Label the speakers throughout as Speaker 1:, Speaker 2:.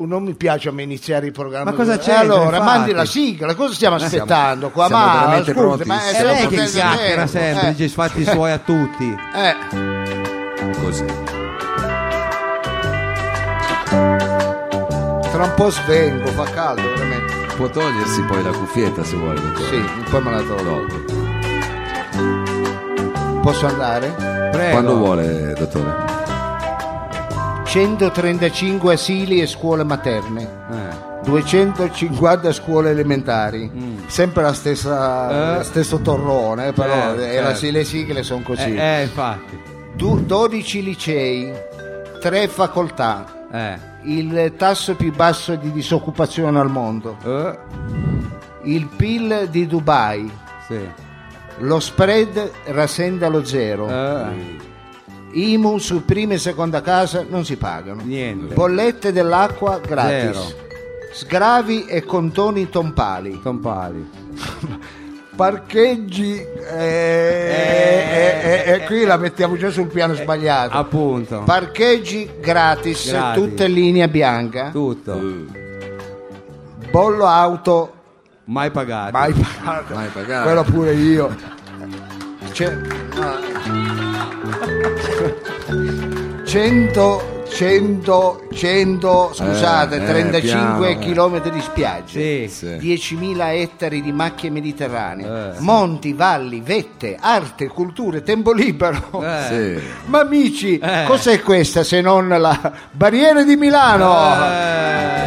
Speaker 1: Non mi piace a me iniziare il programma.
Speaker 2: Ma cosa
Speaker 1: Eh,
Speaker 2: c'entra,
Speaker 1: Allora,
Speaker 2: infatti?
Speaker 1: mandi la sigla, cosa stiamo
Speaker 2: Eh,
Speaker 1: aspettando qua?
Speaker 3: siamo
Speaker 1: ma
Speaker 3: veramente
Speaker 1: scusi,
Speaker 3: pronti.
Speaker 1: ma
Speaker 3: È
Speaker 2: È
Speaker 1: siamo
Speaker 2: lei che
Speaker 1: presi in
Speaker 2: chiacchiera
Speaker 1: tempo, eh.
Speaker 2: sempre, dice i fatti suoi a tutti.
Speaker 1: Eh,
Speaker 3: Così.
Speaker 1: tra un po' svengo, fa caldo veramente.
Speaker 3: Può togliersi poi la cuffietta se vuole. dottore.
Speaker 1: Sì, poi me la trovo.
Speaker 3: Dopo.
Speaker 1: Posso andare?
Speaker 2: Prego.
Speaker 3: Quando vuole, dottore.
Speaker 1: 135 asili e scuole materne.
Speaker 2: Eh.
Speaker 1: 250 scuole elementari, sempre la stessa,
Speaker 2: Mm. Eh.
Speaker 1: lo stesso torrone, però
Speaker 2: Certo,
Speaker 1: eh, la-
Speaker 2: certo.
Speaker 1: le sigle sono così.
Speaker 2: Eh, eh, infatti.
Speaker 1: Du- 12 licei, 3 facoltà,
Speaker 2: Eh.
Speaker 1: il tasso più basso di disoccupazione al mondo,
Speaker 2: Eh,
Speaker 1: il PIL di Dubai,
Speaker 2: sì.
Speaker 1: lo spread rasenda lo zero,
Speaker 2: Eh,
Speaker 1: IMU su prima e seconda casa non si pagano,
Speaker 2: Niente.
Speaker 1: bollette dell'acqua gratis,
Speaker 2: Zero.
Speaker 1: sgravi e contoni tompali.
Speaker 2: Tompali.
Speaker 1: parcheggi eh, eh, eh, eh, qui la mettiamo già sul
Speaker 2: Eh,
Speaker 1: piano sbagliato
Speaker 2: Appunto.
Speaker 1: parcheggi gratis
Speaker 2: ah. Gratis.
Speaker 1: tutte linea bianca
Speaker 2: Tutto.
Speaker 1: bollo auto
Speaker 2: Mai pagato.
Speaker 1: mai pagato
Speaker 3: Mai pagato.
Speaker 1: quello pure io C'è- no. 100 100 100 scusate
Speaker 3: eh,
Speaker 1: 35
Speaker 3: piano, eh.
Speaker 1: km di spiagge
Speaker 2: Sì. Eh.
Speaker 3: Sì.
Speaker 1: 10.000 ettari di macchie mediterranee,
Speaker 2: Eh.
Speaker 1: monti, valli, vette, arte, culture, tempo libero.
Speaker 2: Eh.
Speaker 3: Sì.
Speaker 1: Ma amici,
Speaker 2: Eh.
Speaker 1: cos'è questa se non la barriera di Milano?
Speaker 2: Eh.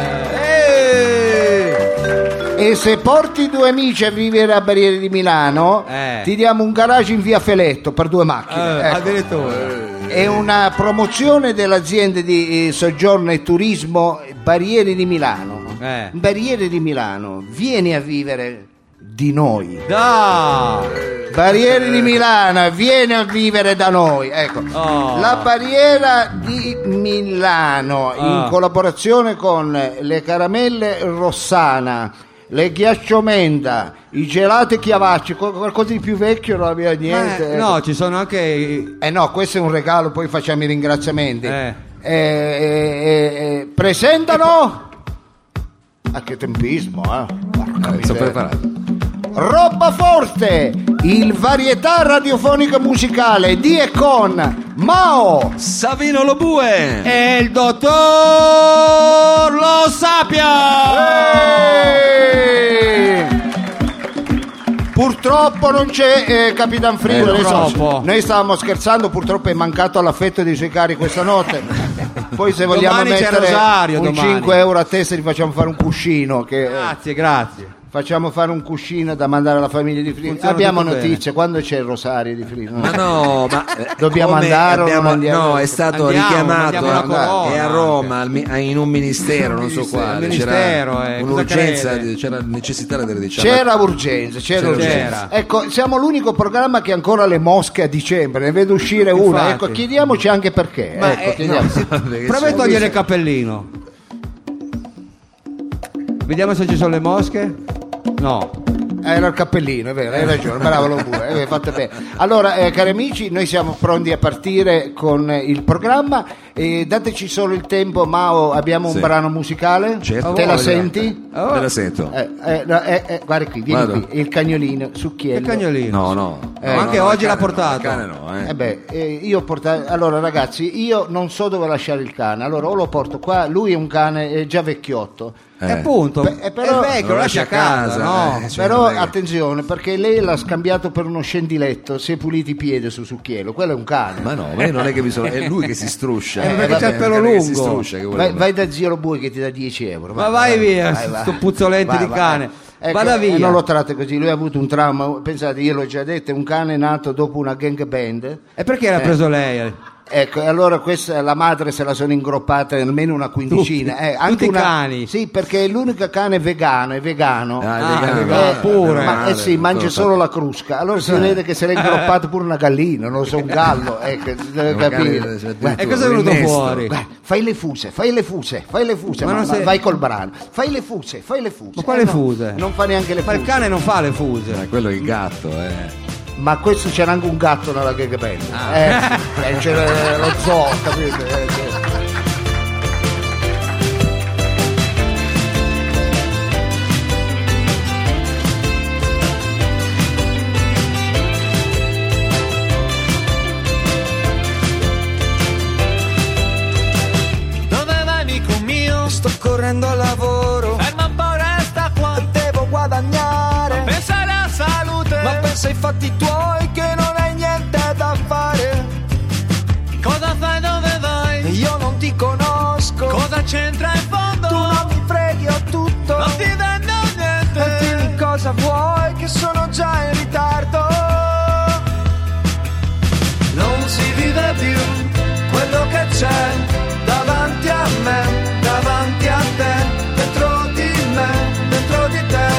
Speaker 1: E se porti due amici a vivere a Barriere di Milano,
Speaker 2: Eh.
Speaker 1: ti diamo un garage in via Feletto per due
Speaker 2: Eh,
Speaker 1: macchine. Ecco.
Speaker 2: Addirittura.
Speaker 3: Eh.
Speaker 1: È una promozione dell'azienda di eh, soggiorno e turismo Barriere di Milano.
Speaker 2: Eh.
Speaker 1: Barriere di Milano, vieni a vivere di noi.
Speaker 2: Da.
Speaker 1: Eh. Barriere di Milano, vieni a vivere da noi. Ecco.
Speaker 2: Oh.
Speaker 1: La barriera di Milano, in
Speaker 2: Ah.
Speaker 1: collaborazione con le caramelle Rossana, le ghiacciomenda, i gelati chiavacci, qual- qualcosa di più vecchio non aveva niente.
Speaker 2: Eh,
Speaker 1: ecco.
Speaker 2: no, ci sono anche i-
Speaker 1: Eh no, questo è un regalo, poi facciamo i ringraziamenti.
Speaker 2: Eh.
Speaker 1: Eh, eh, eh, eh, presentano... A che tempismo, eh? Porca
Speaker 3: Eh, sono
Speaker 1: miseria.
Speaker 3: preparato.
Speaker 1: Roba forte, il varietà radiofonica musicale di e con Mao.
Speaker 3: Savino
Speaker 1: Eh.
Speaker 3: Lobue.
Speaker 2: E il dottor Lo Sapia!
Speaker 1: Eh. Purtroppo non c'è eh, Capitan Frigo,
Speaker 2: Eh,
Speaker 1: noi,
Speaker 2: purtroppo.
Speaker 1: noi stavamo scherzando, purtroppo è mancato all'affetto dei suoi cari questa notte. Poi se vogliamo
Speaker 2: Domani c'è
Speaker 1: mettere
Speaker 2: Rosario,
Speaker 1: un
Speaker 2: domani. Ah.
Speaker 1: 5 euro a testa gli facciamo fare un cuscino. Che, eh,
Speaker 2: Grazie, grazie.
Speaker 1: facciamo fare un cuscino da mandare alla famiglia di Frigo.
Speaker 2: Funziona
Speaker 1: Abbiamo
Speaker 2: tutto
Speaker 1: notizie, quando c'è il Rosario di Frigo?
Speaker 3: Ma no, ma eh,
Speaker 1: Dobbiamo
Speaker 3: come
Speaker 1: andare o non andiamo?
Speaker 3: No, è stato
Speaker 2: Andiamo,
Speaker 3: richiamato
Speaker 2: mandiamo la
Speaker 3: a,
Speaker 2: corona
Speaker 3: è a
Speaker 2: anche.
Speaker 3: Roma al mi- a- in un ministero, non so
Speaker 2: Ministero,
Speaker 3: quale.
Speaker 2: il ministero,
Speaker 3: c'era
Speaker 2: eh, cosa
Speaker 3: un'urgenza,
Speaker 2: crede?
Speaker 3: di- c'era necessità di diciamo.
Speaker 1: C'era urgenza, c'era,
Speaker 3: C'era
Speaker 1: urgenza.
Speaker 2: urgenza.
Speaker 1: Ecco, siamo l'unico programma che ha ancora le mosche a dicembre, ne vedo uscire una.
Speaker 2: Infatti.
Speaker 1: Ecco, chiediamoci anche perché.
Speaker 2: Ma
Speaker 1: ecco,
Speaker 2: eh,
Speaker 1: chiediamo.
Speaker 3: Perché
Speaker 2: Prova a
Speaker 3: c'è-
Speaker 2: togliere il cappellino. Vediamo se ci sono le mosche. No.
Speaker 1: Era il cappellino, è vero, hai ragione, bravo lo pure, eh, fatto bene. Allora, eh, cari amici, noi siamo pronti a partire con eh, il programma. Eh, dateci solo il tempo, Mao, abbiamo un
Speaker 3: Sì.
Speaker 1: brano musicale?
Speaker 3: Certo.
Speaker 1: Te la
Speaker 3: Voglio.
Speaker 1: senti?
Speaker 3: Me la sento.
Speaker 1: Eh, eh, no, eh, eh, guarda qui, vieni
Speaker 3: Vado.
Speaker 1: qui, il cagnolino,
Speaker 2: Che
Speaker 1: succhiello.
Speaker 2: cagnolino.
Speaker 3: No, no.
Speaker 1: Eh,
Speaker 3: No,
Speaker 2: anche
Speaker 3: no,
Speaker 2: oggi
Speaker 3: il
Speaker 2: l'ha
Speaker 3: cane no, il
Speaker 2: portato.
Speaker 3: cane no, eh.
Speaker 1: Eh beh, eh, io ho portato- Allora ragazzi, io non so dove lasciare il cane, allora o lo porto qua, lui è un cane eh, già vecchiotto.
Speaker 2: E appunto.
Speaker 1: Beh, eh, però-
Speaker 2: è vecchio, lo lascia a casa, no?
Speaker 3: eh, cioè,
Speaker 1: Però
Speaker 3: non è che-
Speaker 1: attenzione perché lei l'ha scambiato per uno scendiletto, si è puliti i piedi su succhielo, quello è un cane.
Speaker 3: Ma no, ma io non è che mi sono... È lui che si struscia.
Speaker 2: Eh, perché
Speaker 3: vabbè,
Speaker 2: c'ha il pelo
Speaker 3: magari che Si
Speaker 2: lungo.
Speaker 3: struscia, che vuole-
Speaker 1: Vai, vai da zio lo bue che ti dà 10 euro.
Speaker 2: Ma vai via, sto puzzolente di cane.
Speaker 1: Ecco,
Speaker 2: Vada
Speaker 1: eh,
Speaker 2: via.
Speaker 1: Non lo tratta così, lui ha avuto un trauma. Pensate, io l'ho già detto, è un cane nato dopo una gang band.
Speaker 2: E perché l'ha preso lei?
Speaker 1: Ecco, e allora questa, la madre se la sono ingroppata almeno una quindicina.
Speaker 2: Tutti-
Speaker 1: eh, anche
Speaker 2: tutti i
Speaker 1: una-
Speaker 2: cani.
Speaker 1: Sì, perché è l'unico cane vegano, è vegano.
Speaker 3: Ah,
Speaker 2: Ah,
Speaker 3: il
Speaker 2: eh,
Speaker 3: vegano,
Speaker 2: pure.
Speaker 3: meno
Speaker 1: Ma eh
Speaker 3: male,
Speaker 1: sì, mangia
Speaker 3: dottore.
Speaker 1: solo la crusca. Allora
Speaker 2: Eh.
Speaker 1: si vede che se l'è ingroppato pure una gallina, non lo so, un gallo, ecco, si deve
Speaker 3: Magari-
Speaker 1: capire.
Speaker 3: cioè,
Speaker 1: Guarda,
Speaker 2: E Eh, cosa è venuto
Speaker 3: Ernesto.
Speaker 2: fuori?
Speaker 1: guarda, fai le fuse, fai le fuse, fai le fuse,
Speaker 2: Ma
Speaker 1: ma
Speaker 2: non
Speaker 1: ma
Speaker 2: sei-
Speaker 1: vai col brano, fai le fuse, fai le fuse. Eh,
Speaker 2: Ma quale
Speaker 1: no,
Speaker 2: fuse?
Speaker 1: Non fa neanche le
Speaker 2: Eh, Ma
Speaker 1: fuse.
Speaker 2: il cane non fa le
Speaker 3: Ma
Speaker 2: fuse.
Speaker 3: quello è il gatto, eh.
Speaker 1: Ma questo c'era anche un gatto nella gag band.
Speaker 2: Ah.
Speaker 1: Eh, eh, c'era lo zoo, capite? Eh, che-
Speaker 4: correndo al lavoro
Speaker 5: Ferma un po', resta qua.
Speaker 4: devo guadagnare
Speaker 5: Pensa alla salute.
Speaker 4: ma pensa ai fatti tuoi che non hai niente da fare
Speaker 5: Cosa fai, dove vai?
Speaker 4: io non ti conosco
Speaker 5: Cosa c'entra in fondo?
Speaker 4: tu non mi freghi ho tutto
Speaker 5: Non ti vendo
Speaker 4: e dimmi
Speaker 5: niente.
Speaker 4: cosa vuoi che sono già in ritardo
Speaker 5: Non si vive più.
Speaker 4: quello che c'è davanti a me davanti a te dentro di me dentro di te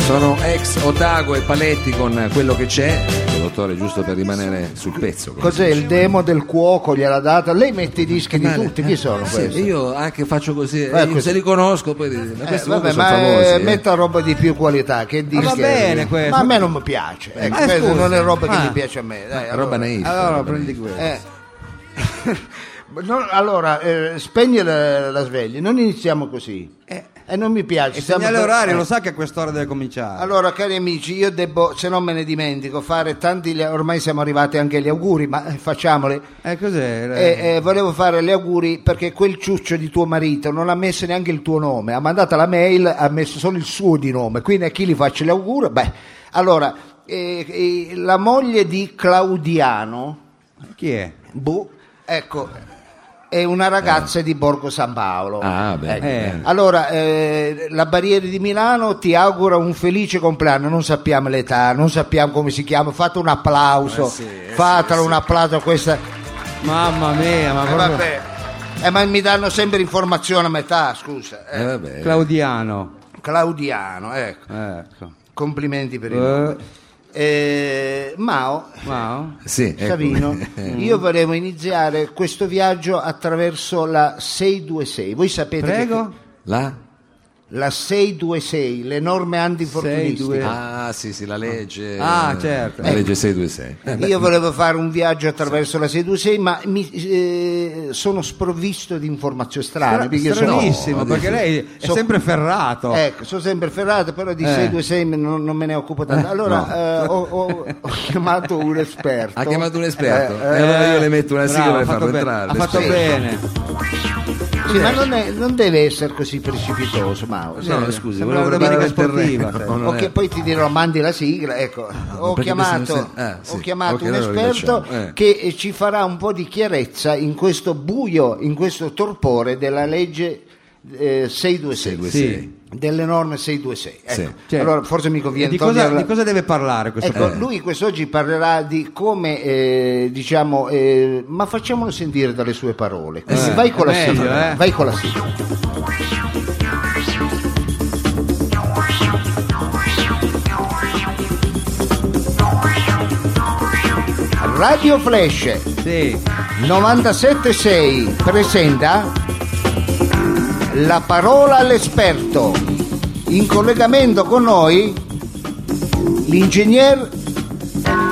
Speaker 3: Sono ex Otago e Paletti con quello che c'è. Il dottore, giusto per rimanere sul pezzo. come
Speaker 1: Cos'è il demo del cuoco? Gliel'ha data? Lei mette i dischi di
Speaker 3: Male.
Speaker 1: tutti, chi sono
Speaker 3: Sì,
Speaker 1: questi? Eh,
Speaker 3: io anche faccio così, eh,
Speaker 1: questo.
Speaker 3: io se li conosco poi dico, ma
Speaker 1: Eh,
Speaker 3: questi
Speaker 1: vabbè,
Speaker 3: comunque sono
Speaker 1: ma
Speaker 3: famosi,
Speaker 1: eh,
Speaker 3: eh.
Speaker 1: metta roba di più qualità che dischi
Speaker 2: va bene
Speaker 1: eh,
Speaker 2: questo.
Speaker 1: ma a me non mi piace ecco,
Speaker 2: eh,
Speaker 1: questo
Speaker 2: scusa.
Speaker 1: non è roba che
Speaker 2: Ah.
Speaker 1: mi piace a me dai,
Speaker 3: è
Speaker 1: allora.
Speaker 3: roba naif.
Speaker 1: allora
Speaker 3: roba
Speaker 1: prendi
Speaker 3: naif.
Speaker 1: quello eh. No, allora eh, spegni la, la sveglia non iniziamo così eh. non mi piace
Speaker 2: E
Speaker 1: stiamo
Speaker 2: segnale
Speaker 1: per-
Speaker 2: orario,
Speaker 1: eh.
Speaker 2: lo sa che a quest'ora deve cominciare.
Speaker 1: Allora, cari amici, io devo, se non me ne dimentico, fare tanti. gli- Ormai siamo arrivati anche agli auguri, ma eh, facciamoli.
Speaker 2: Eh, cos'è?
Speaker 1: E, eh, volevo fare gli auguri perché quel ciuccio di tuo marito non ha messo neanche il tuo nome, ha mandato la mail, ha messo solo il suo di nome. Quindi a chi gli faccio gli auguri? Beh, allora, eh, eh, la moglie di Claudiano,
Speaker 2: Chi è?
Speaker 1: boh, ecco, è una ragazza di Borgo San Paolo.
Speaker 3: Ah, beh,
Speaker 1: Ecco.
Speaker 2: Eh.
Speaker 1: Allora, eh, la Barriere di Milano ti augura un felice compleanno, non sappiamo l'età, non sappiamo come si chiama, fate un
Speaker 3: Eh
Speaker 1: applauso, fatelo un applauso a questa...
Speaker 2: Mamma mia, ma
Speaker 1: Eh,
Speaker 2: proprio-
Speaker 1: vabbè. Eh, ma mi danno sempre informazione a metà, scusa. Eh,
Speaker 3: Eh, vabbè.
Speaker 2: Claudiano.
Speaker 1: Claudiano, ecco,
Speaker 2: Ecco.
Speaker 1: complimenti per il nome.
Speaker 2: Eh,
Speaker 1: Eh, Mao,
Speaker 2: wow.
Speaker 3: Sì, ecco.
Speaker 1: Savino, io volevo iniziare questo viaggio attraverso la 626. Voi sapete
Speaker 2: Prego?
Speaker 3: La?
Speaker 1: che la 626, le norme antifortunistica.
Speaker 2: 626. Eh.
Speaker 3: Ah, sì, sì, la legge.
Speaker 2: Ah, certo.
Speaker 3: La legge 626. Eh, beh,
Speaker 1: Io volevo fare un viaggio attraverso la 626, ma mi, eh, sono sprovvisto di informazioni
Speaker 3: Ah,
Speaker 1: strane. perché sono-
Speaker 2: Stranissimo, perché lei è
Speaker 1: so-
Speaker 2: sempre ferrato.
Speaker 3: Eh,
Speaker 1: Ecco, sono sempre ferrato, però di 626 me- non, non me ne occupo tanto. Allora eh, ho, ho- ho chiamato un esperto.
Speaker 3: Ha chiamato un esperto.
Speaker 1: Eh,
Speaker 3: E allora io le metto una
Speaker 2: bravo,
Speaker 3: sigla per
Speaker 2: ha fatto
Speaker 3: farlo
Speaker 2: bene,
Speaker 3: entrare.
Speaker 2: Ha fatto
Speaker 3: l'esperto.
Speaker 2: bene.
Speaker 1: eh, sì, ma non, è- non deve essere così precipitoso, Mao.
Speaker 3: No,
Speaker 1: Cioè,
Speaker 3: scusi,
Speaker 2: Sembra
Speaker 3: volevo
Speaker 2: una domenica
Speaker 3: preparare il terreno.
Speaker 2: sportiva,
Speaker 3: No, non
Speaker 1: Ok,
Speaker 3: è- Ah,
Speaker 1: poi ti dirò mandi la sigla, ecco. Ho
Speaker 3: perché
Speaker 1: chiamato,
Speaker 3: questo non si- ah, sì.
Speaker 1: ho chiamato
Speaker 3: Ok,
Speaker 1: un
Speaker 3: allora lo
Speaker 1: esperto
Speaker 3: rilasciamo, eh.
Speaker 1: che eh, ci farà un po' di chiarezza in questo buio, in questo torpore della legge eh, 626,
Speaker 3: 626.
Speaker 1: delle norme 626. Ecco.
Speaker 3: Sì.
Speaker 2: Cioè,
Speaker 1: allora forse mi
Speaker 2: E
Speaker 1: conviene
Speaker 2: Di cosa,
Speaker 1: toglierla.
Speaker 2: di cosa deve parlare questo
Speaker 1: Ecco,
Speaker 2: qua?
Speaker 1: lui quest'oggi parlerà di come, eh, diciamo, eh, ma facciamolo sentire dalle sue parole. Quindi
Speaker 2: Eh,
Speaker 1: vai con la
Speaker 2: è meglio,
Speaker 1: sigla,
Speaker 2: eh.
Speaker 1: vai con la sigla. Radio Flash
Speaker 2: Sì.
Speaker 1: 976 presenta la parola all'esperto. In collegamento con noi l'ingegner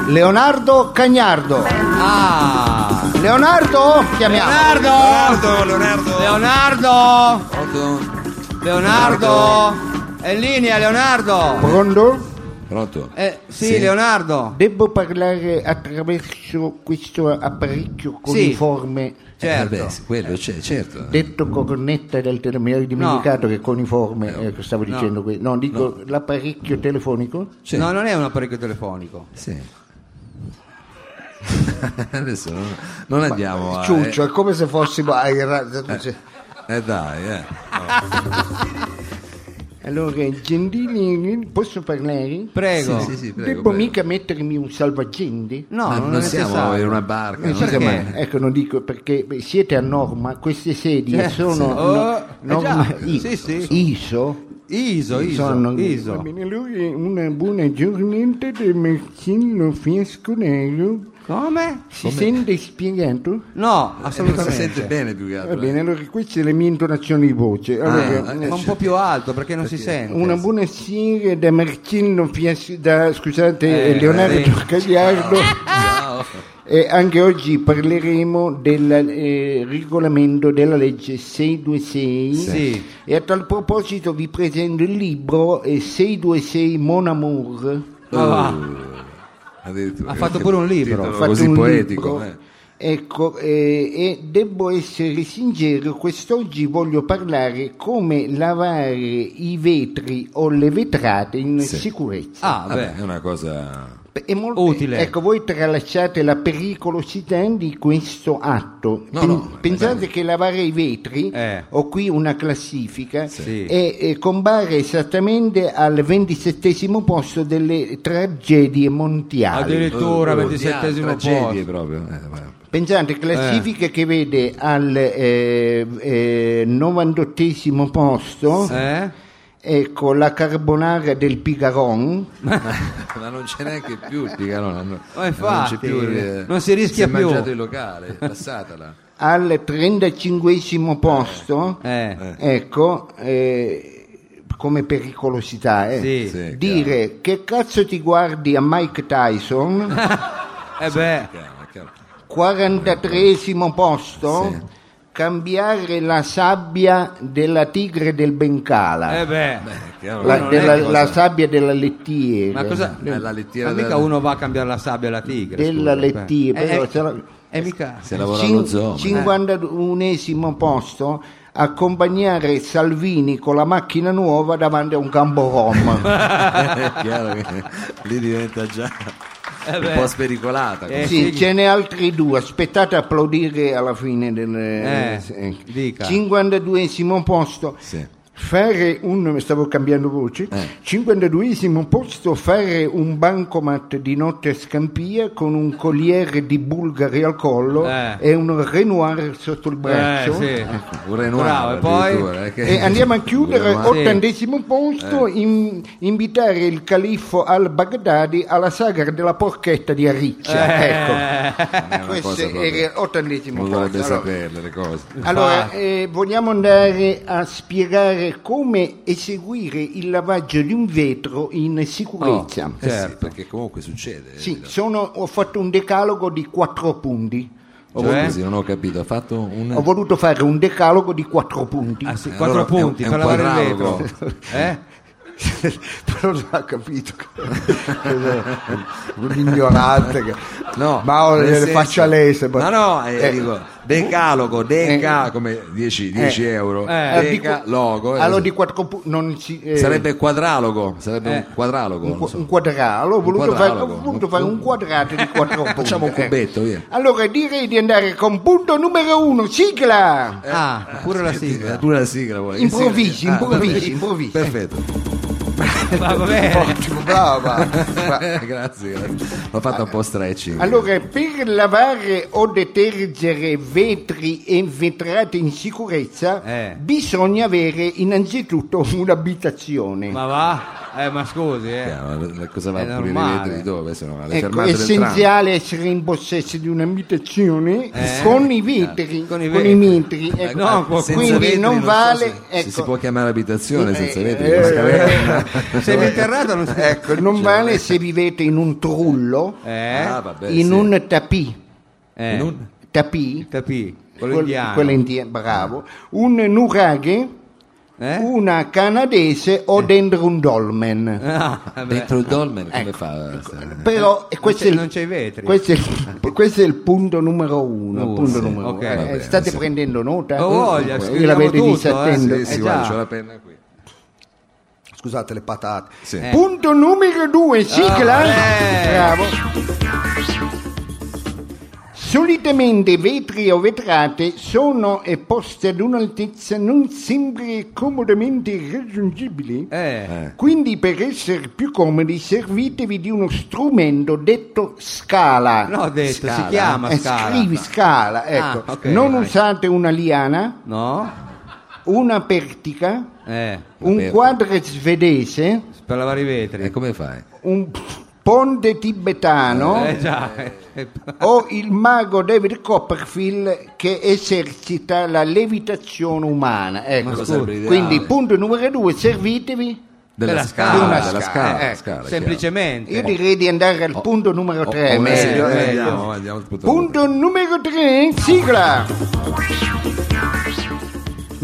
Speaker 1: Leonardo Cagnardo.
Speaker 2: Ah!
Speaker 1: Leonardo, chiamiamo.
Speaker 2: Leonardo!
Speaker 3: Leonardo!
Speaker 2: Leonardo!
Speaker 3: Leonardo!
Speaker 2: Leonardo! È in linea, Leonardo!
Speaker 1: Pronto?
Speaker 3: Pronto?
Speaker 2: Eh, sì,
Speaker 3: Sì.
Speaker 2: Leonardo!
Speaker 1: Devo parlare attraverso questo apparecchio coniforme,
Speaker 2: Certo. Eh,
Speaker 3: Eh, vabbè, sì, quello c'è, certo.
Speaker 1: detto cornetta del telefono, mi ero dimenticato che coniforme, ecco, stavo dicendo que- no, dico l'apparecchio telefonico.
Speaker 3: Sì.
Speaker 2: No, non è un apparecchio telefonico.
Speaker 3: Sì. Adesso non, non andiamo a...
Speaker 1: Ciuccio, è come se fossimo ai ra- cioè,
Speaker 3: Eh, eh, dai, eh.
Speaker 1: Allora, Gentili, posso parlare?
Speaker 2: Prego.
Speaker 3: Sì, sì, prego,
Speaker 1: Devo
Speaker 3: prego.
Speaker 1: mica mettermi un salvagente?
Speaker 2: No,
Speaker 3: Ma
Speaker 2: non,
Speaker 3: non
Speaker 2: è
Speaker 3: siamo
Speaker 2: necessario.
Speaker 3: in una barca.
Speaker 1: Eh,
Speaker 3: non
Speaker 1: sì,
Speaker 2: perché?
Speaker 3: siamo-
Speaker 1: ma- ecco, non dico perché beh, siete a norma, queste sedie
Speaker 2: Eh,
Speaker 1: sono
Speaker 2: sì.
Speaker 1: no-
Speaker 2: Oh, eh
Speaker 1: norma-
Speaker 2: già,
Speaker 1: i-
Speaker 2: sì, sì.
Speaker 1: ISO.
Speaker 2: Iso, iso,
Speaker 1: Sono-
Speaker 2: iso.
Speaker 1: Va bene, allora, una buona giornata del Marcello Fiasconello.
Speaker 2: Come?
Speaker 1: Si sente spiegato?
Speaker 2: No,
Speaker 3: Eh, non si
Speaker 2: assolutamente.
Speaker 3: sente bene più che altro.
Speaker 1: Va bene, allora questa è la mia intonazione di voce. Allora,
Speaker 3: eh,
Speaker 1: eh,
Speaker 2: Ma un po' più alto perché non si sente.
Speaker 1: Una buona sigla da Marcello Fiasconello, da, scusate,
Speaker 2: Eh,
Speaker 1: Leonardo
Speaker 2: sì.
Speaker 1: Cagliardo.
Speaker 3: Ciao.
Speaker 1: Eh, anche oggi parleremo del eh, regolamento della legge 626
Speaker 2: Sì.
Speaker 1: e a tal proposito vi presento il libro eh, 626 Mon Amour.
Speaker 2: Ma va.
Speaker 3: Oh, Addirittura.
Speaker 2: Ah. Ha fatto pure un libro.
Speaker 3: Titolo
Speaker 1: Ho fatto
Speaker 3: così
Speaker 1: un
Speaker 3: poetico.
Speaker 1: libro.
Speaker 3: eh.
Speaker 1: Ecco, eh, e devo essere sincero, quest'oggi voglio parlare come lavare i vetri o le vetrate in
Speaker 3: Sì.
Speaker 1: sicurezza.
Speaker 2: Ah,
Speaker 3: Vabbè,
Speaker 2: beh.
Speaker 3: è una cosa.
Speaker 1: È molto,
Speaker 2: Utile.
Speaker 1: Ecco, voi tralasciate la pericolosità di questo atto.
Speaker 3: No,
Speaker 1: Pen-
Speaker 3: no, è
Speaker 1: pensate
Speaker 3: bene.
Speaker 1: che lavare i vetri,
Speaker 2: Eh.
Speaker 1: ho qui una classifica,
Speaker 2: Sì.
Speaker 1: e, e compare esattamente al ventisettesimo posto delle tragedie mondiali.
Speaker 2: Addirittura,
Speaker 3: Oh,
Speaker 2: ventisettesimo
Speaker 3: dia-
Speaker 2: posto.
Speaker 3: tragedie proprio. eh, ma-
Speaker 1: Pensate, classifica che vede al eh, eh, 98esimo posto
Speaker 2: Eh?
Speaker 1: ecco, la carbonara del Pigaron,
Speaker 2: Eh.
Speaker 3: Ma non c'è neanche più il picarone. hanno-
Speaker 2: Ma infatti,
Speaker 3: non, c'è più, il-
Speaker 2: non si rischia
Speaker 3: si è
Speaker 2: più.
Speaker 3: mangiato il locale, passatela.
Speaker 1: al 35esimo posto,
Speaker 2: Eh.
Speaker 1: ecco, eh, come pericolosità, eh,
Speaker 2: Sì.
Speaker 3: Sì,
Speaker 1: dire che cazzo ti guardi a Mike Tyson,
Speaker 2: Eh beh,
Speaker 3: Chiaro, chiaro.
Speaker 1: 43esimo posto,
Speaker 3: Sì.
Speaker 1: cambiare la sabbia della tigre del Bengala.
Speaker 2: eh beh.
Speaker 3: Eh, chiaro.
Speaker 1: la,
Speaker 3: Non è
Speaker 1: della-
Speaker 3: cosa-
Speaker 1: la sabbia della lettiera
Speaker 2: Ma cosa?
Speaker 3: Eh, la lettiera
Speaker 2: ma mica
Speaker 3: della-
Speaker 2: uno va a cambiare la sabbia alla tigre.
Speaker 1: Della
Speaker 2: scusa, beh.
Speaker 1: lettiera,
Speaker 2: Eh,
Speaker 1: però
Speaker 2: eh,
Speaker 1: se la-
Speaker 2: eh, mica...
Speaker 3: Se lavora
Speaker 1: Cin-
Speaker 3: allo zoo. ma-
Speaker 1: 51esimo posto accompagnare Salvini con la macchina nuova davanti a un campo rom
Speaker 3: è chiaro che lì diventa già un po' spericolata.
Speaker 2: Eh,
Speaker 1: sì,
Speaker 2: sì.
Speaker 1: ce n'è altri due aspettate applaudire alla fine del
Speaker 2: Eh, dica.
Speaker 1: 52esimo posto
Speaker 3: Sì.
Speaker 1: Fare un, stavo cambiando voce,
Speaker 2: Eh.
Speaker 1: 52esimo posto, fare un bancomat di notte a Scampia con un colliere di bulgari al collo
Speaker 2: Eh.
Speaker 1: e un Renoir sotto il
Speaker 2: Eh,
Speaker 1: braccio.
Speaker 2: sì.
Speaker 3: Un Renoir
Speaker 2: Bravo, e poi...
Speaker 3: addirittura, eh, che- Eh.
Speaker 1: E andiamo a
Speaker 3: Un
Speaker 1: chiudere,
Speaker 3: Renoir.
Speaker 2: Sì.
Speaker 1: ottantesimo posto, in- invitare il califfo al-Baghdadi alla sagra della porchetta di Ariccia.
Speaker 3: Eh. È
Speaker 1: Ecco,
Speaker 3: una
Speaker 1: questo
Speaker 3: cosa proprio-
Speaker 1: era l'ottantesimo
Speaker 3: non
Speaker 1: posto.
Speaker 3: dovrebbe
Speaker 1: Allora,
Speaker 3: saperle le cose.
Speaker 1: allora, eh, vogliamo andare a spiegare come eseguire il lavaggio di un vetro in sicurezza.
Speaker 3: Eh sì,
Speaker 2: certo.
Speaker 3: perché comunque succede.
Speaker 1: Sì,
Speaker 3: Eh,
Speaker 1: sono- ho fatto un decalogo di quattro punti.
Speaker 3: ho
Speaker 2: Cioè?
Speaker 3: voluto- sì, non ho capito, ha fatto un
Speaker 1: Ho voluto fare un decalogo di quattro punti.
Speaker 2: Ah, sì,
Speaker 3: Eh,
Speaker 2: quattro
Speaker 3: allora, è un-
Speaker 2: punti
Speaker 3: è un
Speaker 2: per lavare il
Speaker 3: quadralogo.
Speaker 2: vetro. Eh?
Speaker 1: Però non ha capito. un ignorante. che-
Speaker 3: No,
Speaker 1: ma ho
Speaker 3: nel
Speaker 1: le
Speaker 3: senso-
Speaker 1: faccia lese.
Speaker 3: No,
Speaker 1: ma-
Speaker 3: no, eh,
Speaker 1: Eh,
Speaker 3: dico decalogo, deca come 10, 10 euro,
Speaker 1: eh, di
Speaker 3: deca,
Speaker 1: qua-
Speaker 3: logo. eh,
Speaker 1: Allora di quattro punti non ci- eh,
Speaker 3: sarebbe quadralogo, sarebbe
Speaker 2: Eh.
Speaker 3: un quadralogo,
Speaker 1: un,
Speaker 3: non
Speaker 1: qua-
Speaker 3: so.
Speaker 1: un quadralo, ho voluto,
Speaker 3: quadralogo,
Speaker 1: fare, ho voluto
Speaker 3: un-
Speaker 1: fare un quadrato di quattro punti.
Speaker 3: Facciamo un
Speaker 1: eh.
Speaker 3: cubetto, via.
Speaker 1: Allora direi di andare con punto numero uno, sigla!
Speaker 2: Ah, pure la
Speaker 3: Eh,
Speaker 2: sigla.
Speaker 3: Tu la sigla vuoi? che
Speaker 1: Improvvisi,
Speaker 3: sigla? Ah,
Speaker 1: improvvisi,
Speaker 3: perfetto.
Speaker 1: improvvisi.
Speaker 3: Perfetto,
Speaker 2: Va bene.
Speaker 1: Ottimo, brava!
Speaker 3: grazie, grazie. L'ho fatto un po' stretching.
Speaker 1: Allora, per lavare o detergere vetri e vetrate in sicurezza,
Speaker 2: Eh.
Speaker 1: bisogna avere innanzitutto un'abitazione.
Speaker 2: Ma va? Eh, ma scusi, eh.
Speaker 3: Chiaro, ma cosa va
Speaker 2: È
Speaker 3: a pulire i
Speaker 2: normale.
Speaker 3: vetri di dove? Sono
Speaker 1: Ecco,
Speaker 3: alle
Speaker 1: è
Speaker 3: fermate del tram.
Speaker 1: essenziale essere in possesso di un'abitazione
Speaker 2: Eh.
Speaker 1: con i vetri,
Speaker 2: Con i
Speaker 1: metri.
Speaker 3: Eh,
Speaker 1: ecco.
Speaker 2: no,
Speaker 3: senza
Speaker 1: quindi
Speaker 3: vetri
Speaker 1: non
Speaker 3: so
Speaker 1: vale.
Speaker 3: se- se,
Speaker 1: ecco,
Speaker 3: si può chiamare abitazione
Speaker 1: Eh,
Speaker 3: senza vetri,
Speaker 1: eh,
Speaker 3: una scaletta.
Speaker 2: Se mi interrato non si...
Speaker 3: Eh.
Speaker 1: ecco, non vale se vivete in un trullo,
Speaker 2: Eh?
Speaker 3: Ah, vabbè,
Speaker 1: in
Speaker 3: sì.
Speaker 1: un tapì,
Speaker 2: eh.
Speaker 3: In un-
Speaker 1: tapì
Speaker 2: Tapì. Quello
Speaker 1: quel-
Speaker 2: indiano.
Speaker 1: quello indiano, bravo, un nuraghe.
Speaker 2: Eh?
Speaker 1: una canadese o
Speaker 3: Eh.
Speaker 1: dentro un dolmen.
Speaker 2: Ah, vabbè.
Speaker 3: dentro il dolmen come
Speaker 1: Ecco,
Speaker 3: fa? Eh,
Speaker 1: Però e questo,
Speaker 2: c'è-
Speaker 1: è il,
Speaker 2: non c'è i vetri.
Speaker 1: questo è il- questo è il punto numero uno.
Speaker 2: Uno,
Speaker 1: punto
Speaker 2: sì,
Speaker 1: numero
Speaker 2: ok.
Speaker 1: uno. Eh,
Speaker 2: Va bene,
Speaker 1: state
Speaker 3: sì.
Speaker 1: prendendo nota? Mm,
Speaker 2: Ho voglia,
Speaker 1: Io
Speaker 2: scriviamo
Speaker 1: l'avete
Speaker 2: tutto,
Speaker 1: disattendo.
Speaker 3: Sì,
Speaker 2: eh,
Speaker 3: sì,
Speaker 2: già.
Speaker 3: guarda, c'ho la penna qui.
Speaker 1: Scusate le patate.
Speaker 3: Sì.
Speaker 2: Eh.
Speaker 1: Punto numero due, sigla.
Speaker 2: Ah, eh.
Speaker 1: Bravo. Solitamente vetri o vetrate sono eh, poste ad un'altezza non sempre comodamente raggiungibile.
Speaker 2: Eh.
Speaker 1: Quindi per essere più comodi servitevi di uno strumento detto scala.
Speaker 2: No, ho detto,
Speaker 3: Scala.
Speaker 2: si chiama
Speaker 1: Eh,
Speaker 2: scala.
Speaker 1: Scrivi scala, ecco.
Speaker 2: Ah, ok,
Speaker 1: non
Speaker 2: vai.
Speaker 1: usate una liana,
Speaker 2: No?
Speaker 1: una pertica,
Speaker 2: Eh.
Speaker 1: un
Speaker 3: Vabbè.
Speaker 1: quadre svedese,
Speaker 2: Per lavare i vetri.
Speaker 3: E Eh, come fai?
Speaker 1: un ponte tibetano
Speaker 2: Eh già. Eh,
Speaker 1: o il mago David Copperfield che esercita la levitazione umana. Ecco.
Speaker 3: sarebbe ideale.
Speaker 2: Ah.
Speaker 1: Quindi punto numero due, servitevi
Speaker 3: Della
Speaker 2: Della
Speaker 3: scala,
Speaker 2: scala.
Speaker 3: della
Speaker 1: Di una
Speaker 3: scala,
Speaker 1: scala, eh,
Speaker 3: ah, scala, chiaro.
Speaker 2: Semplicemente.
Speaker 1: Io direi di andare al punto numero eh. 3.
Speaker 3: Eh. Oh,
Speaker 2: me-
Speaker 3: sì,
Speaker 2: meglio, eh, meglio.
Speaker 3: andiamo, andiamo al punto.
Speaker 1: Punto numero 3, sigla.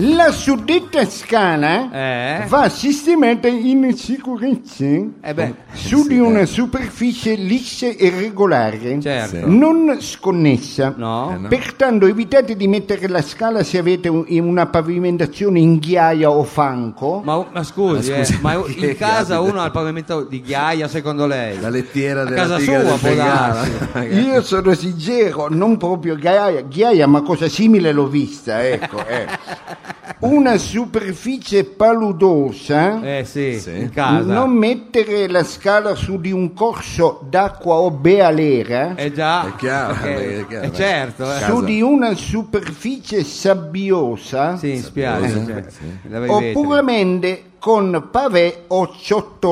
Speaker 1: La suddetta scala
Speaker 2: Eh?
Speaker 1: va sistemata in sicurezza
Speaker 2: Eh beh, eh.
Speaker 1: su di una superficie lissa e regolare,
Speaker 2: certo.
Speaker 3: Sì.
Speaker 1: non sconnessa.
Speaker 2: No?
Speaker 3: Eh, no.
Speaker 1: Pertanto evitate di mettere la scala se avete un- in una pavimentazione in ghiaia o fanco.
Speaker 2: Ma, ma scusi,
Speaker 3: Ma scusi,
Speaker 2: eh, ma
Speaker 3: perché
Speaker 2: in casa
Speaker 3: capita?
Speaker 2: uno ha il pavimento di ghiaia, secondo lei?
Speaker 3: La lettiera
Speaker 2: A
Speaker 3: della
Speaker 2: casa
Speaker 3: tigre
Speaker 2: sua
Speaker 3: del
Speaker 2: può
Speaker 3: Bengala.
Speaker 2: Eh.
Speaker 1: Io sono sincero, non proprio ghiaia, ghiaia, ma cosa simile l'ho vista, ecco. eh. Una superficie paludosa,
Speaker 2: Eh sì,
Speaker 3: Sì.
Speaker 2: in casa.
Speaker 1: non mettere la scala su di un corso d'acqua o bealera,
Speaker 2: Eh già.
Speaker 3: È chiaro,
Speaker 2: perché-
Speaker 3: è chiaro.
Speaker 2: eh, certo. eh.
Speaker 3: Sì.
Speaker 1: su
Speaker 3: casa.
Speaker 1: di una superficie sabbiosa,
Speaker 2: Sì, in spiaggia.
Speaker 3: Eh,
Speaker 2: cioè,
Speaker 3: sì.
Speaker 2: la vetrina.
Speaker 1: oppure mende con pavè o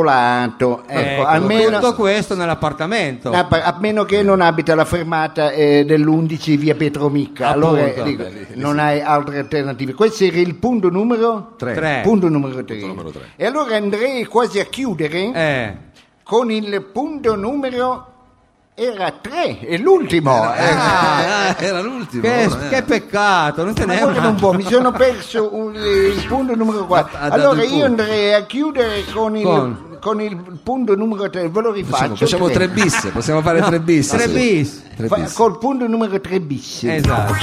Speaker 1: ciottolato. Ecco,
Speaker 2: Ecco,
Speaker 1: almeno...
Speaker 2: tutto questo
Speaker 3: Certo.
Speaker 2: nell'appartamento.
Speaker 1: Ah, pa- A meno che non abita la fermata eh, dell'11 via Pietromicca, allora
Speaker 2: Appunto.
Speaker 1: dico, non hai altre alternative. Questo era il punto numero
Speaker 3: Tre.
Speaker 2: Tre.
Speaker 1: Punto numero 3.
Speaker 3: numero tre.
Speaker 1: E allora andrei quasi a chiudere
Speaker 2: Eh.
Speaker 1: con il punto numero era 3, è l'ultimo. eh.
Speaker 3: Ah, ah, era l'ultimo.
Speaker 2: Che,
Speaker 3: allora,
Speaker 2: che
Speaker 3: eh.
Speaker 2: peccato, non te
Speaker 1: Ma
Speaker 2: ne è
Speaker 1: guarda
Speaker 2: una.
Speaker 1: un po', mi sono perso un- eh, il punto numero 4.
Speaker 3: Ha- ha dato
Speaker 1: Allora io
Speaker 3: il punto.
Speaker 1: andrei a chiudere con il,
Speaker 2: Con?
Speaker 1: con il punto numero 3, ve lo rifaccio.
Speaker 3: Facciamo, facciamo tre bis, possiamo fare tre bis.
Speaker 2: tre
Speaker 3: sì.
Speaker 2: bis.
Speaker 3: Tre
Speaker 1: Fa-
Speaker 3: bis. Eh,
Speaker 1: Col punto numero 3 bis.
Speaker 2: Esatto.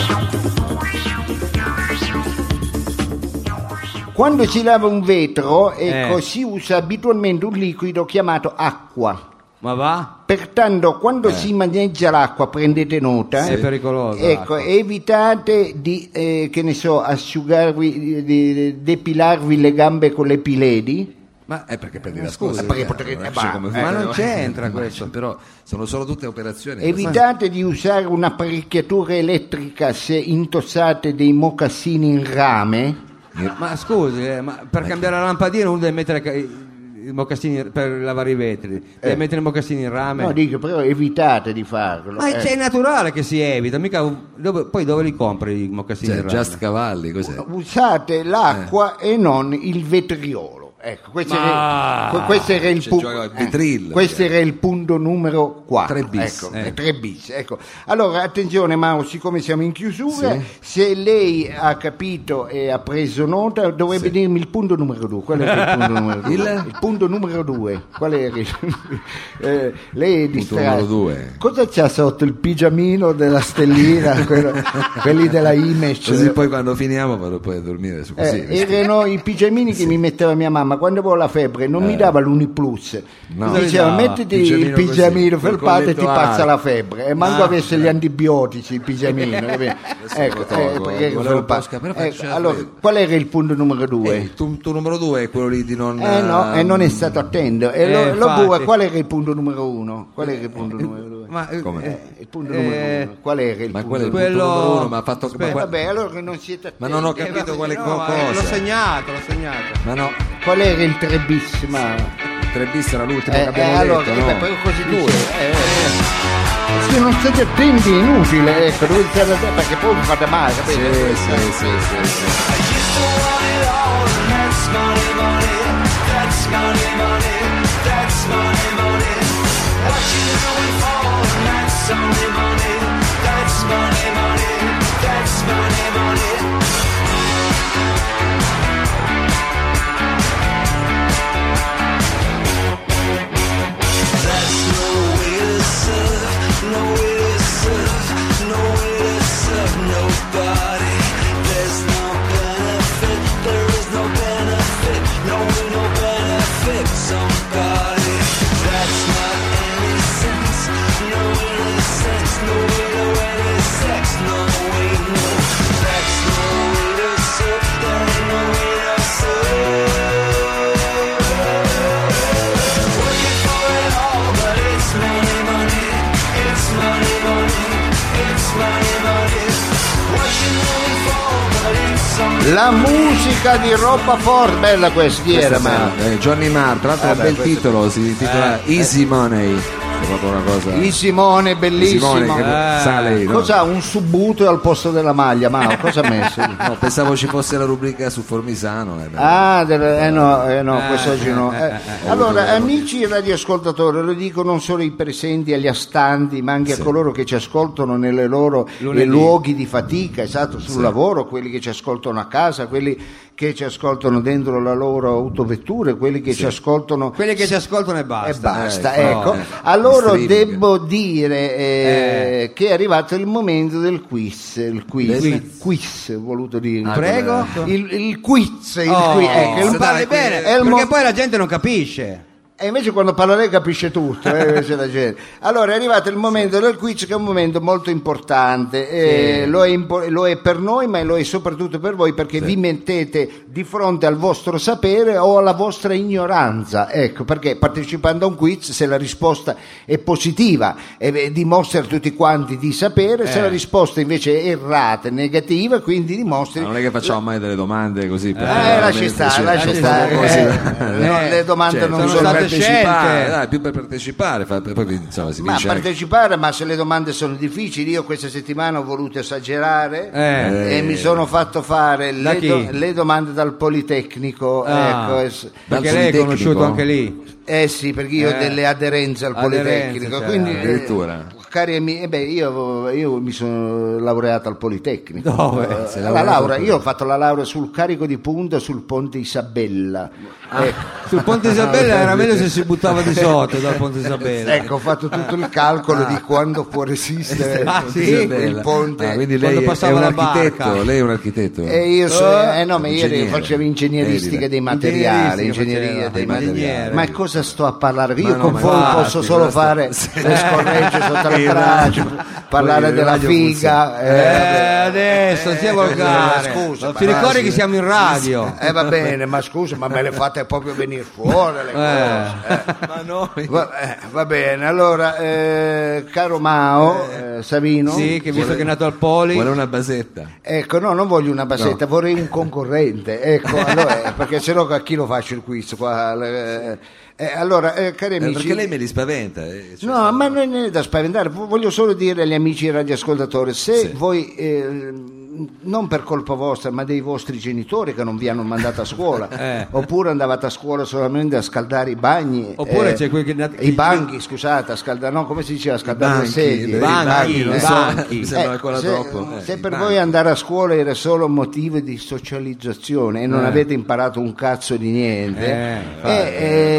Speaker 1: Quando si lava un vetro, ecco,
Speaker 2: Eh.
Speaker 1: si usa abitualmente un liquido chiamato acqua.
Speaker 2: Ma va?
Speaker 1: Pertanto, quando si maneggia l'acqua, prendete nota.
Speaker 2: Eh. È pericoloso.
Speaker 1: Ecco,
Speaker 2: l'acqua.
Speaker 1: evitate di, eh, che ne so, asciugarvi, di, di- depilarvi le gambe con le piledi.
Speaker 2: Ma,
Speaker 3: Eh, perché prendi
Speaker 2: Ma
Speaker 3: la
Speaker 2: scusi,
Speaker 3: scusa.
Speaker 1: perché
Speaker 3: eh,
Speaker 1: potrete-
Speaker 3: non
Speaker 1: eh,
Speaker 3: esce
Speaker 1: ma-
Speaker 3: come
Speaker 1: eh,
Speaker 3: fai,
Speaker 2: ma non
Speaker 3: eh,
Speaker 2: c'entra
Speaker 3: ma-
Speaker 2: questo.
Speaker 3: Però sono solo tutte operazioni.
Speaker 2: Eh,
Speaker 1: Evitate di usare un'apparecchiatura elettrica se intossate dei mocassini in rame.
Speaker 2: ma scusi, eh, ma per cambiare la lampadina uno deve mettere ca- i, i mocassini per lavare i vetri, deve mettere i mocassini in rame.
Speaker 1: Eh. No, dico, però evitate di farlo.
Speaker 2: ma
Speaker 1: eh.
Speaker 2: c'è è naturale che si evita, mica dove- poi dove li compri i mocassini
Speaker 3: Cioè,
Speaker 2: in rame?
Speaker 3: Just Cavalli, cos'è?
Speaker 1: Eh. usate l'acqua
Speaker 3: Eh.
Speaker 1: e non il vetriolo. Ecco, questo,
Speaker 2: Ma-
Speaker 1: era, que- questo era il
Speaker 3: Cioè,
Speaker 1: punto.
Speaker 3: giocava il vetrillo,
Speaker 1: questo
Speaker 3: cioè.
Speaker 1: era il punto numero 4.
Speaker 3: Tre bis,
Speaker 1: Ecco,
Speaker 3: eh.
Speaker 1: tre bis, ecco. Allora, attenzione Mauro, siccome siamo in chiusura, se lei ha capito e ha preso nota, dovrebbe dirmi il punto numero 2. Qual era il punto numero 2?
Speaker 3: Il?
Speaker 1: punto numero 2. Qual era il... Eh, lei è distratta.
Speaker 3: numero due.
Speaker 1: Cosa c'ha sotto il pigiamino della stellina, quello- quelli della Image?
Speaker 3: Così poi quando finiamo vado poi a dormire su così.
Speaker 1: Eh, erano i pigiamini che mi metteva mia mamma quando avevo la febbre non mi dava l'uniplus
Speaker 3: Eh. No.
Speaker 1: mi diceva
Speaker 2: No,
Speaker 1: mettiti
Speaker 3: pigiamino
Speaker 1: il pigiamino
Speaker 3: così, col
Speaker 1: felpato e ti
Speaker 3: colletto
Speaker 1: passa
Speaker 3: alto." Ah.
Speaker 1: la febbre e manco avesse gli antibiotici il pigiamino capito? ecco,
Speaker 3: lo tolgo,
Speaker 1: eh, perché
Speaker 3: volevo
Speaker 1: felpato.
Speaker 3: posca, però faccio
Speaker 1: Ecco,
Speaker 3: la
Speaker 1: allora
Speaker 3: febbre.
Speaker 1: qual era il punto numero
Speaker 3: Eh,
Speaker 1: due?
Speaker 3: il tu, tu numero due è quello lì di non... um,
Speaker 1: Eh no, e non è stato attento. E lo,
Speaker 2: eh,
Speaker 1: lo
Speaker 2: infatti.
Speaker 1: bue, qual era il punto numero uno? Qual
Speaker 3: Eh,
Speaker 1: era il punto numero due?
Speaker 2: Ma, eh,
Speaker 3: Come?
Speaker 2: eh,
Speaker 1: il punto
Speaker 2: eh,
Speaker 1: numero uno. Qual era il
Speaker 3: Ma
Speaker 1: punto
Speaker 3: quello è il
Speaker 2: Quello-
Speaker 3: punto numero uno, ma ha fatto... Ma,
Speaker 2: Aspetta.
Speaker 3: qua-
Speaker 1: Vabbè, allora che non siete attenti.
Speaker 3: ma non ho
Speaker 2: eh,
Speaker 3: capito
Speaker 2: vabbè,
Speaker 3: quale
Speaker 2: no,
Speaker 3: co-
Speaker 2: eh, L'ho
Speaker 3: cosa.
Speaker 2: segnato, l'ho segnato.
Speaker 3: Ma no,
Speaker 1: Qual era il tre bis, Mauro?
Speaker 3: tre bis era l'ultimo
Speaker 1: Eh,
Speaker 3: che abbiamo
Speaker 1: eh, allora,
Speaker 3: detto,
Speaker 1: eh,
Speaker 3: no?
Speaker 1: beh, poi così due. eh, eh, eh. Se non siete attenti è inutile, ecco, dovete stare attenti perché poi vi fate male, capite?
Speaker 3: Sì, sì, sì, sì, sì.
Speaker 1: La musica di roba forte, bella questa, chi era Eh,
Speaker 3: Questa
Speaker 1: ma? Eh,
Speaker 3: sera, eh, Johnny Marr, tra l'altro è un bel titolo, si intitola Easy Money. È proprio una cosa.
Speaker 1: I Simone, è bellissimo.
Speaker 3: Simone che
Speaker 1: Eh.
Speaker 3: sale. no?
Speaker 1: Cos'ha un subbuto al posto della maglia? Ma cosa ha messo?
Speaker 3: No, pensavo ci fosse la rubrica su Formisano. eh, beh.
Speaker 1: Ah, del- eh no, eh no, questo oggi no. Eh, allora, amici radioascoltatori, lo dico non solo ai presenti, agli astanti, ma anche a coloro che ci ascoltano nelle loro
Speaker 2: Lunedì.
Speaker 1: nei luoghi di fatica, esatto, sul lavoro, quelli che ci ascoltano a casa, quelli che ci ascoltano dentro la loro autovettura, quelli che ci ascoltano
Speaker 2: Quelli che ci ascoltano e
Speaker 1: e
Speaker 2: basta.
Speaker 1: basta,
Speaker 2: Eh,
Speaker 1: ecco.
Speaker 2: no.
Speaker 1: A loro
Speaker 3: Streaming.
Speaker 1: devo dire eh, che è arrivato il momento del quiz. Il quiz,
Speaker 2: Quiz.
Speaker 1: quiz, ho voluto dire.
Speaker 2: Prego.
Speaker 1: Il, il quiz, il
Speaker 2: Oh,
Speaker 1: qui- ecco, il-
Speaker 2: se parli
Speaker 3: dai,
Speaker 2: bene,
Speaker 1: è il
Speaker 2: perché
Speaker 1: mo-
Speaker 2: poi la gente non capisce.
Speaker 1: E invece quando parla lei capisce tutto, eh, invece la gente. Allora è arrivato il momento del quiz che è un momento molto importante, eh, lo, è impo- lo è per noi ma lo è soprattutto per voi perché vi mettete di fronte al vostro sapere o alla vostra ignoranza, ecco perché partecipando a un quiz se la risposta è positiva e eh, dimostra a tutti quanti di sapere, se
Speaker 3: Eh.
Speaker 1: la risposta invece è errata, negativa, quindi dimostri...
Speaker 3: Ma non è che facciamo mai delle domande così. per-
Speaker 1: Eh, lasci stare, lasci
Speaker 2: lasci
Speaker 1: stare.
Speaker 2: stare
Speaker 1: eh,
Speaker 2: così.
Speaker 1: no, le domande
Speaker 3: Cioè,
Speaker 1: non
Speaker 2: sono
Speaker 1: sono
Speaker 3: per
Speaker 2: state
Speaker 3: partecipare,
Speaker 2: scelte.
Speaker 3: dai, più per partecipare, fa- poi insomma, si
Speaker 1: Ma
Speaker 3: vince anche.
Speaker 1: partecipare, ma se le domande sono difficili, io questa settimana ho voluto esagerare
Speaker 2: Eh.
Speaker 1: e mi sono fatto fare
Speaker 2: Da
Speaker 1: le,
Speaker 2: chi?
Speaker 1: do- le domande dal Politecnico.
Speaker 2: Ah,
Speaker 1: ecco, es-
Speaker 2: perché
Speaker 3: Dal
Speaker 2: lei è
Speaker 3: Politecnico?
Speaker 2: conosciuto anche lì.
Speaker 1: eh sì, perché io
Speaker 2: Eh.
Speaker 1: ho delle aderenze al
Speaker 2: Aderenze,
Speaker 1: Politecnico.
Speaker 2: cioè,
Speaker 1: quindi, eh,
Speaker 3: addirittura.
Speaker 1: cari amici, eh beh, io, io mi sono laureato al Politecnico.
Speaker 2: Dove?
Speaker 1: Eh,
Speaker 3: Sei
Speaker 1: la
Speaker 3: laureato
Speaker 1: laurea,
Speaker 3: al
Speaker 1: io ho fatto la laurea sul carico di punta sul ponte Isabella.
Speaker 2: Ah.
Speaker 1: Ecco.
Speaker 2: Sul Ponte Isabella era meglio se si buttava di sotto dal Ponte Isabella.
Speaker 1: Ah, Ecco, ho fatto tutto il calcolo di quando può resistere
Speaker 2: Ah, sì?
Speaker 1: il
Speaker 3: Bella.
Speaker 1: ponte.
Speaker 3: Ah, quindi
Speaker 2: Quando
Speaker 3: lei è, è
Speaker 2: passava
Speaker 3: un
Speaker 2: la barca.
Speaker 3: architetto, lei è un architetto.
Speaker 1: E io so-
Speaker 2: Eh,
Speaker 1: eh, no, ma io
Speaker 3: ingegnere.
Speaker 1: facevo ingegneristica
Speaker 3: Vedi,
Speaker 1: dei materiali,
Speaker 2: ingegneristica
Speaker 1: ingegneria
Speaker 2: faceva,
Speaker 1: dei materiali.
Speaker 2: ingegnere.
Speaker 1: Ma cosa sto a parlare?
Speaker 3: Ma
Speaker 1: Io
Speaker 3: no,
Speaker 1: con
Speaker 3: ma
Speaker 1: voi
Speaker 2: infatti,
Speaker 1: posso solo
Speaker 3: basta.
Speaker 1: fare le scorregge sotto la traccia, parlare
Speaker 3: il
Speaker 1: della
Speaker 3: radio
Speaker 1: figa.
Speaker 2: Eh,
Speaker 1: eh,
Speaker 2: adesso sia volgare.
Speaker 1: eh, scusa,
Speaker 2: Ti
Speaker 1: ma-
Speaker 2: ricordi che siamo in radio?
Speaker 1: eh, va bene, ma scusa, ma me le fate proprio venire fuori le cose.
Speaker 2: Ma noi.
Speaker 1: Va, eh, va bene, allora, eh, caro Mao, eh, Savino.
Speaker 2: Sì, che visto che è nato al Poli.
Speaker 3: Vuole una basetta.
Speaker 1: Ecco, no, non voglio una basetta, vorrei un concorrente, ecco, allora, eh, perché sennò a chi lo faccio il quiz qua? Eh, eh, allora, eh, cari
Speaker 3: Eh,
Speaker 1: amici...
Speaker 3: perché lei me li spaventa. eh, cioè,
Speaker 1: No, ma non è da spaventare, vo- voglio solo dire agli amici radioascoltatori, se
Speaker 3: Sì.
Speaker 1: voi, eh, non per colpa vostra, ma dei vostri genitori che non vi hanno mandato a scuola,
Speaker 2: Eh.
Speaker 1: oppure andavate a scuola solamente a scaldare i bagni, eh,
Speaker 2: Oppure c'è quel che-
Speaker 1: i banchi, scusate, a scaldare, no, come si diceva, a scaldare le
Speaker 3: banchi,
Speaker 1: sedie,
Speaker 3: i
Speaker 2: banchi,
Speaker 1: eh.
Speaker 3: non so,
Speaker 2: banchi.
Speaker 3: mi sembra
Speaker 1: Eh,
Speaker 3: ancora
Speaker 1: se,
Speaker 3: troppo. eh,
Speaker 1: se
Speaker 3: i
Speaker 1: per
Speaker 3: banchi.
Speaker 1: voi andare a scuola era solo motivo di socializzazione e non avete imparato un cazzo di niente,
Speaker 2: Eh,
Speaker 1: eh,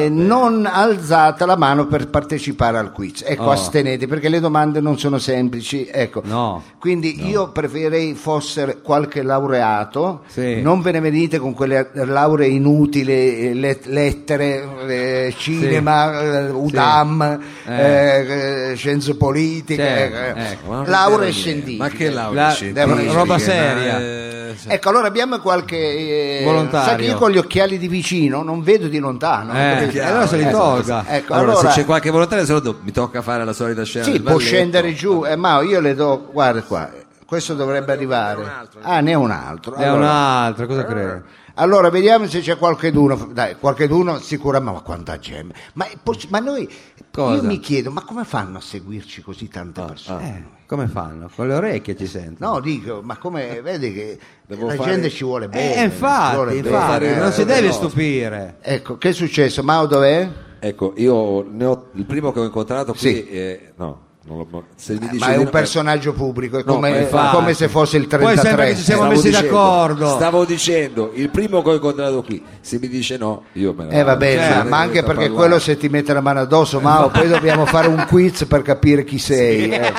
Speaker 1: eh, non alzate la mano per partecipare al quiz. Ecco,
Speaker 2: Oh.
Speaker 1: astenete perché le domande non sono semplici. Ecco.
Speaker 2: No.
Speaker 1: Quindi io preferirei fosse qualche laureato,
Speaker 2: Sì.
Speaker 1: non ve ne venite con quelle lauree inutili, eh, let- lettere, eh, cinema, eh, UDAM, eh, eh, scienze politiche,
Speaker 2: Certo,
Speaker 1: eh, eh.
Speaker 2: ecco,
Speaker 3: Ma non
Speaker 1: lauree
Speaker 3: intendo
Speaker 1: scientifiche.
Speaker 3: niente. Ma che
Speaker 2: La-
Speaker 3: laurea scientifiche?
Speaker 2: roba
Speaker 3: Ma,
Speaker 2: seria.
Speaker 3: eh, cioè,
Speaker 1: Ecco, allora abbiamo qualche eh,
Speaker 2: Volontario.
Speaker 1: Sai che io con gli occhiali di vicino non vedo di lontano.
Speaker 2: Eh,
Speaker 1: capito?
Speaker 2: allora se li
Speaker 1: Eh,
Speaker 2: tolga.
Speaker 1: Ecco,
Speaker 3: allora,
Speaker 1: allora,
Speaker 3: se c'è qualche volontario, se no do- mi tocca fare la solita scena.
Speaker 1: sì,
Speaker 3: del
Speaker 1: può
Speaker 3: balletto.
Speaker 1: scendere giù, eh, ma io le do, guarda qua, questo dovrebbe arrivare. ah, ne è un altro.
Speaker 2: È
Speaker 1: allora, Eh.
Speaker 2: un'altra, cosa credo?
Speaker 1: allora, vediamo se c'è qualcheduno. Dai, qualcheduno sicuramente, ma quanta gente. Ma, è poss- ma noi, io
Speaker 2: Cosa?
Speaker 1: mi chiedo, ma come fanno a seguirci così tante persone?
Speaker 2: Eh, come fanno? Con le orecchie ci sentono.
Speaker 1: No, dico, ma come, vedi che
Speaker 3: Devo
Speaker 1: la
Speaker 3: fare-
Speaker 1: gente ci vuole bene.
Speaker 2: eh,
Speaker 1: ci vuole
Speaker 2: infatti,
Speaker 1: bene,
Speaker 2: infatti,
Speaker 1: eh,
Speaker 2: non si
Speaker 1: eh,
Speaker 2: deve
Speaker 1: no.
Speaker 2: stupire.
Speaker 1: Ecco, che è successo? Mao dov'è?
Speaker 3: Ecco, io ne ho il primo che ho incontrato qui.
Speaker 1: Sì. Eh,
Speaker 3: eh, no, non lo, se mi dice
Speaker 1: Ma è
Speaker 3: di
Speaker 1: un
Speaker 3: no- eh.
Speaker 1: personaggio pubblico, è
Speaker 3: No,
Speaker 1: come,
Speaker 3: ma
Speaker 2: infatti.
Speaker 1: come se fosse il
Speaker 2: Poi
Speaker 1: 33.
Speaker 2: sembra che ci siamo
Speaker 1: Eh,
Speaker 3: Stavo
Speaker 2: messi
Speaker 3: dicendo-
Speaker 2: d'accordo.
Speaker 3: Stavo dicendo, il primo che ho incontrato qui, se mi dice no, io me ne
Speaker 1: eh,
Speaker 3: vado.
Speaker 1: va bene,
Speaker 3: Cioè,
Speaker 1: ma-
Speaker 3: ne
Speaker 1: ma anche
Speaker 3: metto a
Speaker 1: perché
Speaker 3: parlare. Eh,
Speaker 1: quello se ti mette la mano addosso, Mao, poi dobbiamo fare un quiz per capire chi sei. eh.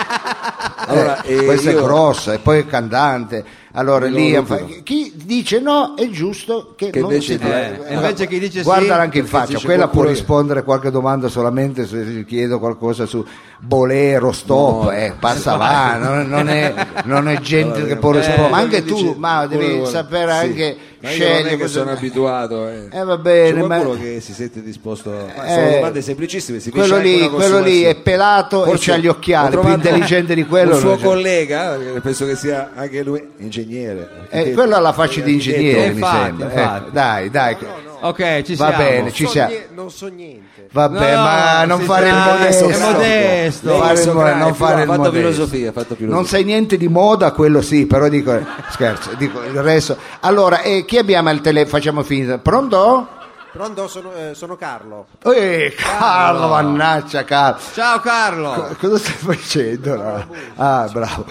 Speaker 3: Allora,
Speaker 1: Eh,
Speaker 3: eh,
Speaker 1: questa è
Speaker 3: io-
Speaker 1: grossa e poi è cantante. Allora,
Speaker 3: Io
Speaker 1: lì
Speaker 3: lo
Speaker 1: fa-
Speaker 3: dico.
Speaker 1: chi dice no è giusto che,
Speaker 3: Che
Speaker 1: non
Speaker 3: invece
Speaker 1: si
Speaker 3: no.
Speaker 1: deve-
Speaker 3: Eh,
Speaker 1: Guarda-
Speaker 2: invece chi dice sì,
Speaker 1: guardala anche in
Speaker 3: perché
Speaker 1: faccia,
Speaker 3: dice
Speaker 1: quella può
Speaker 3: qualcuno-
Speaker 1: rispondere qualche domanda solamente se gli chiedo qualcosa su Bolero, Stop,
Speaker 3: No.
Speaker 1: eh, passa va, non, non è, non è gente che può
Speaker 3: Eh,
Speaker 1: rispondere. Ma anche
Speaker 3: quello
Speaker 1: tu,
Speaker 3: dice-
Speaker 1: ma
Speaker 3: quello
Speaker 1: devi
Speaker 3: vuole-
Speaker 1: sapere
Speaker 3: sì.
Speaker 1: anche
Speaker 3: Ma io non è
Speaker 1: scegliere.
Speaker 3: che
Speaker 1: cosa-
Speaker 3: sono abituato. Eh.
Speaker 1: Eh, va bene,
Speaker 3: C'è qualcuno
Speaker 1: ma-
Speaker 3: che si sente disposto. Ma
Speaker 1: Eh,
Speaker 3: sono domande semplicissime. Si
Speaker 1: quello
Speaker 3: finisce anche
Speaker 1: lì,
Speaker 3: una
Speaker 1: quello lì è
Speaker 3: consumazione.
Speaker 1: pelato
Speaker 3: Forse
Speaker 1: e ha gli
Speaker 3: ho
Speaker 1: occhiali, più
Speaker 3: trovato
Speaker 1: intelligente di quello.
Speaker 3: Un suo
Speaker 1: non c'è.
Speaker 3: collega, penso che sia anche lui ingegnere
Speaker 6: ingegnere.
Speaker 1: Eh, quella ha la faccia di ingegnere, mi
Speaker 2: Infatti,
Speaker 1: sembra.
Speaker 2: infatti.
Speaker 1: Eh, dai, dai.
Speaker 2: Ok, ci
Speaker 1: Va
Speaker 2: siamo.
Speaker 1: bene, ci
Speaker 6: so
Speaker 1: siamo.
Speaker 6: nie- non so niente.
Speaker 1: Vabbè,
Speaker 2: No,
Speaker 1: ma non
Speaker 2: si
Speaker 1: fare il
Speaker 2: tratta-
Speaker 1: modesto.
Speaker 2: Ah, è modesto.
Speaker 1: Non fare il mo- non fare
Speaker 3: ha
Speaker 1: il
Speaker 3: fatto
Speaker 1: modesto.
Speaker 3: filosofia, ha fatto filosofia.
Speaker 1: Non sai niente di moda, quello sì, però dico eh, scherzo, dico il resto. Allora, eh, chi abbiamo al telefono? Facciamo finta. Pronto?
Speaker 6: Pronto, sono, eh, sono Carlo.
Speaker 1: Eh, Carlo, mannaggia Carlo.
Speaker 2: Ciao Carlo.
Speaker 1: Cosa stai facendo? no? Ah, bravo.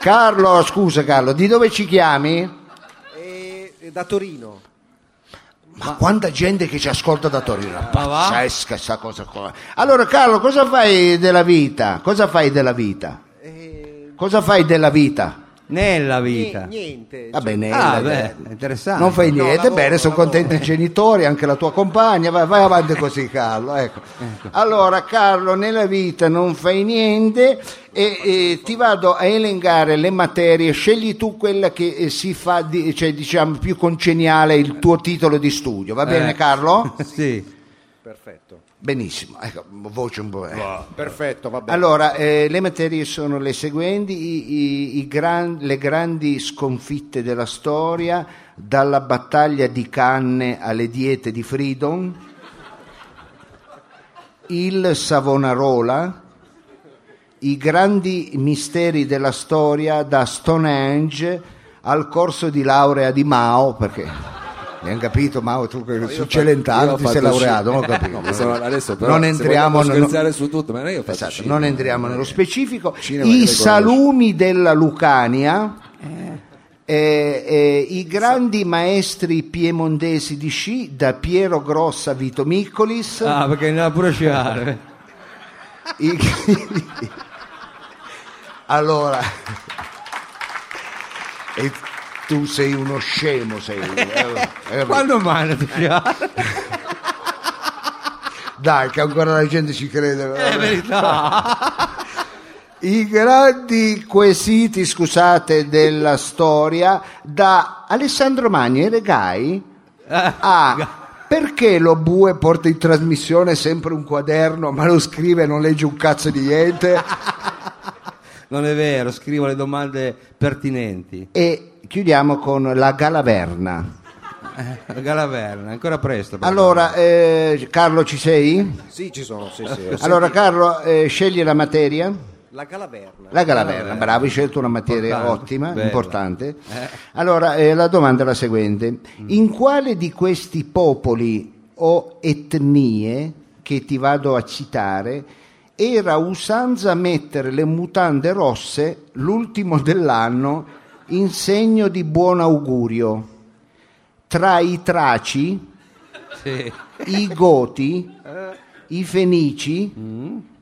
Speaker 1: Carlo, scusa Carlo, di dove ci chiami?
Speaker 2: Eh,
Speaker 6: E, e da Torino.
Speaker 1: Ma quanta gente che ci ascolta da Torino,
Speaker 2: Ma va?
Speaker 1: pazzesca sta cosa qua. Allora Carlo, cosa fai della vita? Cosa fai della vita?
Speaker 2: Eh,
Speaker 6: E,
Speaker 1: Cosa fai della vita?
Speaker 2: Nella
Speaker 6: ni-
Speaker 2: vita.
Speaker 6: niente.
Speaker 1: Va bene,
Speaker 2: Ah,
Speaker 1: eh,
Speaker 2: beh, interessante.
Speaker 1: non fai
Speaker 6: No,
Speaker 1: niente,
Speaker 6: lavoro,
Speaker 1: bene, sono
Speaker 6: lavoro.
Speaker 1: contenti i genitori, anche la tua compagna, vai, vai avanti così Carlo. ecco. Allora Carlo, nella vita non fai niente e, e ti vado a elencare le materie, scegli tu quella che eh, si fa, di- cioè, diciamo, più congeniale il tuo titolo di studio, va bene
Speaker 2: Eh.
Speaker 1: Carlo?
Speaker 2: sì.
Speaker 6: Perfetto.
Speaker 1: Benissimo, ecco, voce un po'. eh.
Speaker 3: Ah,
Speaker 6: Perfetto, va bene.
Speaker 1: Allora, eh, le materie sono le seguenti, i- i- i gran- le grandi sconfitte della storia, dalla battaglia di Canne alle diete di Freedom, il Savonarola, i grandi misteri della storia da Stonehenge al corso di laurea di Mao, perché ne hanno capito Mao, tu che su Celentano
Speaker 3: io ho
Speaker 1: ti sei
Speaker 3: fatto sci-
Speaker 1: laureato, non ho capito.
Speaker 3: No, ma sono- adesso però,
Speaker 1: non
Speaker 3: se
Speaker 1: entriamo
Speaker 3: vogliamo
Speaker 1: no-
Speaker 3: scherzare su tutto, ma io ho fatto
Speaker 1: Esatto,
Speaker 3: sci-
Speaker 1: non entriamo nello specifico.
Speaker 3: Cinema che
Speaker 1: I
Speaker 3: le
Speaker 1: salumi della Lucania, eh, eh, i grandi maestri piemontesi di sci, da Piero Grossa a Vito Miccolis,
Speaker 2: Ah, perché ne ha pure sciare.
Speaker 1: i- allora, e tu sei uno scemo, sei uno, eh, eh,
Speaker 2: Quando mai ti sciare?
Speaker 1: dai che ancora la gente ci crede.
Speaker 2: È verità.
Speaker 1: I grandi quesiti, scusate, della storia da Alessandro Magni e Regai
Speaker 2: Eh,
Speaker 1: a perché lo bue porta in trasmissione sempre un quaderno ma lo scrive e non legge un cazzo di niente
Speaker 2: Non è vero, scrivo le domande pertinenti.
Speaker 1: e chiudiamo con la Galaverna.
Speaker 2: Galaverna, ancora presto. però.
Speaker 1: Allora, eh, Carlo ci sei?
Speaker 6: Sì, ci sono, sì, sì.
Speaker 1: Allora Carlo, eh, scegli la materia.
Speaker 6: La Calaverna.
Speaker 1: La Galaverna, bravo, hai scelto una materia
Speaker 2: Importante,
Speaker 1: ottima,
Speaker 2: bella.
Speaker 1: importante. Allora, eh, Mm. la domanda è la seguente. In quale di questi popoli o etnie che ti vado a citare era usanza mettere le mutande rosse l'ultimo dell'anno in segno di buon augurio? Tra i Traci,
Speaker 2: Sì.
Speaker 1: i Goti, i Fenici,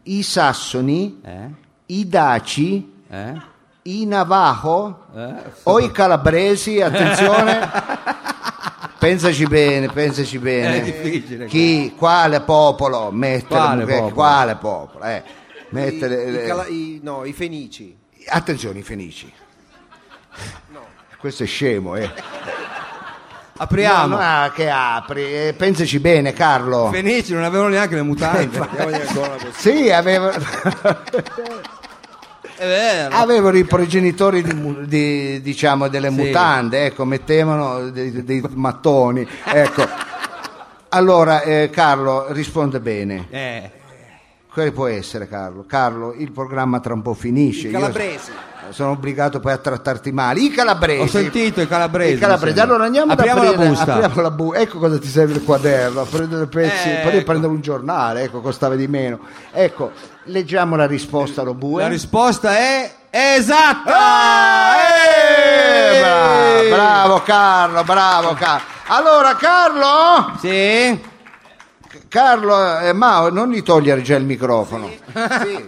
Speaker 1: i Sassoni,
Speaker 2: Eh?
Speaker 1: i Daci,
Speaker 2: Eh?
Speaker 1: i Navajo
Speaker 2: Eh?
Speaker 1: o i calabresi, attenzione. pensaci bene, pensaci bene.
Speaker 2: È difficile,
Speaker 1: Chi, quale popolo mette le
Speaker 2: Quale
Speaker 1: mucche-
Speaker 2: popolo?
Speaker 1: quale popolo, eh,
Speaker 6: I,
Speaker 1: mette le-
Speaker 6: i
Speaker 1: le-
Speaker 6: Cala- i- no, i Fenici.
Speaker 1: Attenzione, i fenici. Questo è scemo, eh. No,
Speaker 2: Apriamo.
Speaker 1: no, ah, che apri. eh, pensaci bene, Carlo.
Speaker 2: Fenici non avevano neanche le mutande.
Speaker 6: Diamogli ancora la possibilità.
Speaker 1: sì, avevo-
Speaker 2: è vero.
Speaker 1: avevano i progenitori di mu- di, diciamo, delle
Speaker 2: Sì.
Speaker 1: mutande, ecco, mettevano dei, dei mattoni. Ecco. Allora, eh, Carlo, risponde bene.
Speaker 2: Eh.
Speaker 1: Quale può essere, Carlo? Carlo, il programma tra un po' finisce.
Speaker 6: I
Speaker 1: Io
Speaker 6: Calabresi.
Speaker 1: sono obbligato poi a trattarti male. I calabresi.
Speaker 2: Ho sentito i calabresi.
Speaker 1: I calabresi. Allora andiamo ad
Speaker 2: Apriamo
Speaker 1: aprire-
Speaker 2: la busta.
Speaker 1: apriamo la bu- ecco cosa ti serve il quaderno, a prendere pezzi,
Speaker 2: Eh,
Speaker 1: poi
Speaker 2: ecco.
Speaker 1: prendere un giornale, ecco, costava di meno. Ecco, leggiamo la risposta allo bue.
Speaker 2: La risposta è esatta. Ah,
Speaker 1: Ah, Eh, bra-
Speaker 2: Eh!
Speaker 1: bravo Carlo, bravo Carlo. Allora Carlo,
Speaker 2: Sì.
Speaker 1: Carlo, eh, Mao, non gli togliere già il microfono.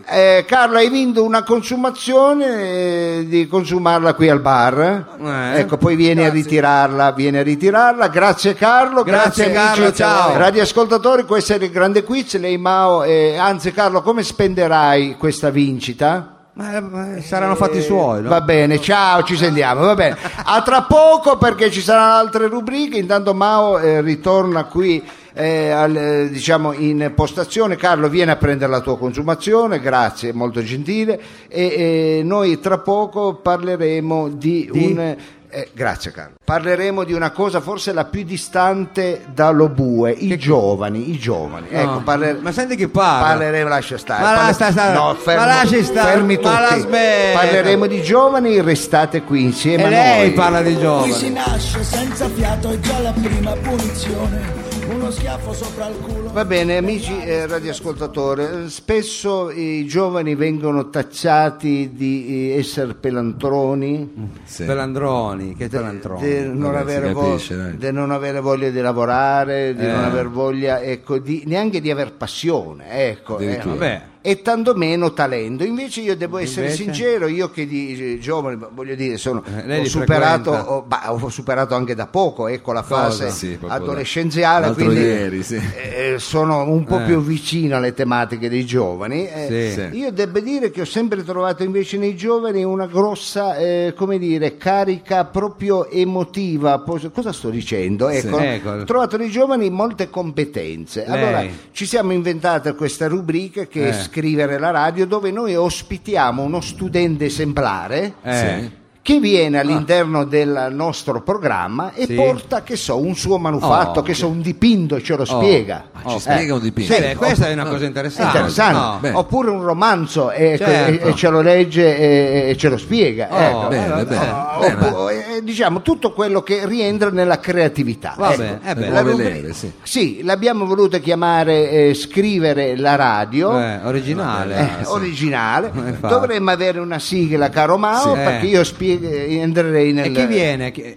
Speaker 1: Eh, Carlo, hai vinto una consumazione eh, di consumarla qui al bar.
Speaker 2: Eh.
Speaker 1: Ecco, poi vieni a ritirarla, vieni a ritirarla. Grazie Carlo,
Speaker 2: Grazie, Carlo,
Speaker 1: amici.
Speaker 2: ciao.
Speaker 1: Radioascoltatori, questo era il grande quiz. Lei Mao, eh, anzi Carlo, come spenderai questa vincita?
Speaker 2: Ma, ma saranno
Speaker 1: Eh,
Speaker 2: fatti i suoi, no?
Speaker 1: Va bene, ciao, ci sentiamo. Va bene. A tra poco perché ci saranno altre rubriche. Intanto Mao eh, ritorna qui eh, al- eh, diciamo in postazione, Carlo vieni a prendere la tua consumazione, grazie, molto gentile, e eh, noi tra poco parleremo di,
Speaker 2: Di?
Speaker 1: un... eh, grazie Carlo. Parleremo di una cosa forse la più distante dall'Obue, i giovani, i giovani. Ecco,
Speaker 2: No.
Speaker 1: parler-
Speaker 2: Ma senti che parla.
Speaker 1: Parleremo, lascia stare.
Speaker 2: Ma
Speaker 1: Parla-
Speaker 2: lascia stare.
Speaker 1: No,
Speaker 2: Ma
Speaker 1: fermo,
Speaker 2: lasci stare.
Speaker 1: fermi
Speaker 2: Ma
Speaker 1: tutti.
Speaker 2: la smetta.
Speaker 1: Parleremo di giovani, restate qui insieme
Speaker 2: E
Speaker 1: a
Speaker 2: lei
Speaker 1: noi.
Speaker 2: parla
Speaker 7: Qui
Speaker 2: di
Speaker 7: si
Speaker 2: giovani.
Speaker 7: nasce senza fiato e già la prima punizione. Uno schiaffo sopra il culo.
Speaker 1: Va bene, amici eh, radioascoltatori, eh, spesso i giovani vengono tacciati di eh, essere pelantroni,
Speaker 3: Sì.
Speaker 2: Pelandroni, che
Speaker 1: di
Speaker 2: pelandroni.
Speaker 1: non,
Speaker 3: vabbè,
Speaker 1: avere
Speaker 3: si
Speaker 1: vo-
Speaker 3: eh, capisce, dai.
Speaker 1: di non avere voglia di lavorare, di
Speaker 2: Eh.
Speaker 1: non aver voglia, ecco, di- neanche di aver passione, ecco, eh,
Speaker 3: Addirittura.
Speaker 2: Vabbè.
Speaker 1: e tantomeno talento. Invece io devo essere
Speaker 2: Invece?
Speaker 1: sincero, io che di eh, giovani, voglio dire, sono,
Speaker 2: Eh, lei
Speaker 1: ho,
Speaker 2: li
Speaker 1: superato,
Speaker 2: frequenta?
Speaker 1: ho- bah, ho superato anche da poco, ecco, la fase
Speaker 3: Sì, proprio da-
Speaker 1: adolescenziale,
Speaker 3: l'altro
Speaker 1: quindi
Speaker 3: ieri, sì.
Speaker 1: eh, sono un po'
Speaker 2: Eh.
Speaker 1: più vicino alle tematiche dei giovani. eh,
Speaker 2: Sì.
Speaker 3: Sì.
Speaker 1: Io devo dire che ho sempre trovato invece nei giovani una grossa, eh, come dire, carica proprio emotiva. Pos- Cosa sto dicendo? Ecco,
Speaker 2: Sì. Ecco.
Speaker 1: ho trovato nei giovani molte competenze.
Speaker 2: Lei.
Speaker 1: Allora, ci siamo inventate questa rubrica che è
Speaker 2: Eh.
Speaker 1: Scrivere la radio, dove noi ospitiamo uno studente esemplare
Speaker 2: Eh.
Speaker 1: che viene all'interno del nostro programma e
Speaker 2: Sì.
Speaker 1: porta, che so, un suo manufatto,
Speaker 2: Oh.
Speaker 1: che so, un dipinto e ce lo
Speaker 2: Oh.
Speaker 1: spiega.
Speaker 3: Ma Ah, ci spiega un dipinto?
Speaker 1: sì,
Speaker 2: Beh, questa è una cosa
Speaker 1: È
Speaker 2: interessante.
Speaker 1: interessante.
Speaker 3: beh.
Speaker 1: Oppure un romanzo eh, ecco, e,
Speaker 2: Certo.
Speaker 1: e- e ce lo legge e, e ce lo spiega.
Speaker 2: Oh,
Speaker 1: ecco.
Speaker 3: bene,
Speaker 2: eh,
Speaker 3: bene,
Speaker 1: Oh,
Speaker 3: bene.
Speaker 1: oppo- eh, diciamo tutto quello che rientra nella creatività.
Speaker 2: Va
Speaker 1: Ecco.
Speaker 2: bene, eh
Speaker 3: Le
Speaker 2: beh,
Speaker 1: La
Speaker 3: nuove
Speaker 1: rubrica-
Speaker 3: leve, sì.
Speaker 1: Sì, l'abbiamo voluta chiamare eh, Scrivere la radio.
Speaker 2: Eh, originale.
Speaker 1: Eh, originale
Speaker 2: Infatti.
Speaker 1: dovremmo avere una sigla caro Mao
Speaker 2: Sì.
Speaker 1: perché
Speaker 2: Eh.
Speaker 1: io spieg- eh, entrerei nel
Speaker 2: E chi viene? Chi-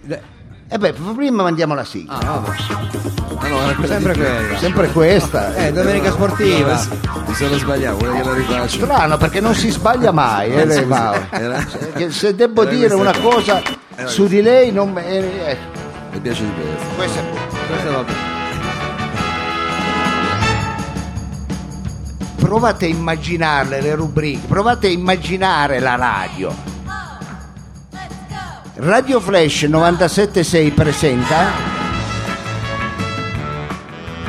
Speaker 1: Eh beh, prima mandiamo la sigla
Speaker 2: Ah, vabbè.
Speaker 3: Allora, quella
Speaker 2: Sempre
Speaker 3: di-
Speaker 2: quella.
Speaker 1: sempre questa
Speaker 2: Eh, domenica sportiva.
Speaker 3: Mi sono sbagliato, vuole che la rifaccio?
Speaker 1: strano perché non si sbaglia mai eh, lei, Mao. Eh,
Speaker 3: Era-
Speaker 1: Che se devo
Speaker 3: era
Speaker 1: dire
Speaker 3: questa
Speaker 1: una
Speaker 3: qua.
Speaker 1: cosa
Speaker 3: Era
Speaker 1: su di lei non eh, eh,
Speaker 3: Mi piace di questo.
Speaker 1: questo è tutto.
Speaker 2: Questo va bene.
Speaker 1: provate a immaginarle le rubriche, provate a immaginare la radio. Radio Flash 976 presenta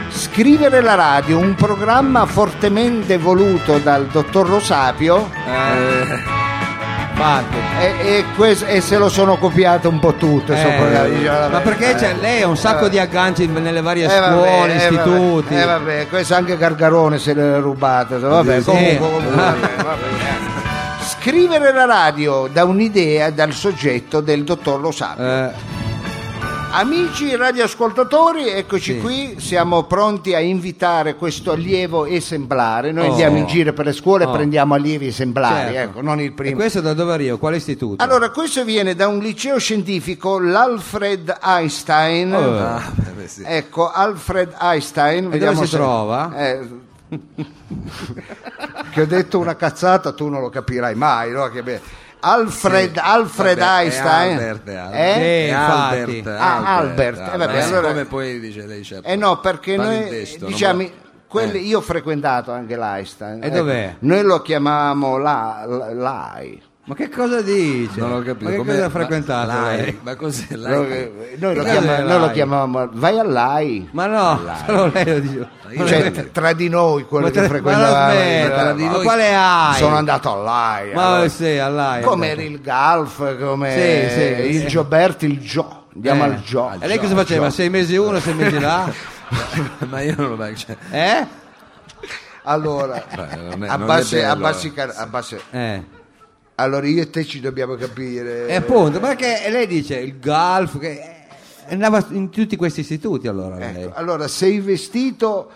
Speaker 1: Scrivere la radio, un programma fortemente voluto dal dottor Rosapio
Speaker 2: Eh, Fatti.
Speaker 1: e, e ques- e se lo sono copiato un po' tutto.
Speaker 2: Eh,
Speaker 1: insomma, vabbè,
Speaker 2: ma perché
Speaker 1: eh.
Speaker 2: c'è- lei ha un sacco di agganci nelle varie
Speaker 1: Eh, vabbè,
Speaker 2: scuole,
Speaker 1: eh,
Speaker 2: istituti.
Speaker 1: vabbè, eh, vabbè, questo anche Gargarone se l'è rubato. Vabbè,
Speaker 2: Sì. Ah.
Speaker 1: comunque, comunque, vabbè, vabbè. eh. Scrivere la radio da un'idea dal soggetto del dottor Lo Sapio.
Speaker 2: Eh,
Speaker 1: Amici radioascoltatori, eccoci
Speaker 2: Sì.
Speaker 1: qui, siamo pronti a invitare questo allievo esemplare. Noi
Speaker 2: Oh.
Speaker 1: andiamo in giro per le scuole e
Speaker 2: Oh.
Speaker 1: prendiamo allievi esemplari,
Speaker 2: certo.
Speaker 1: ecco, non il
Speaker 2: E
Speaker 1: primo.
Speaker 2: questo da dove arrivo? Quale istituto?
Speaker 1: Allora, questo viene da un liceo scientifico, l'Alfred Einstein.
Speaker 2: Oh.
Speaker 3: Ah, beh, sì.
Speaker 1: Ecco, Alfred Einstein.
Speaker 2: dove si trova?
Speaker 1: eh, che ho detto una cazzata, tu non lo capirai mai. no? Che be- Alfred, Alfred
Speaker 3: Vabbè, è
Speaker 1: Einstein.
Speaker 3: Albert, è Albert.
Speaker 1: Eh?
Speaker 2: Sì.
Speaker 3: È Albert,
Speaker 2: infatti.
Speaker 1: Ah, Albert, eh, vabbè,
Speaker 3: Adesso
Speaker 1: allora-
Speaker 3: come poi dice lei certo.
Speaker 1: Eh no, perché noi
Speaker 3: Palintesto, non Eh.
Speaker 1: diciamo.
Speaker 3: me-
Speaker 1: quelli- io ho frequentato anche l'Einstein. ecco.
Speaker 2: E dov'è?
Speaker 1: Noi lo chiamavamo la, la- l'AI.
Speaker 2: Ma che cosa dice?
Speaker 3: Non ho capito.
Speaker 2: Ma che
Speaker 3: come-
Speaker 2: cosa ha
Speaker 3: ma-
Speaker 2: frequentato
Speaker 3: l'hai-
Speaker 2: lei?
Speaker 3: Ma cos'è l'hai?
Speaker 1: Lo- eh, Noi lo,
Speaker 2: Cos'è
Speaker 1: chiama- noi lo
Speaker 2: l'AI?
Speaker 1: chiamavamo vai all'AI.
Speaker 2: Ma no, solo lei lo dice.
Speaker 3: io-
Speaker 1: Cioè,
Speaker 2: Certo.
Speaker 1: t- tra di noi quello
Speaker 2: Ma
Speaker 1: che
Speaker 2: te- ma la
Speaker 1: frequentavamo.
Speaker 2: smetta,
Speaker 1: eh,
Speaker 3: tra di
Speaker 2: ma
Speaker 3: noi-
Speaker 2: quale hai?
Speaker 1: Sono andato all'AI.
Speaker 2: Ma
Speaker 1: allora.
Speaker 2: sì, eh. all'AI.
Speaker 1: come
Speaker 2: andato.
Speaker 1: era il golf, come
Speaker 2: Sì, sì,
Speaker 1: il
Speaker 2: sì.
Speaker 1: Gioberti, il Gio. Andiamo
Speaker 2: Eh.
Speaker 1: al Gio.
Speaker 2: E lei cosa faceva? Sei mesi uno, sei mesi là?
Speaker 3: ma io non lo faccio. Cioè,
Speaker 2: Eh?
Speaker 1: Allora,
Speaker 3: Beh, non è-
Speaker 1: abbassi,
Speaker 3: non è bello,
Speaker 1: abbassi
Speaker 3: eh.
Speaker 1: car- abbassi-
Speaker 2: Eh.
Speaker 1: Allora io e te ci dobbiamo capire.
Speaker 2: E appunto, perché lei dice il golf, che eh, andava in tutti questi istituti allora
Speaker 1: Ecco,
Speaker 2: lei.
Speaker 1: allora, sei vestito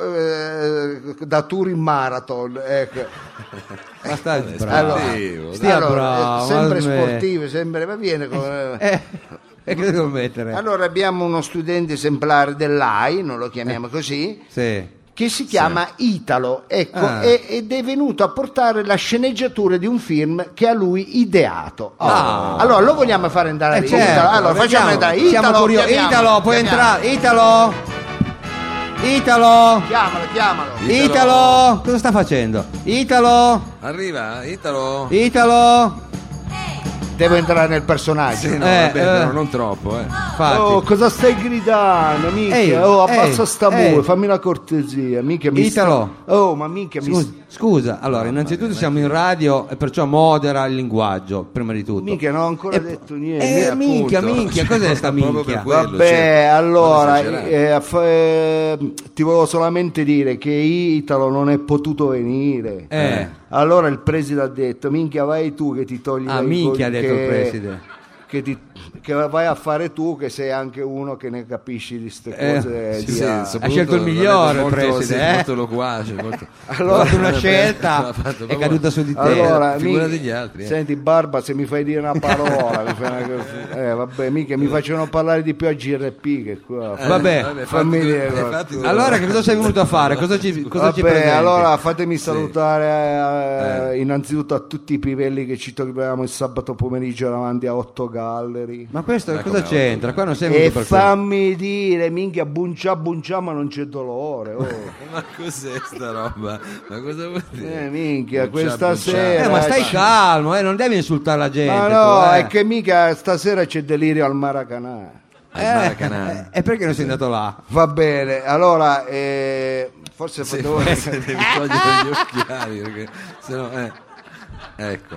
Speaker 1: eh, da Turin Marathon, ecco.
Speaker 2: Ma sta bravo.
Speaker 1: Allora,
Speaker 3: Sportivo,
Speaker 2: stia
Speaker 1: Ecco, allora,
Speaker 2: bravo,
Speaker 1: eh, sempre
Speaker 2: vabbè.
Speaker 1: sportivo, sempre ma viene con-
Speaker 2: Eh, e che devo mettere?
Speaker 1: Allora abbiamo uno studente esemplare dell'AI, non lo
Speaker 2: Eh.
Speaker 1: chiamiamo così,
Speaker 2: Sì.
Speaker 1: che si chiama Italo ecco,
Speaker 2: Ah.
Speaker 1: e- ed è venuto a portare la sceneggiatura di un film che a lui ideato. Oh.
Speaker 2: Ah.
Speaker 1: Allora lo vogliamo fare andare a
Speaker 2: Eh, certo,
Speaker 1: Italo? Allora facciamo
Speaker 2: vediamo.
Speaker 1: andare
Speaker 2: Siamo
Speaker 1: Italo.
Speaker 2: curiosi.
Speaker 1: chiamiamo,
Speaker 2: Italo, puoi
Speaker 1: chiamiamo.
Speaker 2: entrare. Italo. Italo.
Speaker 1: Chiamalo, chiamalo.
Speaker 3: Italo.
Speaker 2: Italo. Cosa sta facendo? Italo.
Speaker 3: Arriva, Italo.
Speaker 2: Italo.
Speaker 1: Devo entrare nel personaggio.
Speaker 3: Sì, no,
Speaker 2: Eh,
Speaker 3: vabbè,
Speaker 2: eh.
Speaker 3: però non troppo, eh.
Speaker 2: Infatti,
Speaker 1: Oh, cosa stai gridando, minchia?
Speaker 2: Ehi,
Speaker 1: oh, abbassa
Speaker 2: ehi,
Speaker 1: sta muro,
Speaker 2: ehi.
Speaker 1: fammi una cortesia, minchia, mi sta-
Speaker 2: Italo.
Speaker 1: Oh, ma minchia, mi
Speaker 2: Scusa, scusa, allora innanzitutto siamo in radio e perciò modera il linguaggio, prima di tutto.
Speaker 1: Minchia, non ho ancora
Speaker 2: E-
Speaker 1: detto
Speaker 2: Eh,
Speaker 1: niente.
Speaker 3: appunto.
Speaker 2: minchia, minchia, cos'è sta
Speaker 3: Proprio
Speaker 2: minchia?
Speaker 3: per quello,
Speaker 1: Vabbè,
Speaker 3: certo.
Speaker 1: allora,
Speaker 3: Non esagerare.
Speaker 1: eh, fa- eh, ti volevo solamente dire che Italo non è potuto venire.
Speaker 2: Eh.
Speaker 1: Allora il preside ha detto, minchia vai tu che ti togli...
Speaker 2: Ah,
Speaker 1: dai
Speaker 2: minchia,
Speaker 1: co-
Speaker 2: ha detto
Speaker 1: che-
Speaker 2: il preside.
Speaker 1: Che, ti- che vai a fare tu che sei anche uno che ne capisci di queste
Speaker 2: Eh,
Speaker 1: cose.
Speaker 2: sì,
Speaker 1: di-
Speaker 2: sì,
Speaker 1: ah.
Speaker 3: soprattutto
Speaker 2: Ha scelto il migliore,
Speaker 3: molto-
Speaker 2: preside,
Speaker 3: sì,
Speaker 2: eh?
Speaker 3: molto loquace. Molto...
Speaker 2: Allora, una
Speaker 3: Ha
Speaker 2: scelta
Speaker 3: fatto proprio-
Speaker 2: è caduta su di te.
Speaker 1: Allora,
Speaker 3: Eh, figura
Speaker 1: mi-
Speaker 3: degli altri, eh.
Speaker 1: Senti, Barba, se mi fai dire una parola, mi fai una- eh, vabbè, mica mi facevano parlare di più a GRP che qua.
Speaker 2: Vabbè.
Speaker 3: Vabbè,
Speaker 1: fammi
Speaker 3: fatti-
Speaker 1: dire
Speaker 3: eh,
Speaker 1: qualcosa.
Speaker 3: fatti-
Speaker 2: Allora, che cosa sei venuto a fare? Cosa ci, cosa ci
Speaker 1: Vabbè,
Speaker 2: presenti?
Speaker 1: allora fatemi salutare eh, innanzitutto a tutti i pivelli che ci troviamo il sabato pomeriggio davanti a Otto Gallery.
Speaker 2: Ma questo
Speaker 3: Ma
Speaker 2: cosa
Speaker 3: come
Speaker 2: c'entra? Qua non sei
Speaker 1: E
Speaker 2: venuto per quello.
Speaker 1: fammi dire, minchia, buncia buncia ma non c'è dolore. oh.
Speaker 3: Ma cos'è sta roba? Ma cosa vuol dire?
Speaker 1: Eh, minchia,
Speaker 3: Buccia,
Speaker 1: questa
Speaker 3: buccia.
Speaker 1: sera-
Speaker 2: Eh, ma
Speaker 1: eh,
Speaker 2: stai
Speaker 1: sì.
Speaker 2: calmo, eh, non devi insultare la gente.
Speaker 1: Ma no,
Speaker 2: tu, eh.
Speaker 1: è che mica stasera c'è delirio al Maracanà.
Speaker 3: Al Maracanà.
Speaker 2: Eh, E perché non sei andato là?
Speaker 1: Va bene, allora eh, forse
Speaker 3: Sì,
Speaker 1: potevo-
Speaker 3: forse devi
Speaker 2: Eh.
Speaker 3: togliere gli occhiali perché sennò eh, ecco.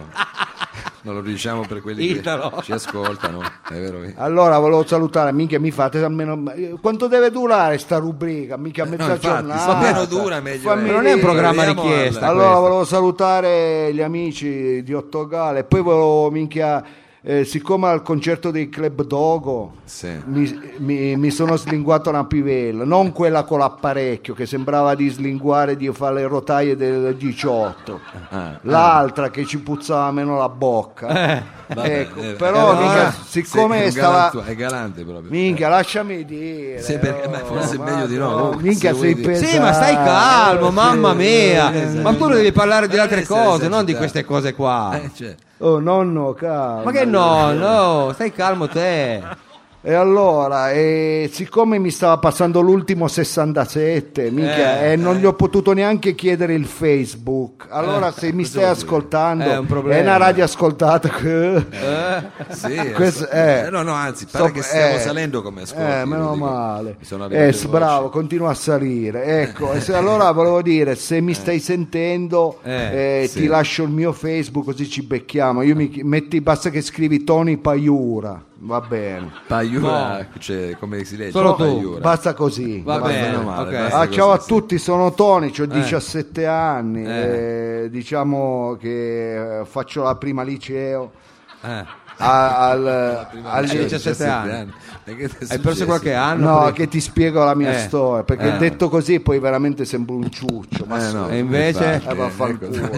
Speaker 3: Non lo diciamo per quelli
Speaker 2: Italo.
Speaker 3: che ci ascoltano, è vero? che-
Speaker 1: Allora volevo salutare, minchia mi fate almeno eh, quanto deve durare sta rubrica? Mica mezza
Speaker 3: infatti,
Speaker 1: giornata.
Speaker 3: se meno dura, meglio eh. è.
Speaker 1: Fammi
Speaker 2: Ma non è un
Speaker 1: dire.
Speaker 2: programma
Speaker 3: Vediamo
Speaker 2: richiesta.
Speaker 1: Allora
Speaker 2: questo.
Speaker 1: volevo salutare gli amici di Ottogale, poi volevo minchia eh, siccome al concerto dei Club Dogo
Speaker 3: Sì.
Speaker 1: mi, mi- mi sono slinguato una pivella, non quella con l'apparecchio che sembrava di slinguare di fare le rotaie del 18,
Speaker 3: Ah,
Speaker 1: l'altra che ci puzzava meno la bocca.
Speaker 3: Vabbè,
Speaker 1: ecco,
Speaker 3: eh,
Speaker 1: però
Speaker 3: eh,
Speaker 1: mica-
Speaker 3: eh,
Speaker 1: siccome
Speaker 3: sì, è
Speaker 1: stava
Speaker 3: galantu- è galante proprio.
Speaker 1: Minchia, lasciami dire.
Speaker 3: Sì, perché-
Speaker 1: oh,
Speaker 3: ma forse è meglio di no, comunque,
Speaker 1: minchia,
Speaker 3: se
Speaker 1: sei
Speaker 3: vuoi dire.
Speaker 1: pesante.
Speaker 2: Sì, ma stai calmo,
Speaker 1: Esatto. Sì.
Speaker 2: mamma mia. ma tu devi parlare di
Speaker 3: Ma
Speaker 2: altre
Speaker 3: dovresti
Speaker 2: cose, non di
Speaker 3: esercitare.
Speaker 2: queste cose qua.
Speaker 3: Eh, cioè,
Speaker 1: Oh, nonno, calmo.
Speaker 2: Ma che no, no, stai calmo te.
Speaker 1: E allora, e siccome mi stava passando l'ultimo 67, minchia,
Speaker 3: Eh,
Speaker 1: e non gli ho potuto neanche chiedere il Facebook. Allora,
Speaker 3: Eh,
Speaker 1: se mi stai ascoltando,
Speaker 2: È un problema.
Speaker 1: una radio ascoltata. che-
Speaker 3: Eh, sì,
Speaker 1: Questo-
Speaker 3: ass-
Speaker 1: eh.
Speaker 3: eh, no, no, anzi, pare
Speaker 1: So-
Speaker 3: che stiamo
Speaker 1: eh.
Speaker 3: salendo come ascolti.
Speaker 1: Eh,
Speaker 3: lo
Speaker 1: meno
Speaker 3: dico.
Speaker 1: male.
Speaker 3: Mi sono arrivate
Speaker 1: Eh,
Speaker 3: voci.
Speaker 1: bravo, continua a salire. Ecco, e se- allora volevo dire, se mi stai sentendo,
Speaker 2: Eh,
Speaker 1: eh,
Speaker 3: Eh. sì.
Speaker 1: ti lascio il mio Facebook così ci becchiamo. Io mi chi- metti, basta che scrivi Tony Paiura, va bene.
Speaker 3: Paiura, cioè, come si legge?
Speaker 2: Solo tu.
Speaker 3: Paiura.
Speaker 1: Basta così.
Speaker 2: Va
Speaker 3: Va bene,
Speaker 2: bene,
Speaker 3: meno male,
Speaker 2: ok.
Speaker 3: basta.
Speaker 1: Ah,
Speaker 3: così,
Speaker 1: ciao a
Speaker 3: sì. Eh.
Speaker 1: tutti, sono Tony, ho 17 anni,
Speaker 2: Eh.
Speaker 1: eh, diciamo che eh, faccio la prima liceo
Speaker 2: Eh,
Speaker 1: a- al, al-
Speaker 2: liceo. 17 anni.
Speaker 3: Cioè, E che ti è
Speaker 2: Hai perso
Speaker 3: successo?
Speaker 2: qualche anno?
Speaker 1: No,
Speaker 2: per-
Speaker 1: che ti spiego la mia
Speaker 2: Eh.
Speaker 1: storia, perché
Speaker 2: Eh.
Speaker 1: detto così poi veramente sembro un ciuccio, ma
Speaker 3: Eh, no,
Speaker 2: E invece?
Speaker 3: infatti,
Speaker 1: Eh, vaffanculo.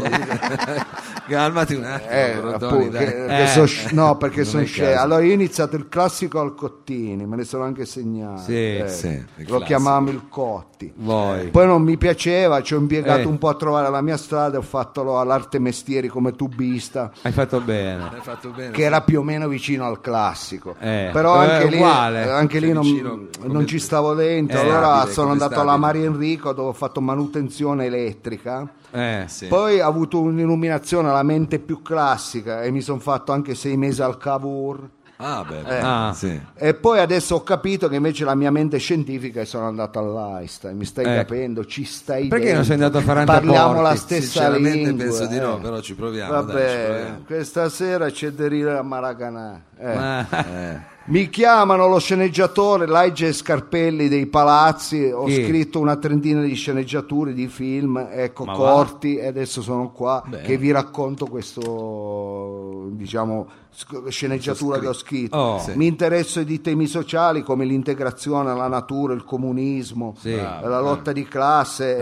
Speaker 3: Calmati un attimo,
Speaker 1: Eh,
Speaker 3: però,
Speaker 1: appunto,
Speaker 3: Toni, dai.
Speaker 1: che-
Speaker 2: dai.
Speaker 1: che
Speaker 2: Eh.
Speaker 1: so sci- no, perché
Speaker 3: Non
Speaker 1: sono
Speaker 3: è
Speaker 1: scemo.
Speaker 3: caso.
Speaker 1: Allora, io ho iniziato il classico al Cottini, me ne sono anche segnato.
Speaker 2: Sì,
Speaker 1: eh.
Speaker 3: sì, il
Speaker 1: Lo
Speaker 3: classico.
Speaker 1: chiamavamo il Cotti.
Speaker 2: Voi.
Speaker 1: Poi non mi piaceva, ci ho impiegato
Speaker 2: Eh.
Speaker 1: un po' a trovare la mia strada, ho fatto all'arte mestieri come tubista,
Speaker 2: Hai fatto bene.
Speaker 3: Hai fatto bene.
Speaker 1: che era più o meno vicino al classico.
Speaker 2: Eh.
Speaker 1: Però
Speaker 2: Eh,
Speaker 1: anche lì,
Speaker 2: uguale.
Speaker 1: anche lì
Speaker 3: Cioè,
Speaker 1: non,
Speaker 3: vicino,
Speaker 1: non
Speaker 3: come-
Speaker 1: ci stavo dentro,
Speaker 2: Eh,
Speaker 1: allora
Speaker 3: stabile,
Speaker 1: sono
Speaker 3: come
Speaker 1: andato alla
Speaker 3: stabile.
Speaker 1: Maria Enrico dove ho fatto manutenzione elettrica.
Speaker 2: Eh.
Speaker 3: Sì.
Speaker 1: Poi ho avuto un'illuminazione alla mente più classica e mi sono fatto anche sei mesi al Cavour.
Speaker 3: Ah,
Speaker 1: eh,
Speaker 3: beh,
Speaker 2: Ah.
Speaker 3: sì.
Speaker 1: E poi adesso ho capito che invece la mia mente scientifica e sono andato all'Einstein. Mi stai
Speaker 2: Ecco.
Speaker 1: capendo? Ci stai
Speaker 2: Perché
Speaker 1: dentro.
Speaker 2: non sei andato a fare
Speaker 1: Parliamo
Speaker 2: Anteporti?
Speaker 1: la stessa
Speaker 3: Sinceramente
Speaker 1: lingua.
Speaker 3: penso di no,
Speaker 1: eh.
Speaker 3: però ci proviamo.
Speaker 1: Vabbè,
Speaker 3: dai, ci proviamo.
Speaker 1: questa sera c'è Derire a Maracanà. eh.
Speaker 2: Ma-
Speaker 3: Eh,
Speaker 1: Mi chiamano lo sceneggiatore Laige Scarpelli dei Palazzi. Ho
Speaker 2: Chi?
Speaker 1: scritto una trentina di sceneggiature di film, ecco,
Speaker 2: Ma va.
Speaker 1: corti, e adesso sono qua
Speaker 3: Bene.
Speaker 1: che vi racconto questo, diciamo, sc- sceneggiatura che ho scritto.
Speaker 2: Oh. Sì.
Speaker 1: Mi interesso di temi sociali come l'integrazione alla natura, il comunismo, eh,
Speaker 2: Sì. Bravo,
Speaker 1: la lotta di classe.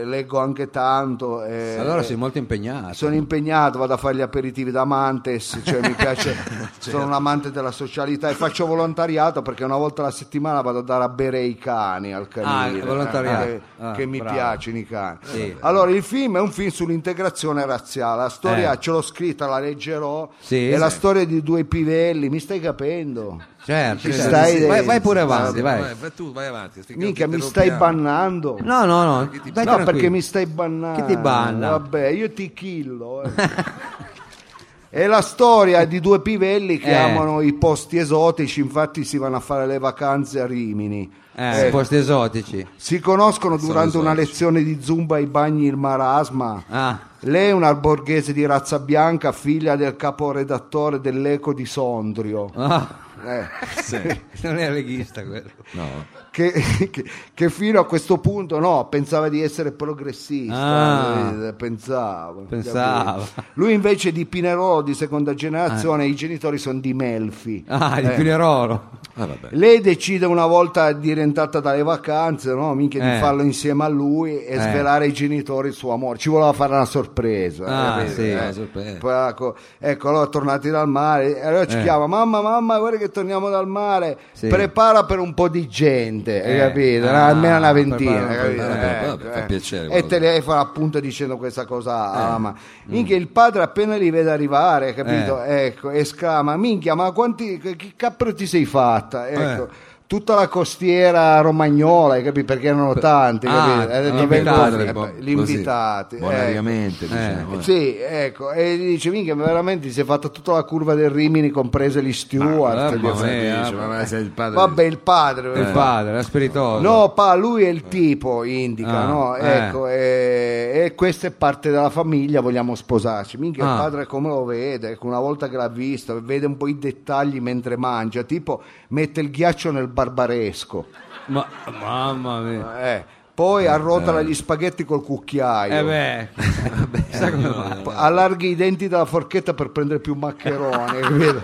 Speaker 1: eh, leggo anche tanto. eh,
Speaker 2: allora
Speaker 1: eh,
Speaker 2: sei molto impegnato.
Speaker 1: sono impegnato, vado a fare gli aperitivi da Mantes, cioè mi piace,
Speaker 2: Certo.
Speaker 1: sono un amante della socialità e faccio volontariato perché una volta alla settimana vado a dare a bere i cani al canile,
Speaker 2: Ah, volontariato.
Speaker 1: eh, che,
Speaker 2: Ah,
Speaker 1: che mi
Speaker 2: bravo.
Speaker 1: piacciono i cani.
Speaker 2: Sì.
Speaker 1: Allora il film è un film sull'integrazione razziale, la storia
Speaker 2: Eh.
Speaker 1: ce l'ho scritta, la leggerò,
Speaker 2: Sì,
Speaker 1: è la
Speaker 2: sì.
Speaker 1: storia di due pivelli, mi stai capendo?
Speaker 2: Certo,
Speaker 1: Ci
Speaker 2: sì.
Speaker 1: stai
Speaker 2: vai,
Speaker 1: dentro.
Speaker 2: vai pure avanti,
Speaker 3: sì,
Speaker 2: vai.
Speaker 3: vai tu, vai avanti. finché non
Speaker 1: Mica
Speaker 3: ti
Speaker 1: mi stai
Speaker 3: interrompiamo.
Speaker 1: bannando?
Speaker 2: No, no, no. Dai,
Speaker 1: No,
Speaker 2: tranquillo.
Speaker 1: perché mi stai bannando.
Speaker 2: Chi ti banna?
Speaker 1: Vabbè, io ti killo. eh. È la storia di due pivelli che
Speaker 2: Eh.
Speaker 1: amano i posti esotici, infatti si vanno a fare le vacanze a Rimini.
Speaker 2: Eh,
Speaker 1: Eh,
Speaker 2: posti esotici.
Speaker 1: si conoscono durante
Speaker 3: Sono
Speaker 1: una
Speaker 3: esotici.
Speaker 1: lezione di zumba ai bagni il marasma.
Speaker 2: Ah.
Speaker 1: Lei è una borghese di razza bianca, figlia del caporedattore dell'Eco di Sondrio.
Speaker 2: Ah,
Speaker 1: Eh,
Speaker 2: non è leghista quello.
Speaker 3: No.
Speaker 1: che, che- che fino a questo punto no, pensava di essere progressista.
Speaker 2: Ah.
Speaker 1: eh, pensava.
Speaker 2: Pensava. Eh.
Speaker 1: Lui invece è di Pinerolo di seconda generazione, i genitori sono di Melfi.
Speaker 2: Ah, di
Speaker 1: Eh.
Speaker 2: Pinerolo.
Speaker 3: Ah, vabbè.
Speaker 1: Lei decide una volta diventata dalle vacanze, no? Minchia, di
Speaker 2: Eh.
Speaker 1: farlo insieme a lui e
Speaker 2: Eh.
Speaker 1: svelare ai genitori il suo amore. Ci voleva fare una sorpresa.
Speaker 2: Ah,
Speaker 1: capito?
Speaker 2: sì,
Speaker 3: una sorpresa.
Speaker 1: Poi, ecco, ecco, allora tornati dal mare, e allora ci
Speaker 2: Eh.
Speaker 1: chiama, mamma, mamma, guarda che torniamo dal mare,
Speaker 2: Sì.
Speaker 1: prepara per un po' di gente, hai
Speaker 2: Eh.
Speaker 1: capito?
Speaker 2: Ah,
Speaker 1: Almeno una ventina,
Speaker 2: prepara un po' di
Speaker 1: capito?
Speaker 3: gente.
Speaker 1: Ecco,
Speaker 3: Vabbè, fa
Speaker 1: eh.
Speaker 3: piacere
Speaker 1: E
Speaker 3: quello
Speaker 1: te
Speaker 3: che-
Speaker 1: lei fa appunto dicendo questa cosa
Speaker 2: Eh.
Speaker 1: alla mamma.
Speaker 2: Mm.
Speaker 1: Minchia, il padre appena li vede arrivare, capito?
Speaker 2: Eh.
Speaker 1: Ecco, esclama, minchia, ma quanti, che che cappero ti sei fatta? Ecco. Tutta la costiera romagnola, hai capito? Perché erano tanti,
Speaker 2: ah,
Speaker 1: capito? Eh,
Speaker 2: gli
Speaker 1: dove-
Speaker 2: invitati,
Speaker 1: eh,
Speaker 3: boh,
Speaker 1: gli
Speaker 3: così,
Speaker 1: invitati, ecco.
Speaker 3: Bonariamente, diciamo. eh.
Speaker 1: Sì, ecco, e gli dice, minchia, ma veramente si è fatta tutta la curva del Rimini, comprese gli steward.
Speaker 2: mamma
Speaker 1: gli-
Speaker 2: mia.
Speaker 3: Dice, ma ma sei il padre.
Speaker 1: Vabbè, il padre.
Speaker 2: Eh. Il padre, la spiritosa.
Speaker 1: Eh. No, pa, lui è il tipo, indica,
Speaker 2: Ah,
Speaker 1: no?
Speaker 2: eh.
Speaker 1: Ecco, e, e questa è parte della famiglia, vogliamo sposarci. Minchia,
Speaker 2: Ah.
Speaker 1: il padre come lo vede? Ecco, una volta che l'ha visto, vede un po' i dettagli mentre mangia, tipo mette il ghiaccio nel barbaresco.
Speaker 2: Ma- mamma mia.
Speaker 1: Eh, Poi arrotola gli spaghetti col cucchiaio.
Speaker 2: Eh beh, sai come va?
Speaker 1: P- allarghi i denti dalla forchetta per prendere più maccheroni, capito?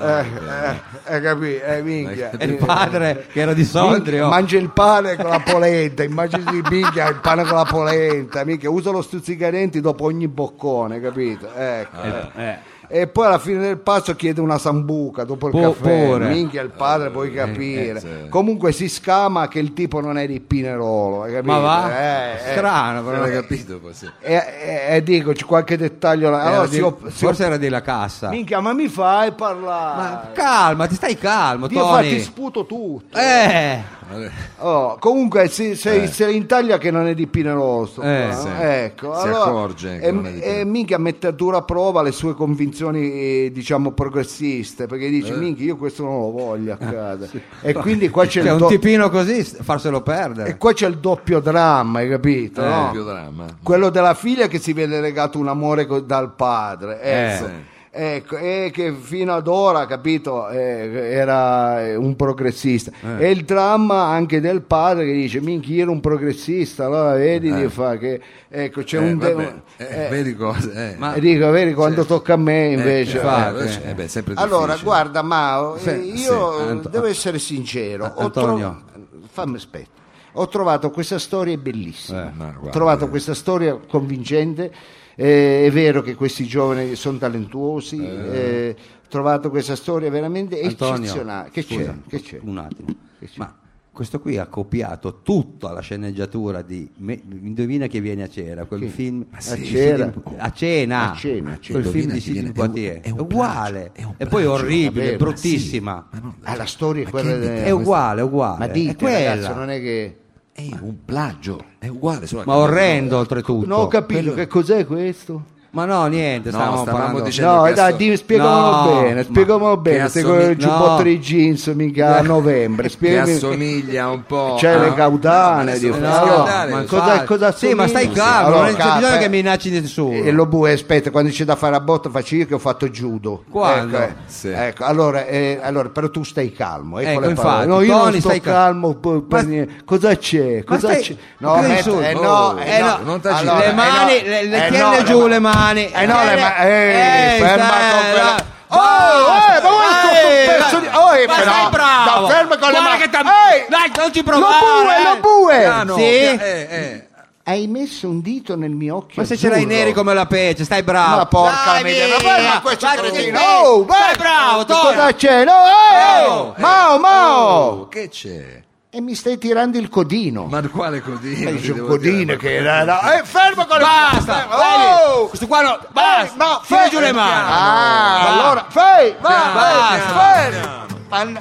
Speaker 1: Eh, eh, eh, capì? Eh, minchia.
Speaker 2: E il padre che era di Sondrio.
Speaker 1: Mangia il pane con la polenta, immagini di minchia il pane con la polenta, minchia, usa lo stuzzicadenti dopo ogni boccone, capito? Ecco.
Speaker 2: Eh,
Speaker 1: E poi alla fine del passo chiede una sambuca dopo il
Speaker 2: Pu-
Speaker 1: caffè,
Speaker 2: pure.
Speaker 1: minchia il padre puoi capire.
Speaker 3: eh, sì.
Speaker 1: Comunque si scama che il tipo non è di Pinerolo, hai capito?
Speaker 2: ma va?
Speaker 1: Eh, eh.
Speaker 2: Strano,
Speaker 3: Non
Speaker 2: però.
Speaker 3: hai capito poi, sì.
Speaker 1: E, e, e dico, c'è qualche dettaglio là.
Speaker 2: Era
Speaker 1: Allora,
Speaker 2: di-
Speaker 1: si op- si op-
Speaker 2: Eh, forse era della cassa.
Speaker 1: Minchia, ma mi fai
Speaker 2: Ma
Speaker 1: parlare?
Speaker 2: calma, ti stai calmo,
Speaker 1: Io
Speaker 2: Tony.
Speaker 1: fatti sputo tutto.
Speaker 2: Eh,
Speaker 3: Vabbè.
Speaker 1: Oh, comunque se, se, se l'Italia che non è di Pinerolo sto qua,
Speaker 2: Eh,
Speaker 3: Eh. sì.
Speaker 1: ecco,
Speaker 3: Si
Speaker 1: allora-
Speaker 3: accorge che
Speaker 1: e,
Speaker 3: non è di
Speaker 1: e
Speaker 3: Pinerolo.
Speaker 1: minchia mette a dura prova le sue convinzioni eh, diciamo progressiste perché dice
Speaker 3: Eh.
Speaker 1: minchia io questo non lo voglio accada e quindi qua c'è,
Speaker 2: cioè
Speaker 1: il
Speaker 2: un
Speaker 1: do-
Speaker 2: tipino così, s- farselo
Speaker 1: e
Speaker 2: perdere.
Speaker 1: qua c'è il doppio dramma hai capito
Speaker 3: Eh,
Speaker 1: no?
Speaker 3: più dramma.
Speaker 1: quello della figlia che si viene legato un amore co- dal padre
Speaker 3: Eh.
Speaker 1: ecco.
Speaker 3: sì.
Speaker 1: Ecco, e che fino ad ora, capito, eh, era eh, un progressista.
Speaker 3: Eh.
Speaker 1: E il dramma anche del padre che dice, minchia, io ero un progressista, allora vedi, di fa che... Ecco, c'è
Speaker 3: Eh,
Speaker 1: un... de-
Speaker 3: vabbè, eh,
Speaker 1: eh,
Speaker 3: vedi cosa. eh.
Speaker 1: e dico, vedi, quando tocca a me invece...
Speaker 3: Eh,
Speaker 1: eh,
Speaker 3: eh, eh, beh, è sempre
Speaker 1: allora,
Speaker 3: difficile.
Speaker 1: guarda, Mao, eh,
Speaker 2: Sì,
Speaker 1: io
Speaker 2: sì, Anto-
Speaker 1: devo essere sincero. ho
Speaker 2: Antonio.
Speaker 1: trov- Fammi aspetta. Ho trovato questa storia bellissima.
Speaker 3: Eh, ma guarda,
Speaker 1: ho trovato
Speaker 3: eh.
Speaker 1: questa storia convincente. eh, è vero che questi giovani sono talentuosi. eh, ho trovato questa storia veramente
Speaker 2: Antonio,
Speaker 1: eccezionale. Che
Speaker 2: scusa,
Speaker 1: c'è? Che c'è?
Speaker 2: Un attimo. Ma questo qui ha copiato tutta la sceneggiatura di Me- Indovina che viene a cena, quel film
Speaker 1: sì.
Speaker 2: di
Speaker 1: Cera.
Speaker 2: Sidi- a cena,
Speaker 1: A cena, a cena.
Speaker 2: quel film
Speaker 3: Indovina
Speaker 2: di
Speaker 3: chi
Speaker 2: Sidney
Speaker 3: viene-
Speaker 2: Poitier,
Speaker 3: è
Speaker 2: è,
Speaker 3: un- è un
Speaker 2: uguale,
Speaker 3: plagio, è un
Speaker 2: e poi è
Speaker 3: plagio,
Speaker 2: orribile,
Speaker 1: davvero, ma sì.
Speaker 2: bruttissima,
Speaker 1: Ah, la storia è quella.
Speaker 3: dite?
Speaker 1: de-
Speaker 2: è uguale, è uguale,
Speaker 1: Ma
Speaker 2: è
Speaker 1: dite,
Speaker 2: quella,
Speaker 1: ragazzo, non è che.
Speaker 3: È un plagio, è uguale. solo
Speaker 2: ma
Speaker 3: che-
Speaker 2: orrendo oltretutto.
Speaker 1: No, ho capito che cos'è questo?
Speaker 2: ma no, niente,
Speaker 3: No,
Speaker 2: stavamo,
Speaker 3: stavamo
Speaker 2: parlando
Speaker 3: dicendo-
Speaker 1: No,
Speaker 3: che
Speaker 1: dai,
Speaker 3: asso-
Speaker 1: dimmi, spiegamolo
Speaker 2: No,
Speaker 1: bene,
Speaker 2: ma-
Speaker 1: spiegamolo
Speaker 3: che
Speaker 1: bene, se con
Speaker 3: assomi-
Speaker 1: il giubbotto
Speaker 2: no.
Speaker 1: di jeans mica a novembre,
Speaker 3: Che
Speaker 1: spiegami
Speaker 3: assomiglia un po'.
Speaker 1: c'è
Speaker 3: a-
Speaker 1: le caudane
Speaker 3: adesso
Speaker 1: di
Speaker 3: non
Speaker 2: Eh, No,
Speaker 3: si
Speaker 1: Allora,
Speaker 3: andare,
Speaker 2: ma
Speaker 1: cosa-
Speaker 2: infatti-
Speaker 1: cosa
Speaker 2: sì, ma stai
Speaker 1: assomiglia?
Speaker 2: calmo,
Speaker 1: Allora,
Speaker 2: non c'è bisogno
Speaker 1: cap-
Speaker 2: che minacci nessuno.
Speaker 1: E lo bue, aspetta, quando c'è da fare a botta faccio io che ho fatto judo.
Speaker 2: Quando?
Speaker 1: Ecco, eh,
Speaker 3: Sì.
Speaker 1: ecco, allora, eh, allora, però tu stai calmo. Ecco,
Speaker 2: Ecco,
Speaker 1: le parole.
Speaker 2: infatti,
Speaker 1: no, io
Speaker 2: Tony,
Speaker 1: non sto
Speaker 2: stai cal-
Speaker 1: calmo. po- per
Speaker 2: Ma-
Speaker 1: niente. Cosa c'è?
Speaker 2: Ma
Speaker 1: Cosa
Speaker 2: stai-
Speaker 1: c'è?
Speaker 2: ma cosa
Speaker 1: met-
Speaker 2: insulti?
Speaker 1: eh, no,
Speaker 3: Oh,
Speaker 1: eh, no.
Speaker 2: no,
Speaker 3: non t'agiti.
Speaker 1: Allora,
Speaker 2: le
Speaker 1: eh,
Speaker 2: mani,
Speaker 1: no.
Speaker 2: le, le
Speaker 1: Eh,
Speaker 2: tiene
Speaker 1: no,
Speaker 2: giù
Speaker 1: ma-
Speaker 2: le mani.
Speaker 1: Eh no, le ma-
Speaker 2: Eh,
Speaker 1: eh, ferma
Speaker 2: stai-
Speaker 1: con quella- Oh, eh,
Speaker 2: Basta.
Speaker 1: ma guarda sto- sto
Speaker 2: Eh,
Speaker 1: pezzo di- oh, eh,
Speaker 2: ma
Speaker 1: però-
Speaker 2: stai bravo.
Speaker 1: no, ferma con le
Speaker 2: Guarda
Speaker 1: mani.
Speaker 2: che t'ha-
Speaker 1: Ehi!
Speaker 2: Dai, non
Speaker 1: Lo
Speaker 2: ci
Speaker 1: bue,
Speaker 2: provare. eh. Ah,
Speaker 1: lo bue!
Speaker 3: Piano,
Speaker 2: Sì?
Speaker 3: pia- eh, eh.
Speaker 1: Hai messo un dito nel mio occhio.
Speaker 2: Ma se ce l'hai
Speaker 1: azzurro.
Speaker 2: neri come la pece, stai bravo.
Speaker 1: Ma porca
Speaker 2: Dai,
Speaker 1: miseria, ma
Speaker 2: via.
Speaker 1: guarda, ma questo
Speaker 2: Vai,
Speaker 1: cretino.
Speaker 2: stai-
Speaker 1: Oh, vai.
Speaker 2: Stai bravo,
Speaker 1: Che
Speaker 2: Tony.
Speaker 1: Cosa c'è? No, eh!
Speaker 2: Oh,
Speaker 1: Mao, Mao!
Speaker 3: Oh, che c'è?
Speaker 1: E mi stai tirando il codino.
Speaker 3: Ma quale codino?
Speaker 1: Dice
Speaker 3: ti
Speaker 1: un
Speaker 3: devo
Speaker 1: codino
Speaker 3: dire?
Speaker 1: che era. era- eh, fermo con le
Speaker 2: Basta.
Speaker 1: Oh!
Speaker 2: dai, Questo qua no,
Speaker 1: Vai,
Speaker 2: basta.
Speaker 1: no,
Speaker 2: Tira
Speaker 1: fai-
Speaker 2: giù le mani.
Speaker 1: Ah,
Speaker 2: Va.
Speaker 1: allora, fai, vai,
Speaker 2: Piano,
Speaker 1: vai,
Speaker 2: piano,
Speaker 1: fai. Panna-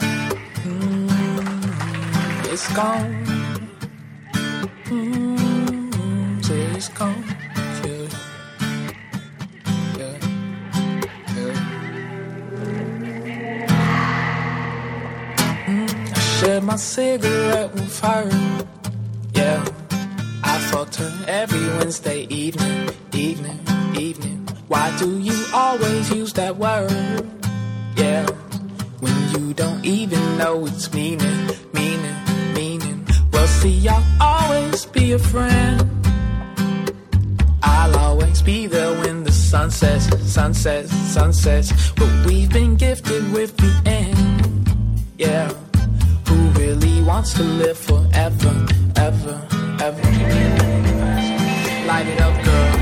Speaker 8: It's gone. Mm, say it's gone. Yeah. Yeah. Yeah. said my cigarette will fire. Yeah, I fucked her every Wednesday evening, evening, evening. Why do you always use that word? Yeah, when you don't even know its meaning, meaning, meaning. Well, see, I'll always be a friend. I'll always be there when the sun sets, sun sets, sun sets. But we've been gifted with the end. Yeah. Who really wants to live forever, ever, ever? Light it up, girl.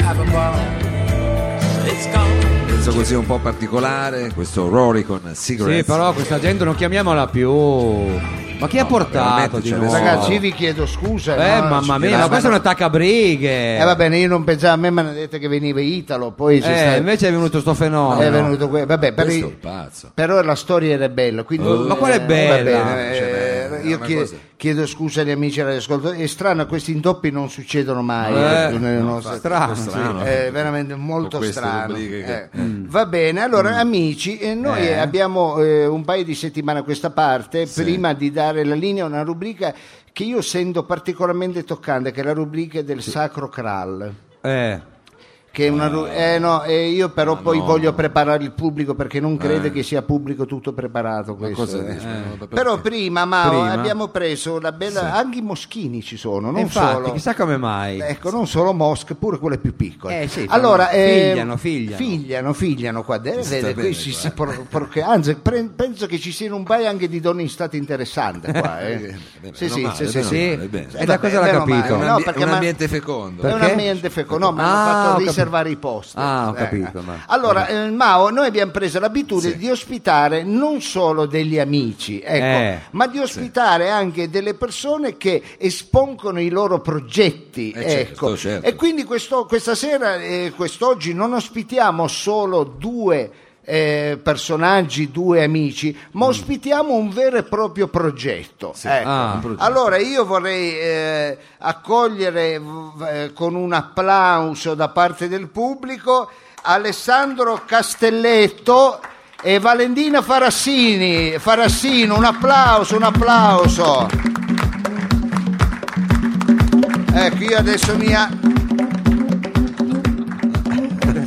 Speaker 8: Have a ball. It's gone.
Speaker 3: Penso così un po' particolare, questo Rory con Cigarette.
Speaker 2: Sì, però questa gente non chiamiamola più. Ma chi ha portato
Speaker 3: veramente,
Speaker 2: di
Speaker 3: cioè,
Speaker 2: nuovo?
Speaker 1: Ragazzi, io vi chiedo scusa.
Speaker 2: Eh,
Speaker 1: no?
Speaker 2: mamma mia,
Speaker 3: dai,
Speaker 2: ma questo è
Speaker 3: ma
Speaker 2: un
Speaker 3: no.
Speaker 2: attaccabrighe.
Speaker 1: Eh, va bene, io non pensavo, a me mi hanno detto che veniva Italo, poi c'è
Speaker 2: Eh,
Speaker 1: stato-
Speaker 2: invece è venuto sto fenomeno.
Speaker 1: è venuto que- Vabbè, per
Speaker 3: Questo è
Speaker 1: i-
Speaker 3: il pazzo.
Speaker 1: però la storia era bella. Quindi, eh,
Speaker 2: Ma qual è
Speaker 1: va
Speaker 2: bella?
Speaker 1: bene,
Speaker 3: Cioè,
Speaker 1: eh,
Speaker 3: beh, è
Speaker 1: io
Speaker 3: una
Speaker 1: chiedo,
Speaker 3: cosa-
Speaker 1: chiedo scusa agli amici radioascoltatori. È strano, questi intoppi non succedono mai
Speaker 2: Eh,
Speaker 1: eh, nelle
Speaker 2: no,
Speaker 1: nostre
Speaker 2: Strano, sì.
Speaker 3: strano.
Speaker 1: È veramente molto
Speaker 3: Ah, Con queste
Speaker 1: strano.
Speaker 3: rubriche che- Mm.
Speaker 1: Eh. Va bene, allora amici, eh, noi abbiamo eh, un paio di settimane a questa parte prima di dare la linea a una rubrica che io sento particolarmente toccante, che è la rubrica del Sacro Kral.
Speaker 2: Eh.
Speaker 1: Che è una ru- eh, no, eh, io però poi voglio preparare il pubblico perché non credo che sia pubblico tutto preparato questo.
Speaker 3: Cosa
Speaker 1: eh.
Speaker 3: dici? Eh. Ma perché?
Speaker 1: Però prima, Mao,
Speaker 2: Prima?
Speaker 1: abbiamo preso la bella. Anche i moschini ci sono, non
Speaker 2: Infatti,
Speaker 1: solo.
Speaker 2: chissà come mai.
Speaker 1: Ecco, non solo mosche, pure quelle più piccole.
Speaker 2: Eh, sì,
Speaker 1: allora,
Speaker 2: fanno-
Speaker 1: eh,
Speaker 2: figliano, figliano.
Speaker 1: figliano, figliano qua. Eh,
Speaker 3: Si
Speaker 1: vede,
Speaker 3: sta
Speaker 1: qui
Speaker 3: bene
Speaker 1: si
Speaker 3: qua,
Speaker 1: sa pro- perché- anzi, pre- penso che ci siano un paio anche di donne in stato interessante qua. eh.
Speaker 3: bene,
Speaker 1: Sì,
Speaker 3: meno
Speaker 1: sì,
Speaker 3: male,
Speaker 1: sì, sì,
Speaker 3: meno
Speaker 1: sì.
Speaker 2: Sì,
Speaker 3: male, bene.
Speaker 2: e da cosa l'ha
Speaker 1: Vabbè, eh, meno male,
Speaker 2: capito?
Speaker 1: no,
Speaker 3: È un ambi-
Speaker 1: perché
Speaker 3: è un
Speaker 1: ma-
Speaker 3: ambiente fecondo.
Speaker 1: è un
Speaker 2: Perché?
Speaker 1: ambiente fecondo, no, ma hanno
Speaker 2: Ah, ho
Speaker 1: fatto
Speaker 2: capito.
Speaker 1: riservare i posti.
Speaker 2: Ah, ho
Speaker 1: Eh.
Speaker 2: capito, ma-
Speaker 1: Allora, eh, Mao, noi abbiamo preso l'abitudine
Speaker 3: Sì.
Speaker 1: di ospitare non solo degli amici, ecco,
Speaker 2: Eh.
Speaker 1: ma di ospitare anche delle persone che espongono i loro progetti.
Speaker 3: Eh, certo,
Speaker 1: ecco.
Speaker 3: certo.
Speaker 1: E quindi questo- questa sera, eh, quest'oggi, non ospitiamo solo due. eh, personaggi, due amici, ma
Speaker 2: Mm.
Speaker 1: ospitiamo un vero e proprio progetto. Ecco.
Speaker 2: Ah.
Speaker 3: Un progetto.
Speaker 1: Allora io vorrei eh, accogliere v- eh, con un applauso da parte del pubblico Alessandro Castelletto e Valentina Farassini. Farassino, un applauso, un applauso. Ecco, io adesso mi a-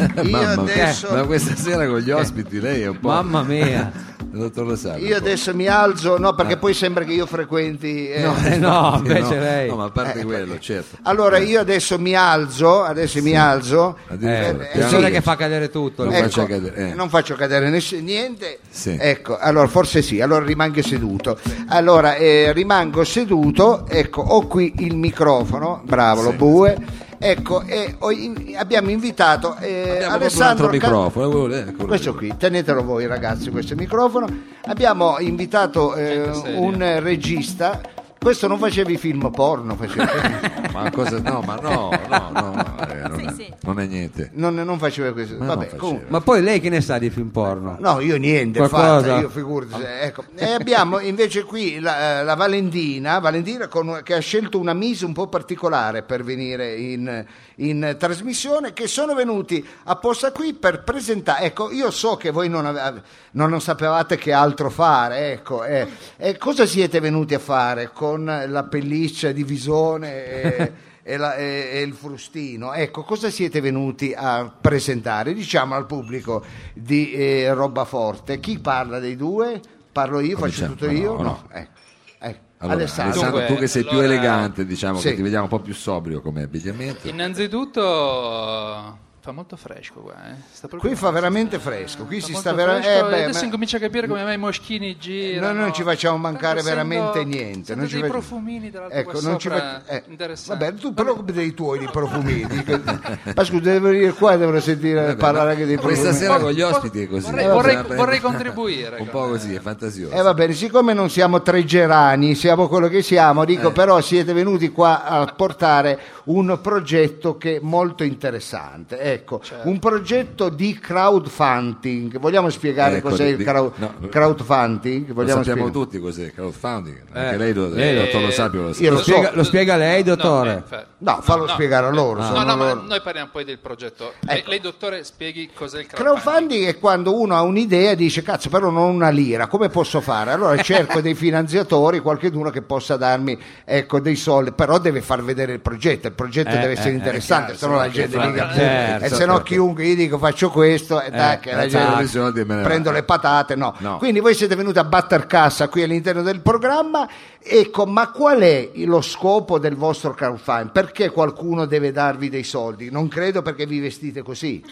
Speaker 1: Io
Speaker 3: Eh, Mamma mia.
Speaker 1: adesso... Eh.
Speaker 3: Ma questa sera con gli ospiti lei è un po'...
Speaker 2: Mamma mia.
Speaker 3: Il Dottor Rosario.
Speaker 1: Io adesso mi alzo, no,
Speaker 3: Eh.
Speaker 1: perché poi sembra che io frequenti. eh,
Speaker 2: Eh, no, invece lei.
Speaker 3: No, ma a parte quello, certo.
Speaker 1: Allora io adesso mi alzo, adesso mi alzo,
Speaker 2: Eh,
Speaker 3: Addirittura,
Speaker 1: eh,
Speaker 2: è
Speaker 3: piano.
Speaker 2: solo che fa cadere tutto.
Speaker 3: Non
Speaker 2: Ecco.
Speaker 3: faccia cadere, eh.
Speaker 1: non faccio cadere ness- niente.
Speaker 3: Sì.
Speaker 1: Ecco, allora forse sì, allora rimango seduto. Allora eh, rimango seduto, ecco, ho qui il microfono, bravo lo bue. Ecco, e ho in- abbiamo invitato eh,
Speaker 3: Abbiamo proprio un
Speaker 1: Alessandro
Speaker 3: altro
Speaker 1: Ca-
Speaker 3: microfono. quello- eh, quello-
Speaker 1: questo qui, tenetelo voi ragazzi, questo microfono. Abbiamo invitato eh, un regista. Questo non facevi film porno, facevi.
Speaker 3: Ma cosa? No, ma no, no, no. eh, non, è,
Speaker 9: Sì, sì.
Speaker 3: non è niente.
Speaker 1: non, non faceva questo.
Speaker 3: Ma non
Speaker 1: Vabbè,
Speaker 3: faceva.
Speaker 1: comunque.
Speaker 2: Ma poi lei che ne sa di film porno?
Speaker 1: No, io niente,
Speaker 2: Qualcosa?
Speaker 1: fatta, io figurati. se- ecco. E abbiamo invece qui la, la Valentina, Valentina con- che ha scelto una mise un po' particolare per venire in, in trasmissione, che sono venuti apposta qui per presentare. Ecco, io so che voi non, ave- non, non sapevate che altro fare, ecco. eh. E cosa siete venuti a fare con la pelliccia di visone? e- e la- e- e il frustino. Ecco, cosa siete venuti a presentare? Diciamo al pubblico di eh, Roba Forte. Chi parla dei due? Parlo io, faccio tutto
Speaker 3: Cominciamo, no,
Speaker 1: io?
Speaker 3: no.
Speaker 1: Ecco, ecco.
Speaker 3: Allora, Alessandro,
Speaker 1: Alessandro.
Speaker 3: tu che sei più
Speaker 10: allora-
Speaker 3: elegante, diciamo
Speaker 1: Sì.
Speaker 3: che ti vediamo un po' più sobrio come abbigliamento.
Speaker 10: Innanzitutto fa molto fresco qua, eh. Sta proprio-
Speaker 1: Qui fa veramente fresco, qui
Speaker 10: fa
Speaker 1: si
Speaker 10: molto
Speaker 1: sta vera-
Speaker 10: fresco
Speaker 1: eh,
Speaker 10: e
Speaker 1: beh,
Speaker 10: adesso
Speaker 1: ma-
Speaker 10: incomincia a capire come mai i moschini girano.
Speaker 1: Noi non ci facciamo mancare
Speaker 10: Tanto sento-
Speaker 1: veramente niente,
Speaker 10: sento
Speaker 1: non ci
Speaker 10: dei
Speaker 1: facciamo-
Speaker 10: profumini dall'alto
Speaker 1: Ecco,
Speaker 10: qua
Speaker 1: non ci
Speaker 10: sopra.
Speaker 1: va- eh,
Speaker 10: Interessante.
Speaker 1: Vabbè, tu preoccupati dei tuoi di profumini. Ma scusa, devo venire qua e dovrò sentire parlare anche dei profumini.
Speaker 3: Questa sera con gli
Speaker 10: Vor-
Speaker 3: ospiti è così. Eh,
Speaker 10: vorrei-
Speaker 3: vabbè,
Speaker 10: vorrei-
Speaker 3: la prendi-
Speaker 10: vorrei contribuire,
Speaker 3: un po'
Speaker 10: guarda.
Speaker 3: così, è fantasioso.
Speaker 1: E va bene, Eh, siccome non siamo tre gerani, siamo quello che siamo, dico
Speaker 3: Eh.
Speaker 1: però siete venuti qua a portare un progetto che è molto interessante. Ecco,
Speaker 3: Certo.
Speaker 1: un progetto di crowdfunding. Vogliamo spiegare
Speaker 3: Ecco,
Speaker 1: cos'è
Speaker 3: di-
Speaker 1: il
Speaker 3: di-
Speaker 1: crowd-
Speaker 3: no, no.
Speaker 1: crowdfunding?
Speaker 3: Lo
Speaker 1: Vogliamo
Speaker 3: sappiamo
Speaker 1: spiegare.
Speaker 3: tutti cos'è, crowdfunding. Anche lei lo,
Speaker 2: Eh,
Speaker 3: il dottor Lo Sapio lo sa. Eh,
Speaker 1: io
Speaker 2: Lo
Speaker 1: so.
Speaker 2: spiega, lo spiega lei,
Speaker 10: No,
Speaker 2: dottore?
Speaker 10: eh, infatti.
Speaker 1: No, fallo spiegare a
Speaker 3: Ah.
Speaker 1: loro.
Speaker 10: No,
Speaker 1: sono
Speaker 10: no, ma
Speaker 1: loro.
Speaker 10: noi parliamo poi del progetto. Lei, lei, dottore, spieghi cos'è il crowdfunding.
Speaker 1: Ecco. Crowdfunding è quando uno ha un'idea e dice cazzo però non ho una lira, come posso fare? Allora cerco dei finanziatori, qualcuno che possa darmi ecco, dei soldi, però deve far vedere il progetto, il progetto
Speaker 2: Eh,
Speaker 1: deve essere
Speaker 2: eh,
Speaker 1: interessante,
Speaker 3: è chiaro,
Speaker 1: se no la
Speaker 3: sì,
Speaker 1: gente
Speaker 3: infatti,
Speaker 1: mica...
Speaker 2: certo,
Speaker 1: e se no
Speaker 3: certo.
Speaker 1: chiunque gli dico faccio questo e tac, e la
Speaker 2: eh,
Speaker 1: gente-
Speaker 2: tac.
Speaker 3: I soldi e me ne
Speaker 1: prendo
Speaker 3: vado.
Speaker 1: le patate, no.
Speaker 3: No.
Speaker 1: Quindi voi siete venuti a batter cassa qui all'interno del programma, ecco, ma qual è lo scopo del vostro crowdfunding? Perché qualcuno deve darvi dei soldi? Non credo perché vi vestite così.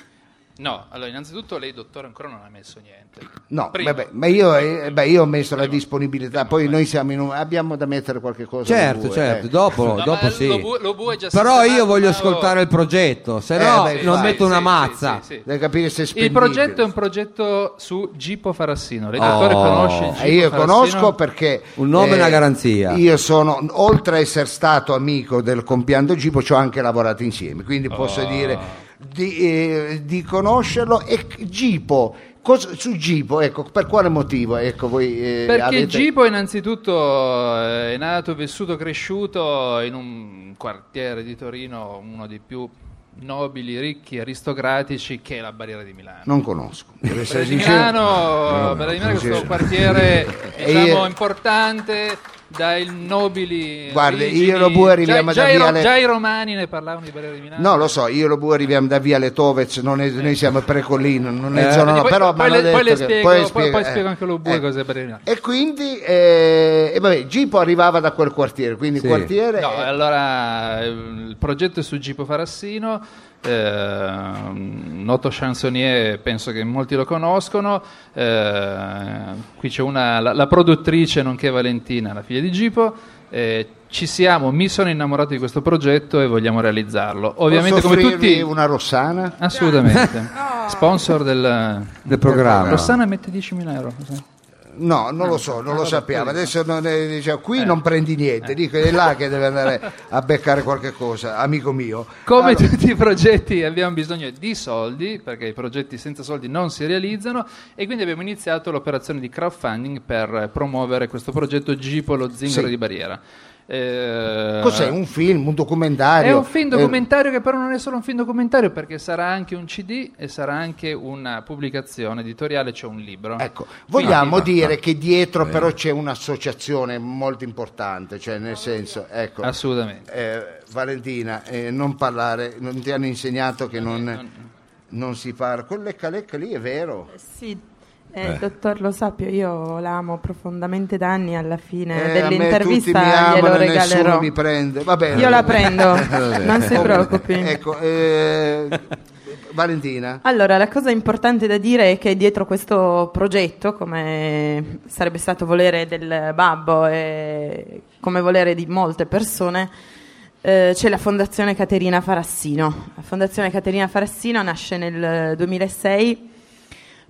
Speaker 10: No, allora, innanzitutto lei, dottore, ancora non ha messo niente.
Speaker 1: No,
Speaker 10: Primo.
Speaker 1: vabbè, ma io, eh, beh, io ho messo la disponibilità, poi noi siamo in un- abbiamo da mettere qualche cosa.
Speaker 2: Certo,
Speaker 1: nel bue,
Speaker 2: certo,
Speaker 1: eh.
Speaker 2: dopo,
Speaker 10: No,
Speaker 2: dopo
Speaker 10: ma
Speaker 2: sì.
Speaker 10: lo bu- lo bu è già
Speaker 2: Però io
Speaker 10: sistemato,
Speaker 2: voglio
Speaker 10: ma-
Speaker 2: ascoltare il progetto, se
Speaker 1: Eh,
Speaker 2: no
Speaker 1: beh,
Speaker 2: non
Speaker 1: sì,
Speaker 2: metto
Speaker 10: sì,
Speaker 2: una
Speaker 10: sì,
Speaker 2: mazza.
Speaker 10: sì, sì.
Speaker 1: Devi capire se è
Speaker 10: Il
Speaker 1: spendibile.
Speaker 10: progetto è un progetto su Gipo Farassino. Lei, dottore,
Speaker 2: Oh.
Speaker 10: conosce il Gipo
Speaker 1: Eh, io
Speaker 10: Farassino?
Speaker 1: conosco perché eh,
Speaker 2: Un nome e una garanzia.
Speaker 1: Io sono oltre a essere stato amico del compianto Gipo, ci ho anche lavorato insieme,
Speaker 10: Ah.
Speaker 1: quindi posso dire di, eh, di conoscerlo. E Gipo, cos- su Gipo, ecco, per quale motivo? Ecco, voi, eh,
Speaker 10: Perché
Speaker 1: avete-
Speaker 10: Gipo innanzitutto eh, è nato, vissuto, cresciuto in un quartiere di Torino, uno dei più nobili, ricchi, aristocratici che è la Barriera di Milano.
Speaker 1: non conosco. Devo essere
Speaker 10: Barriera di
Speaker 1: sincero.
Speaker 10: Milano, Barriera di Milano è questo
Speaker 1: sincero.
Speaker 10: quartiere
Speaker 1: E
Speaker 10: diciamo,
Speaker 1: io-
Speaker 10: importante dai nobili
Speaker 1: Guarda,
Speaker 10: origini.
Speaker 1: io e lo Bue arriviamo
Speaker 10: già,
Speaker 1: da
Speaker 10: già i ro-
Speaker 1: Viale-
Speaker 10: già i romani ne parlavano di Barriera di Milano
Speaker 1: No, lo so, io e lo Bue arriviamo da Via Letovez, non è- noi siamo a Precolino, non è
Speaker 2: Eh.
Speaker 1: zona no,
Speaker 10: Quindi poi-
Speaker 1: però
Speaker 10: poi
Speaker 1: mi hanno
Speaker 10: le- poi le
Speaker 1: detto che-
Speaker 10: spiego- poi- poi spiego anche lo Bue
Speaker 1: eh.
Speaker 10: cos'è Barriera di Milano.
Speaker 1: E quindi, eh, e vabbè, Gipo arrivava da quel quartiere, quindi
Speaker 2: Sì.
Speaker 1: quartiere...
Speaker 10: No,
Speaker 1: eh,
Speaker 10: allora il progetto è su Gipo Farassino, ehm, noto chansonnier, penso che molti lo conoscono. ehm, qui c'è una, la, la produttrice, nonché Valentina, la figlia di Gipo. eh, ci siamo, mi sono innamorato di questo progetto e vogliamo realizzarlo. Ovviamente,
Speaker 1: Posso
Speaker 10: come
Speaker 1: offrirvi
Speaker 10: tutti,
Speaker 1: una rossana?
Speaker 10: assolutamente, sponsor del,
Speaker 2: Del programma.
Speaker 10: Rossana mette 10.000 euro.
Speaker 1: No, non lo so,
Speaker 10: Ah,
Speaker 1: non lo sappiamo. Adesso non è- dice,
Speaker 2: Eh.
Speaker 1: qui non prendi niente, dico è là che deve andare a beccare qualche cosa, amico mio.
Speaker 10: Come
Speaker 1: Allora,
Speaker 10: tutti i progetti abbiamo bisogno di soldi, perché i progetti senza soldi non si realizzano, e quindi abbiamo iniziato l'operazione di crowdfunding per eh, promuovere questo progetto Gipo lo zingaro
Speaker 1: Sì.
Speaker 10: di barriera. Eh,
Speaker 1: Cos'è? Un film, un documentario?
Speaker 10: È un film
Speaker 1: Eh,
Speaker 10: documentario che però non è solo un film documentario perché sarà anche un CD e sarà anche una pubblicazione editoriale, c'è un libro.
Speaker 1: Ecco, vogliamo
Speaker 3: no,
Speaker 1: dire
Speaker 3: no.
Speaker 1: che dietro
Speaker 3: Eh.
Speaker 1: però c'è un'associazione molto importante, cioè nel senso, ecco,
Speaker 10: Assolutamente.
Speaker 1: eh, Valentina, eh, non parlare, non ti hanno insegnato che non,
Speaker 3: Eh,
Speaker 10: non-
Speaker 1: non si parla, quel lecca lecca lì è vero.
Speaker 9: Sì, eh, dottor Lo Sapio, io l'amo profondamente da anni, alla fine
Speaker 1: Eh, a me tutti mi
Speaker 9: dell'intervista
Speaker 1: amano,
Speaker 9: glielo
Speaker 1: e nessuno
Speaker 9: regalerò.
Speaker 1: mi prende. Va bene.
Speaker 9: Io la prendo,
Speaker 3: Vabbè.
Speaker 9: non si
Speaker 1: Oh,
Speaker 9: preoccupi.
Speaker 1: Ecco, eh, Valentina,
Speaker 9: Allora, la cosa importante da dire è che dietro questo progetto, come sarebbe stato volere del babbo e come volere di molte persone, eh, c'è la Fondazione Caterina Farassino. La Fondazione Caterina Farassino nasce nel 2006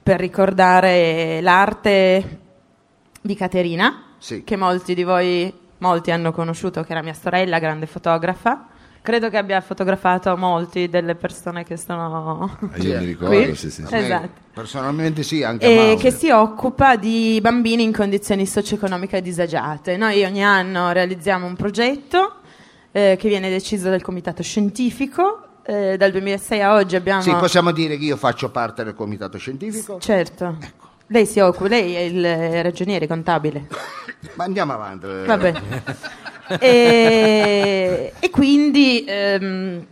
Speaker 9: per ricordare l'arte di Caterina,
Speaker 1: Sì.
Speaker 9: che molti di voi molti hanno conosciuto, che era mia sorella, grande fotografa. Credo che abbia fotografato molti delle persone che sono
Speaker 3: Ah, Io mi
Speaker 1: Qui?
Speaker 3: ricordo, sì, sì, sì.
Speaker 9: Esatto.
Speaker 1: personalmente sì, anche a
Speaker 9: e
Speaker 1: Mauro.
Speaker 9: che si occupa di bambini in condizioni socio-economiche disagiate. Noi ogni anno realizziamo un progetto eh, che viene deciso dal comitato scientifico. Eh, dal 2006 a oggi abbiamo...
Speaker 1: Sì, possiamo dire che io faccio parte del comitato scientifico,
Speaker 9: Certo.
Speaker 1: Ecco.
Speaker 9: Lei si occupa, lei è il ragioniere contabile.
Speaker 1: ma andiamo avanti.
Speaker 9: Vabbè. e, e quindi ehm,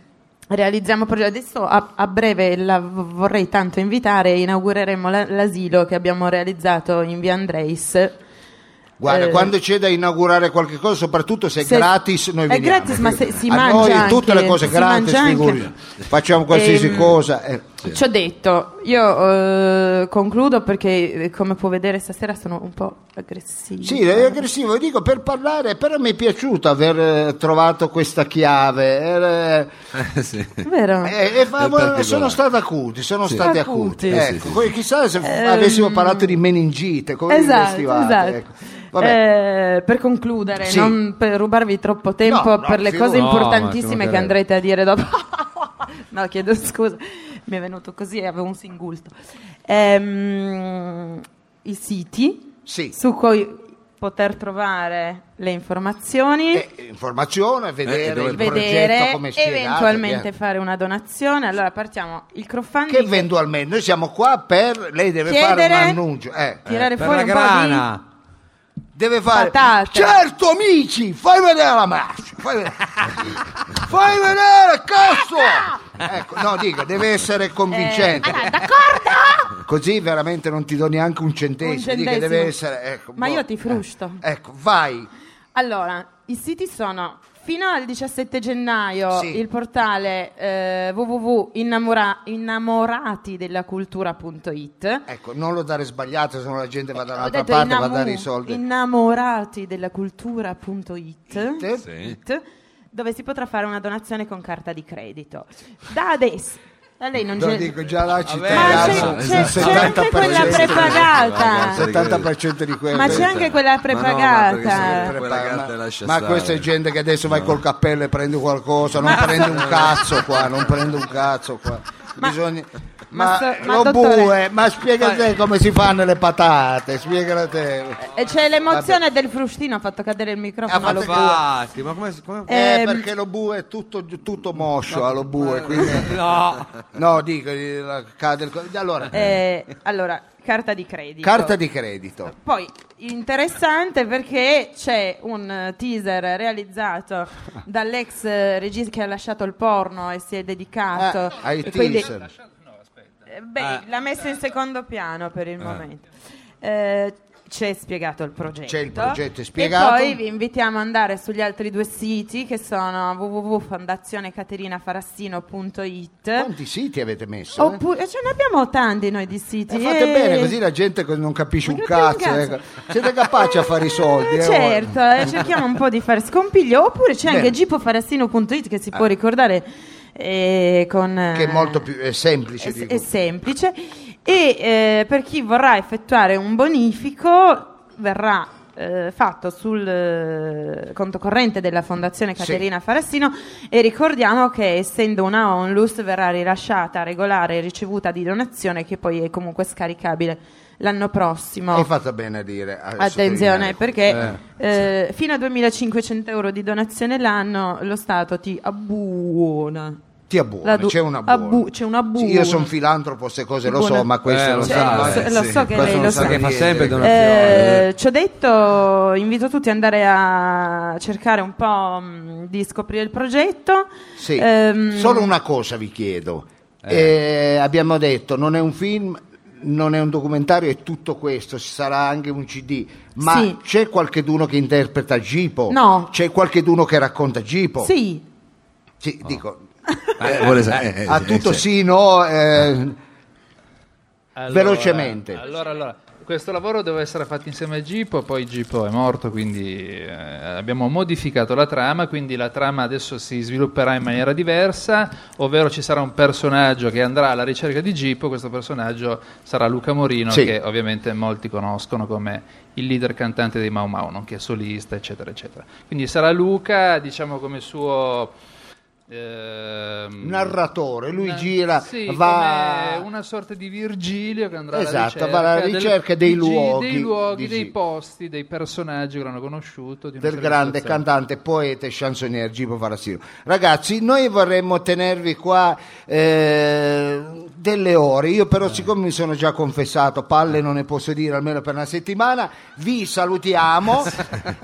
Speaker 9: realizziamo progetti. Adesso a, a breve la v- vorrei tanto invitare, inaugureremo la- l'asilo che abbiamo realizzato in via Andreis.
Speaker 1: Guarda,
Speaker 9: Eh,
Speaker 1: quando c'è da inaugurare qualche cosa, soprattutto se è
Speaker 9: Se-
Speaker 1: gratis, noi
Speaker 9: è
Speaker 1: veniamo.
Speaker 9: gratis, ma se- si
Speaker 1: a
Speaker 9: mangia
Speaker 1: noi tutte
Speaker 9: anche,
Speaker 1: le cose
Speaker 9: si
Speaker 1: gratis,
Speaker 9: mangia anche.
Speaker 1: figurati. Facciamo qualsiasi
Speaker 9: Ehm,
Speaker 1: cosa. eh.
Speaker 9: Ci ho detto, io eh, concludo perché eh, come può vedere stasera sono un po' aggressiva.
Speaker 1: Sì, è aggressivo, vi dico per parlare, però mi è piaciuto aver eh, trovato questa chiave. era-
Speaker 3: Eh, sì.
Speaker 9: Vero?
Speaker 1: eh, e fa-
Speaker 3: È particolare.
Speaker 1: sono stati acuti, sono stati acuti.
Speaker 9: Acuti. Ehm,
Speaker 1: Ecco,
Speaker 3: Sì, sì,
Speaker 1: poi chissà se avessimo parlato di meningite, come vi
Speaker 9: Esatto,
Speaker 1: vestivate,
Speaker 9: esatto.
Speaker 1: ecco. Vabbè.
Speaker 9: Eh, per concludere,
Speaker 1: Sì.
Speaker 9: non per rubarvi troppo tempo
Speaker 1: No, no,
Speaker 9: per le
Speaker 1: figurati.
Speaker 9: cose
Speaker 2: No, ma ci
Speaker 9: importantissime che
Speaker 2: mancherebbe.
Speaker 9: andrete a dire dopo. no, chiedo scusa. mi è venuto così e avevo un singulto. Ehm, I siti su cui poter trovare le informazioni.
Speaker 1: Eh, Informazione, vedere il progetto,
Speaker 9: vedere
Speaker 1: come spiegato.
Speaker 9: eventualmente
Speaker 1: via.
Speaker 9: fare una donazione allora partiamo il crowdfunding
Speaker 1: Che eventualmente, noi siamo qua per, lei deve fare
Speaker 9: Chiedere-
Speaker 1: un annuncio. eh.
Speaker 9: tirare Per fuori la un po' di- grana.
Speaker 1: Deve fare...
Speaker 9: Patate.
Speaker 1: Certo amici, fai vedere la marcia. Fai vedere, fai vedere cazzo! Ecco, no, dico, deve essere convincente.
Speaker 9: Eh, allora, d'accordo
Speaker 1: Così veramente non ti do neanche un centesimo.
Speaker 9: Un
Speaker 1: dico,
Speaker 9: centesimo.
Speaker 1: deve essere... ecco,
Speaker 9: ma
Speaker 1: boh.
Speaker 9: io ti frusto
Speaker 1: Ecco, vai.
Speaker 9: allora i siti sono fino al 17 gennaio
Speaker 1: Sì.
Speaker 9: il portale eh, www.innamoratidellacultura.it
Speaker 1: Ecco, non lo dare sbagliato, se no la gente va da
Speaker 9: Eh, ho
Speaker 1: un'altra
Speaker 9: detto
Speaker 1: parte va a dare i
Speaker 9: innamu-
Speaker 1: soldi.
Speaker 9: innamoratidellacultura.it It, dove si potrà fare una donazione con carta di credito da adesso da lei non
Speaker 1: Lo
Speaker 9: c'è
Speaker 1: dico già la città
Speaker 9: Ma c'è- c'è- c'è anche quella prepagata.
Speaker 1: il 70% di quella
Speaker 9: Ma c'è anche quella prepagata.
Speaker 1: ma questa è gente che adesso vai col cappello e prende qualcosa non prende un cazzo qua non prende un cazzo qua Bisogna- ma,
Speaker 9: ma so- ma
Speaker 1: lo
Speaker 9: dottore-
Speaker 1: bue ma spiega te come si fanno le patate spiega te
Speaker 9: E Eh, c'è l'emozione del frustino, ha fatto cadere il microfono.
Speaker 1: Ha
Speaker 9: allo
Speaker 1: fatto-
Speaker 9: bue.
Speaker 2: Infatti, ma come, come...
Speaker 1: Eh,
Speaker 9: Ehm.
Speaker 1: perché lo bue è tutto, tutto moscio allo bue quindi-
Speaker 2: No.
Speaker 1: no dico eh, la- cade il co- allora
Speaker 9: Eh, allora, carta di credito.
Speaker 1: carta di credito
Speaker 9: Poi interessante perché c'è un eh, teaser realizzato dall'ex eh, regista che ha lasciato il porno e si è dedicato
Speaker 1: Ah, ai
Speaker 9: Esatto. e quindi-
Speaker 1: teaser.
Speaker 9: Eh, Beh,
Speaker 1: Ah.
Speaker 9: l'ha messo in secondo piano per il momento. Eh, c'è spiegato il progetto.
Speaker 1: C'è il progetto, è spiegato.
Speaker 9: E poi vi invitiamo ad andare sugli altri due siti che sono www.fondazionecaterinafarassino.it
Speaker 1: quanti siti avete messo eh?
Speaker 9: Eh? Oppure ce ne abbiamo tanti noi di siti.
Speaker 1: Eh, fate
Speaker 9: eh.
Speaker 1: bene, così la gente co- non capisce un
Speaker 9: non capisce
Speaker 1: cazzo.
Speaker 9: un
Speaker 1: ecco.
Speaker 9: cazzo.
Speaker 1: Siete capaci a fare i soldi. eh,
Speaker 9: Eh, certo,
Speaker 1: ora.
Speaker 9: eh, cerchiamo un po' di fare scompiglio. Oppure c'è
Speaker 1: Bene.
Speaker 9: anche gipofarassino.it che si può ricordare eh, con...
Speaker 1: Che è
Speaker 9: eh,
Speaker 1: molto più è semplice.
Speaker 9: è,
Speaker 1: dico.
Speaker 9: è semplice. E eh, per chi vorrà effettuare un bonifico, verrà eh, fatto sul eh, conto corrente della Fondazione Caterina Farassino. E ricordiamo che, essendo una onlus, verrà rilasciata regolare ricevuta di donazione, che poi è comunque scaricabile l'anno prossimo.
Speaker 1: Hai fatto bene a dire. a
Speaker 9: Attenzione
Speaker 1: sottolineare.
Speaker 9: perché eh, fino a 2500 euro di donazione l'anno lo Stato ti abbuona.
Speaker 1: Ti abbuoni,
Speaker 9: La du-
Speaker 1: c'è una buona.
Speaker 9: abbu- c'è una
Speaker 1: Sì,
Speaker 9: buona.
Speaker 1: io sono filantropo, se cose lo so,
Speaker 9: Buona-
Speaker 1: ma questo
Speaker 2: Eh,
Speaker 1: lo
Speaker 2: lo
Speaker 1: sa.
Speaker 2: sa,
Speaker 1: eh,
Speaker 9: eh, lo
Speaker 1: sì.
Speaker 9: so che
Speaker 1: Questo
Speaker 9: lei
Speaker 1: non
Speaker 9: lo
Speaker 1: sa
Speaker 9: sa.
Speaker 2: Che fa
Speaker 1: niente.
Speaker 2: sempre donazioni.
Speaker 9: Eh, ci ho detto, invito tutti ad andare a cercare un po' mh, di scoprire il progetto.
Speaker 1: Sì.
Speaker 9: Ehm,
Speaker 1: Solo una cosa vi chiedo. Eh, abbiamo detto, non è un film, non è un documentario, è tutto questo, ci sarà anche un CD. Ma
Speaker 9: Sì.
Speaker 1: c'è qualcheduno che interpreta Gipo?
Speaker 9: No.
Speaker 1: C'è qualcheduno che racconta Gipo?
Speaker 9: Sì,
Speaker 1: Sì, dico,
Speaker 3: Eh, vuole sa- Oh. eh,
Speaker 1: a
Speaker 3: eh,
Speaker 1: tutto
Speaker 3: sì.
Speaker 1: sì, no, eh,
Speaker 10: Allora,
Speaker 1: Velocemente.
Speaker 10: Allora, allora, questo lavoro doveva essere fatto insieme a Gipo, poi Gipo è morto, quindi eh, abbiamo modificato la trama, quindi la trama adesso si svilupperà in maniera diversa, ovvero ci sarà un personaggio che andrà alla ricerca di Gipo, questo personaggio sarà Luca Morino,
Speaker 1: Sì.
Speaker 10: che ovviamente molti conoscono come il leader cantante dei Mau Mau, nonché solista, eccetera, eccetera. Quindi sarà Luca, diciamo come suo... ehm,
Speaker 1: narratore,
Speaker 9: Eh,
Speaker 1: lui gira,
Speaker 10: sì,
Speaker 1: va...
Speaker 10: come una sorta di Virgilio che andrà
Speaker 1: Esatto,
Speaker 10: alla ricerca,
Speaker 1: va alla ricerca
Speaker 10: del-
Speaker 1: dei
Speaker 10: di G-
Speaker 1: luoghi,
Speaker 10: dei, luoghi,
Speaker 1: di
Speaker 10: dei
Speaker 1: G.
Speaker 10: posti, dei personaggi che l'hanno conosciuto. di una
Speaker 1: del grande
Speaker 10: civilizzazione.
Speaker 1: cantante, poeta e chansonnier Gipo Farassino. Ragazzi, noi vorremmo tenervi qua eh, delle ore. Io però, siccome mi sono già confessato, palle non ne posso dire almeno per una settimana, vi salutiamo.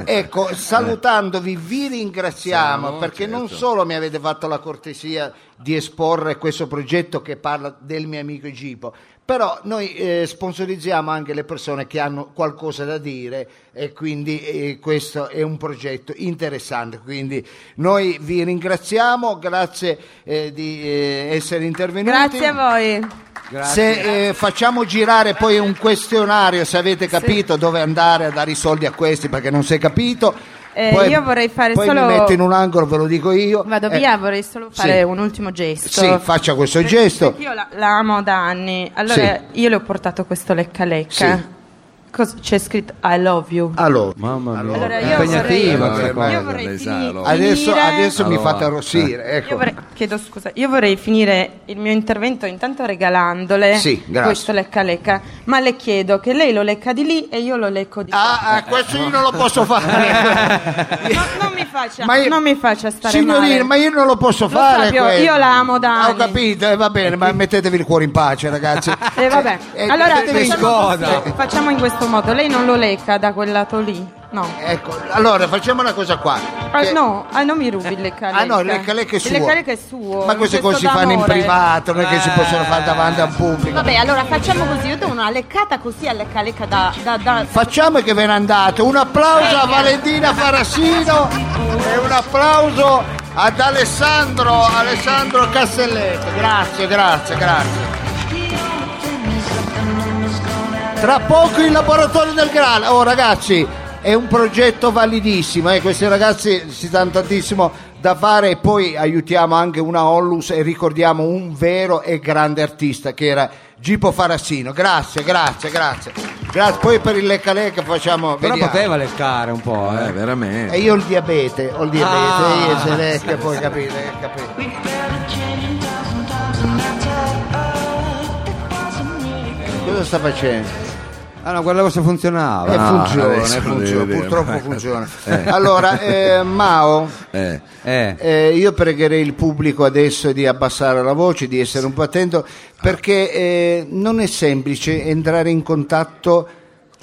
Speaker 1: ecco, salutandovi vi ringraziamo
Speaker 3: Siamo,
Speaker 1: perché non
Speaker 3: certo.
Speaker 1: solo mi avete fatto la cortesia di esporre questo progetto che parla del mio amico Gipo, però noi eh, sponsorizziamo anche le persone che hanno qualcosa da dire e quindi eh, questo è un progetto interessante. Quindi noi vi ringraziamo, grazie eh, di eh, essere intervenuti.
Speaker 9: grazie a voi.
Speaker 1: Se eh, facciamo girare poi un questionario, se avete capito dove andare a dare i soldi a questi perché non si è capito.
Speaker 9: Eh, io vorrei fare
Speaker 1: poi
Speaker 9: solo-
Speaker 1: mi metto in un angolo, ve lo dico io.
Speaker 9: Vado
Speaker 1: Eh,
Speaker 9: via, vorrei solo fare
Speaker 1: sì.
Speaker 9: un ultimo gesto.
Speaker 1: Sì, faccia questo gesto.
Speaker 9: Perché Io la, la amo da anni. Allora, io le ho portato questo lecca lecca.
Speaker 1: Sì. Ah,
Speaker 9: Cos- c'è scritto I love you.
Speaker 1: Allora,
Speaker 3: mamma mia,
Speaker 9: Allora, io Impegnativa vorrei- questa io cosa. vorrei
Speaker 3: Lei sa,
Speaker 9: finire-
Speaker 3: allora.
Speaker 1: Adesso,
Speaker 9: Finire-
Speaker 1: adesso mi
Speaker 3: Allora,
Speaker 1: fate arrossire.
Speaker 3: eh.
Speaker 1: Ecco.
Speaker 9: Io vorrei, chiedo scusa, io vorrei finire il mio intervento intanto regalandole
Speaker 1: Sì, grazie.
Speaker 9: questo lecca lecca, ma le chiedo che lei lo lecca di lì e io lo lecco di qua.
Speaker 1: Ah, ah, questo io non lo posso fare.
Speaker 9: non, mi faccia,
Speaker 1: Ma io-
Speaker 9: non mi faccia stare male.
Speaker 1: Signorina, ma io non lo posso
Speaker 9: Lo
Speaker 1: fare.
Speaker 9: sappio,
Speaker 1: questo.
Speaker 9: io la amo da
Speaker 1: Ah, Ho
Speaker 9: anni.
Speaker 1: capito, eh, va bene, ma mettetevi il cuore in pace, ragazzi.
Speaker 9: Eh, vabbè.
Speaker 1: Eh,
Speaker 9: allora
Speaker 1: mettetevi in
Speaker 9: facciamo così,
Speaker 1: coda.
Speaker 9: facciamo in questo modo, lei non lo lecca da quel lato lì. No.
Speaker 1: Ecco, allora facciamo una cosa qua.
Speaker 9: Ah,
Speaker 1: che-
Speaker 9: no, ah, non mi rubi il lecca lecca.
Speaker 1: Ah, no, il lecca lecca è suo.
Speaker 9: Il lecca lecca è suo.
Speaker 1: Ma
Speaker 9: un
Speaker 1: queste
Speaker 9: gesto
Speaker 1: cose si fanno in
Speaker 9: d'amore. Eh.
Speaker 1: privato, non è che si possono fare davanti a un pubblico.
Speaker 9: Vabbè, allora facciamo così, io do una leccata così a lecca lecca da... da, da...
Speaker 1: Facciamo che ve ne andate. Un applauso a Valentina Farassino e un applauso ad Alessandro, Alessandro Castelletto. Grazie, grazie, grazie. Tra poco il laboratorio del Graal. Oh ragazzi, è un progetto validissimo, eh, questi ragazzi si danno tantissimo da fare e poi aiutiamo anche una Ollus e ricordiamo un vero e grande artista che era Gipo Farassino. Grazie, grazie, grazie. Grazie. Poi per il lecca lecca facciamo
Speaker 2: Però
Speaker 1: vediamo.
Speaker 2: poteva leccare un po',
Speaker 3: Eh,
Speaker 2: eh.
Speaker 3: veramente.
Speaker 1: E io ho il diabete, ho il diabete, eh,
Speaker 2: Ah,
Speaker 1: io se
Speaker 2: sì,
Speaker 1: lecca
Speaker 2: sì.
Speaker 1: poi capite, eh, capite. Cosa sta facendo?
Speaker 2: Ah no, guardavo se funzionava.
Speaker 1: Eh, funziona,
Speaker 3: adesso devo
Speaker 1: funziona,
Speaker 3: dire,
Speaker 1: purtroppo
Speaker 3: ma-
Speaker 1: funziona.
Speaker 3: Eh.
Speaker 1: Allora, eh, Mao,
Speaker 3: Eh,
Speaker 2: Eh.
Speaker 1: eh, io pregherei il pubblico adesso di abbassare la voce, di essere un po' attento, perché eh, non è semplice entrare in contatto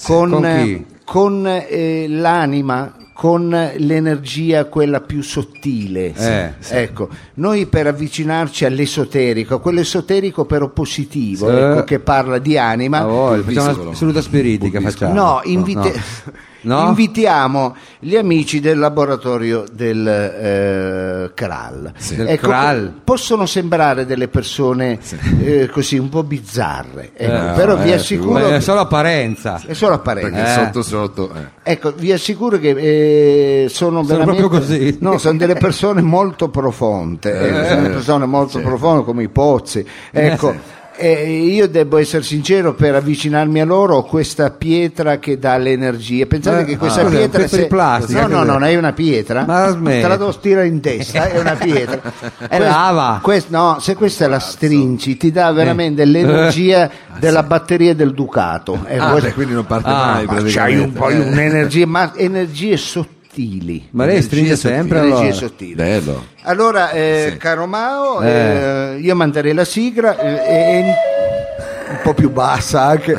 Speaker 1: con,
Speaker 2: con chi?
Speaker 1: con, eh, l'anima con l'energia quella più sottile
Speaker 2: Eh,
Speaker 1: ecco noi per avvicinarci all'esoterico a quell'esoterico però positivo
Speaker 2: Sì.
Speaker 1: ecco, che parla di anima
Speaker 2: Ah, voi,
Speaker 3: Col
Speaker 2: facciamo
Speaker 3: piscolo.
Speaker 2: una saluta spiritica.
Speaker 3: Col
Speaker 2: Facciamo.
Speaker 1: No, invite-
Speaker 2: No?
Speaker 1: invitiamo gli amici del laboratorio del eh, Kral.
Speaker 2: Del Kral.
Speaker 1: Possono sembrare delle persone eh, così un po' bizzarre, ecco,
Speaker 3: Eh,
Speaker 1: però vi
Speaker 3: eh,
Speaker 1: assicuro
Speaker 2: Ma
Speaker 1: che
Speaker 2: è solo apparenza.
Speaker 1: è solo apparenza.
Speaker 3: perché
Speaker 2: Eh.
Speaker 3: sotto sotto eh.
Speaker 1: Ecco, vi assicuro che eh, sono veramente
Speaker 2: proprio così. Eh,
Speaker 1: No, sono delle persone molto profonde, ecco, sono delle persone molto profonde come i pozzi. Ecco, eh, io devo essere sincero per avvicinarmi a loro ho questa pietra che dà l'energia. Pensate
Speaker 2: Eh,
Speaker 1: che questa
Speaker 2: ah, cos'è, un
Speaker 1: pietra
Speaker 2: pezzo di plastica,
Speaker 1: No, no,
Speaker 2: cos'è?
Speaker 1: no, non è una pietra.
Speaker 2: Ma la smetti.
Speaker 1: Te la devo stirare in testa, è una pietra.
Speaker 2: È
Speaker 1: Quest-
Speaker 2: lava. Eh.
Speaker 1: quest- no, se questa la stringi ti dà veramente l'energia della batteria del Ducato. Ecco,
Speaker 3: Ah,
Speaker 1: questa-
Speaker 3: beh, quindi non parte
Speaker 2: Ah,
Speaker 3: mai
Speaker 1: ma c'hai un
Speaker 3: praticamente.
Speaker 1: po'
Speaker 3: Eh,
Speaker 1: un'energia, ma energie sottili.
Speaker 2: Ma lei stringe
Speaker 3: Energia
Speaker 2: sempre
Speaker 1: sottile,
Speaker 2: allora.
Speaker 1: energia sottile.
Speaker 3: bello
Speaker 1: Allora, eh,
Speaker 3: Sì.
Speaker 1: caro Mao,
Speaker 2: Eh.
Speaker 1: eh, io manderei la sigla eh, e- e- un po' più bassa anche.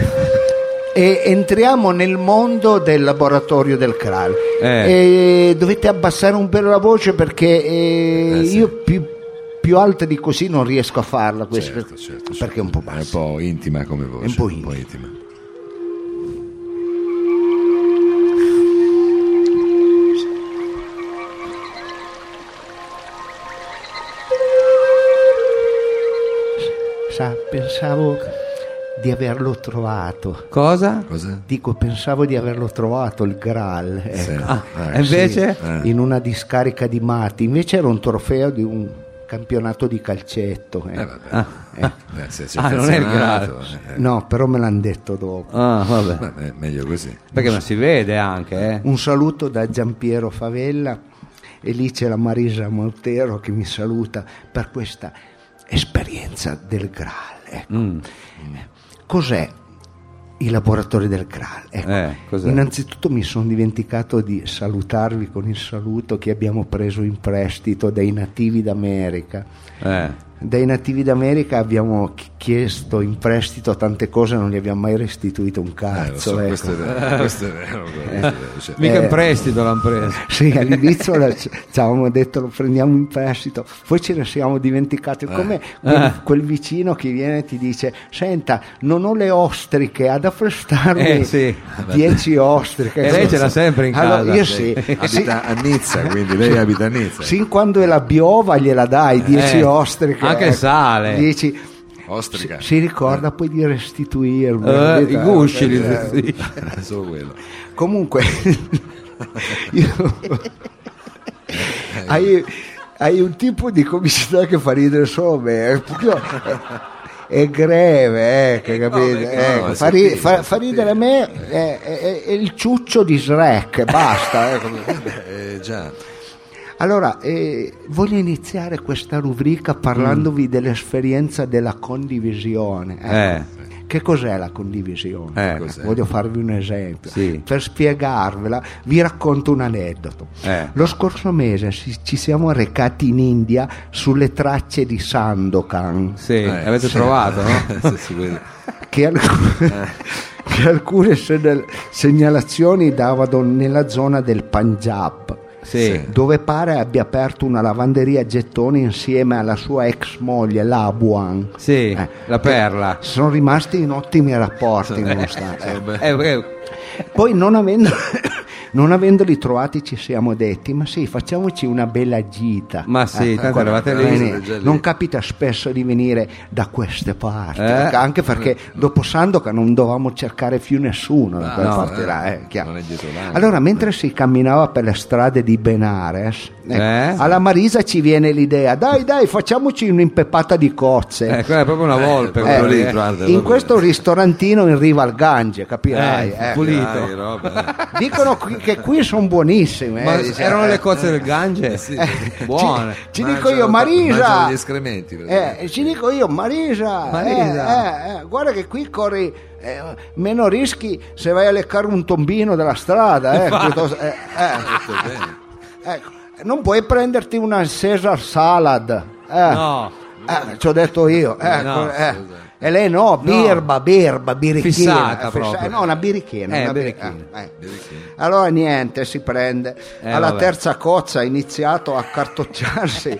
Speaker 1: E entriamo nel mondo del laboratorio del Kral. E dovete abbassare un po' la voce perché eh,
Speaker 3: Eh, sì.
Speaker 1: io più, più alta di così non riesco a farla. questa,
Speaker 3: certo,
Speaker 1: per-
Speaker 3: certo, certo.
Speaker 1: perché è un po'
Speaker 3: è un
Speaker 1: bassa.
Speaker 3: po' intima come voce
Speaker 1: È un po'
Speaker 3: intima
Speaker 1: Sa, pensavo di averlo trovato.
Speaker 2: Cosa?
Speaker 3: cosa?
Speaker 1: Dico, pensavo di averlo trovato il Graal. ecco.
Speaker 3: Sì.
Speaker 2: Ah, E invece?
Speaker 1: Sì, in una discarica di matti, invece era un trofeo di un campionato di calcetto. eh.
Speaker 3: Eh, vabbè. Eh, se ci
Speaker 2: Ah,
Speaker 3: ha
Speaker 2: non è il
Speaker 3: affezionato, eh,
Speaker 1: No, però me l'hanno detto dopo.
Speaker 2: Ah, vabbè.
Speaker 3: vabbè, meglio così Eh,
Speaker 2: Perché non si vede anche, eh.
Speaker 1: Un saluto da Giampiero Favella e lì c'è la Marisa Montero che mi saluta per questa esperienza del Graal. ecco.
Speaker 2: Mm,
Speaker 1: Cos'è i laboratori del Graal? Ecco,
Speaker 2: Eh, cos'è?
Speaker 1: Innanzitutto mi sono dimenticato di salutarvi con il saluto che abbiamo preso in prestito dai nativi d'America.
Speaker 2: Eh.
Speaker 1: Dai nativi d'America abbiamo ch- chiesto in prestito tante cose, non gli abbiamo mai restituito un
Speaker 3: Eh,
Speaker 1: cazzo.
Speaker 3: lo so,
Speaker 1: ecco.
Speaker 3: questo è vero, questo è vero, questo è vero, cioè,
Speaker 2: Mica
Speaker 1: Eh.
Speaker 2: in prestito l'hanno preso.
Speaker 1: Sì, all'inizio la- ci ci avevamo detto lo prendiamo in prestito, poi ce ne siamo dimenticati. Come quel,
Speaker 2: Eh.
Speaker 1: quel vicino che viene e ti dice: Senta, non ho le ostriche, ad affrestarmi
Speaker 2: Eh, sì.
Speaker 1: 10 ostriche.
Speaker 2: E lei ce l'ha sempre in
Speaker 1: Allora,
Speaker 2: casa.
Speaker 1: Io sì.
Speaker 3: abita
Speaker 1: Sì,
Speaker 3: a Nizza quindi lei abita a Nizza
Speaker 1: Sin quando è la biova gliela dai 10
Speaker 2: Eh,
Speaker 1: ostriche.
Speaker 2: anche il sale.
Speaker 1: 10.
Speaker 3: Ostrica.
Speaker 1: Si, si ricorda poi di restituirmi.
Speaker 2: Eh,
Speaker 1: capito?
Speaker 2: I gusci li
Speaker 1: Eh,
Speaker 3: solo quello Eh,
Speaker 1: Comunque, io- hai, hai un tipo di comicità che fa ridere solo me. eh, proprio- È, è greve, ecco, capite?
Speaker 3: Eh, no,
Speaker 1: Ecco,
Speaker 3: è
Speaker 1: fa, ri-
Speaker 3: sottile,
Speaker 1: fa- fa ridere a me è, è- è il ciuccio di Shrek, basta. ecco.
Speaker 3: Eh, già.
Speaker 1: Allora, eh, voglio iniziare questa rubrica
Speaker 3: Mm.
Speaker 1: parlandovi dell'esperienza della condivisione. ecco. Che cos'è la condivisione? Ecco,
Speaker 3: Eh, cos'è?
Speaker 1: Voglio farvi un esempio.
Speaker 3: Sì.
Speaker 1: Per spiegarvela vi racconto un aneddoto.
Speaker 3: Eh.
Speaker 1: Lo scorso mese ci- ci siamo recati in India sulle tracce di Sandokan.
Speaker 2: Sì, avete trovato, no?
Speaker 3: Eh, Sì, sì, quello.
Speaker 1: che, alc- che alcune segnal- segnalazioni davano nella zona del Punjab.
Speaker 2: Sì.
Speaker 1: Dove pare abbia aperto una lavanderia a gettoni insieme alla sua ex moglie, l'Abuan.
Speaker 2: Sì, la perla.
Speaker 1: Sono rimasti in ottimi rapporti, nonostante.
Speaker 3: Eh, beh.
Speaker 2: Eh, eh,
Speaker 1: Poi non, avendo- non avendoli trovati ci siamo detti, ma sì, facciamoci una bella gita.
Speaker 2: Ma sì, tanto
Speaker 1: guarda,
Speaker 2: eravate lì,
Speaker 1: bene,
Speaker 3: siete già lì.
Speaker 1: Non capita spesso di venire da queste parti,
Speaker 2: Eh.
Speaker 1: anche perché dopo Sandoca non dovevamo cercare più nessuno da quelle
Speaker 3: no,
Speaker 1: parti
Speaker 3: eh.
Speaker 1: là, eh, chiaro.
Speaker 3: Non è dietro l'angolo.
Speaker 1: Allora, mentre si camminava per le strade di Benares, ecco,
Speaker 2: Eh.
Speaker 1: alla Marisa ci viene l'idea, dai dai, facciamoci un'impepata di cozze.
Speaker 2: eh, quella è proprio una volpe.
Speaker 3: Eh,
Speaker 2: quello
Speaker 3: quello lì,
Speaker 2: lì.
Speaker 3: guarda,
Speaker 1: In
Speaker 3: proprio.
Speaker 1: questo ristorantino in riva al Gange, capirai?
Speaker 2: Eh,
Speaker 1: eh.
Speaker 2: pulito.
Speaker 3: Dai, roba, eh.
Speaker 1: Dicono qui- che qui sono buonissime.
Speaker 2: Ma
Speaker 1: eh, dice-
Speaker 2: erano
Speaker 1: eh,
Speaker 2: le cozze del Gange?
Speaker 3: eh,
Speaker 2: Buone.
Speaker 1: Ci, ci
Speaker 3: Mangiano-
Speaker 1: dico io, Marisa.
Speaker 3: mangiano gli escrementi, per
Speaker 1: Eh,
Speaker 3: esempio.
Speaker 1: ci dico io, Marisa.
Speaker 2: Marisa.
Speaker 1: eh, eh, eh, guarda che qui corri eh, meno rischi se vai a leccare un tombino dalla strada. eh, piuttosto- eh, eh.
Speaker 3: Tutto bene.
Speaker 1: Ecco, non puoi prenderti una Caesar salad. eh.
Speaker 2: No.
Speaker 1: Eh, ci ho detto io. ecco,
Speaker 2: No,
Speaker 1: eh. E lei no, birba, birba, birichina.
Speaker 2: Fissata
Speaker 1: eh,
Speaker 2: proprio.
Speaker 1: No, una birichina.
Speaker 2: Eh,
Speaker 1: una bir-
Speaker 2: birichina.
Speaker 1: eh, eh. Allora niente, si prende.
Speaker 2: Eh,
Speaker 1: Alla
Speaker 2: vabbè.
Speaker 1: terza cozza ha iniziato a cartocciarsi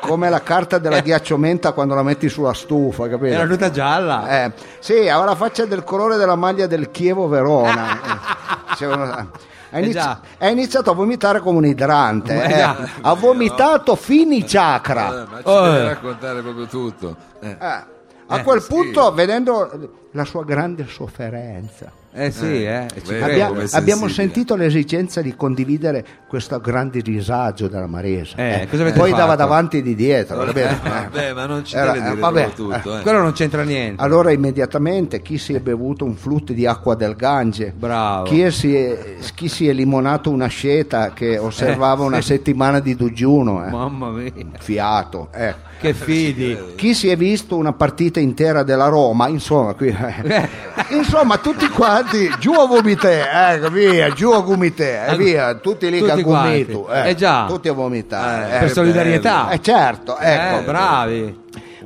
Speaker 1: come la carta della ghiacciomenta quando la metti sulla stufa, capito?
Speaker 2: Era tutta gialla.
Speaker 1: Eh, sì, aveva la faccia del colore della maglia del Chievo Verona. Eh, dicevano- ha,
Speaker 2: Eh
Speaker 1: inizi-
Speaker 2: già.
Speaker 1: ha iniziato a vomitare come un idrante.
Speaker 2: Ma
Speaker 1: eh.
Speaker 2: già.
Speaker 1: Ha vomitato fini chakra.
Speaker 3: Eh, ma ci
Speaker 2: Oh,
Speaker 3: deve
Speaker 2: eh.
Speaker 3: raccontare proprio tutto. Eh.
Speaker 1: Eh, a quel punto, vedendo la sua grande sofferenza,
Speaker 2: Eh sì, eh. ci credo.
Speaker 3: Vero,
Speaker 1: abbia-
Speaker 3: come è
Speaker 1: abbiamo
Speaker 3: sensibile.
Speaker 1: sentito l'esigenza di condividere questo grande disagio della Maresa.
Speaker 2: Eh, cosa avete
Speaker 1: Poi
Speaker 2: fatto?
Speaker 1: dava davanti e di dietro. va bene?
Speaker 3: Eh, vabbè, ma non ci
Speaker 1: Era-
Speaker 3: deve
Speaker 1: eh,
Speaker 3: dire
Speaker 1: vabbè,
Speaker 3: proprio tutto. eh.
Speaker 2: Quello non c'entra niente.
Speaker 1: Allora immediatamente chi si è bevuto un flutto di acqua del Gange,
Speaker 2: Bravo.
Speaker 1: Chi, è- si è, chi si è limonato una scelta che
Speaker 3: Eh,
Speaker 1: osservava una settimana di digiuno, eh.
Speaker 2: Mamma mia.
Speaker 1: fiato. eh.
Speaker 2: Che fidi.
Speaker 1: Chi si è visto una partita intera della Roma, insomma, qui, eh. insomma tutti quanti giù a vomite, ecco, via, giù a gomite, e via, tutti lì che
Speaker 2: Ecco, Tutti
Speaker 1: a gomito,
Speaker 2: quanti. Eh già.
Speaker 1: tutti a
Speaker 3: Ah,
Speaker 1: vomitare.
Speaker 2: per
Speaker 1: eh.
Speaker 2: solidarietà.
Speaker 1: Eh, certo, ecco,
Speaker 2: Eh, bravi.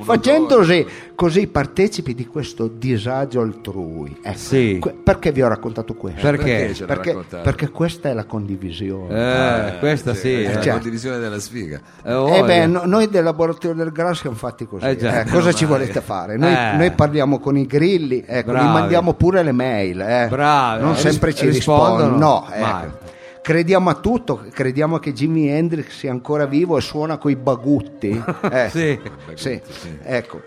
Speaker 1: facendosi così partecipi di questo disagio altrui. Ecco,
Speaker 2: Sì.
Speaker 1: que- perché vi ho raccontato questo?
Speaker 2: Perché?
Speaker 3: Perché ce l'ha
Speaker 1: Perché,
Speaker 3: raccontato?
Speaker 1: perché questa è la condivisione.
Speaker 2: Eh, questa sì.
Speaker 3: È
Speaker 2: eh.
Speaker 3: la
Speaker 1: Cioè-
Speaker 3: condivisione della sfiga.
Speaker 2: Eh,
Speaker 1: Eh
Speaker 2: voglia.
Speaker 1: beh, no- noi del laboratorio del GRAS siamo fatti così.
Speaker 2: Eh già,
Speaker 1: Eh,
Speaker 2: meno
Speaker 1: cosa ci
Speaker 3: male.
Speaker 1: volete fare? Noi,
Speaker 2: Eh.
Speaker 1: noi parliamo con i grilli, ecco, li
Speaker 2: Bravi.
Speaker 1: mandiamo pure le mail. eh.
Speaker 2: Bravi.
Speaker 1: Non
Speaker 2: Ris-
Speaker 1: sempre ci rispondono.
Speaker 2: rispondono?
Speaker 1: No,
Speaker 2: Mai.
Speaker 1: ecco. Crediamo a tutto, crediamo che Jimi Hendrix sia ancora vivo e suona coi bagutti. Eh,
Speaker 2: Sì.
Speaker 1: sì, ecco.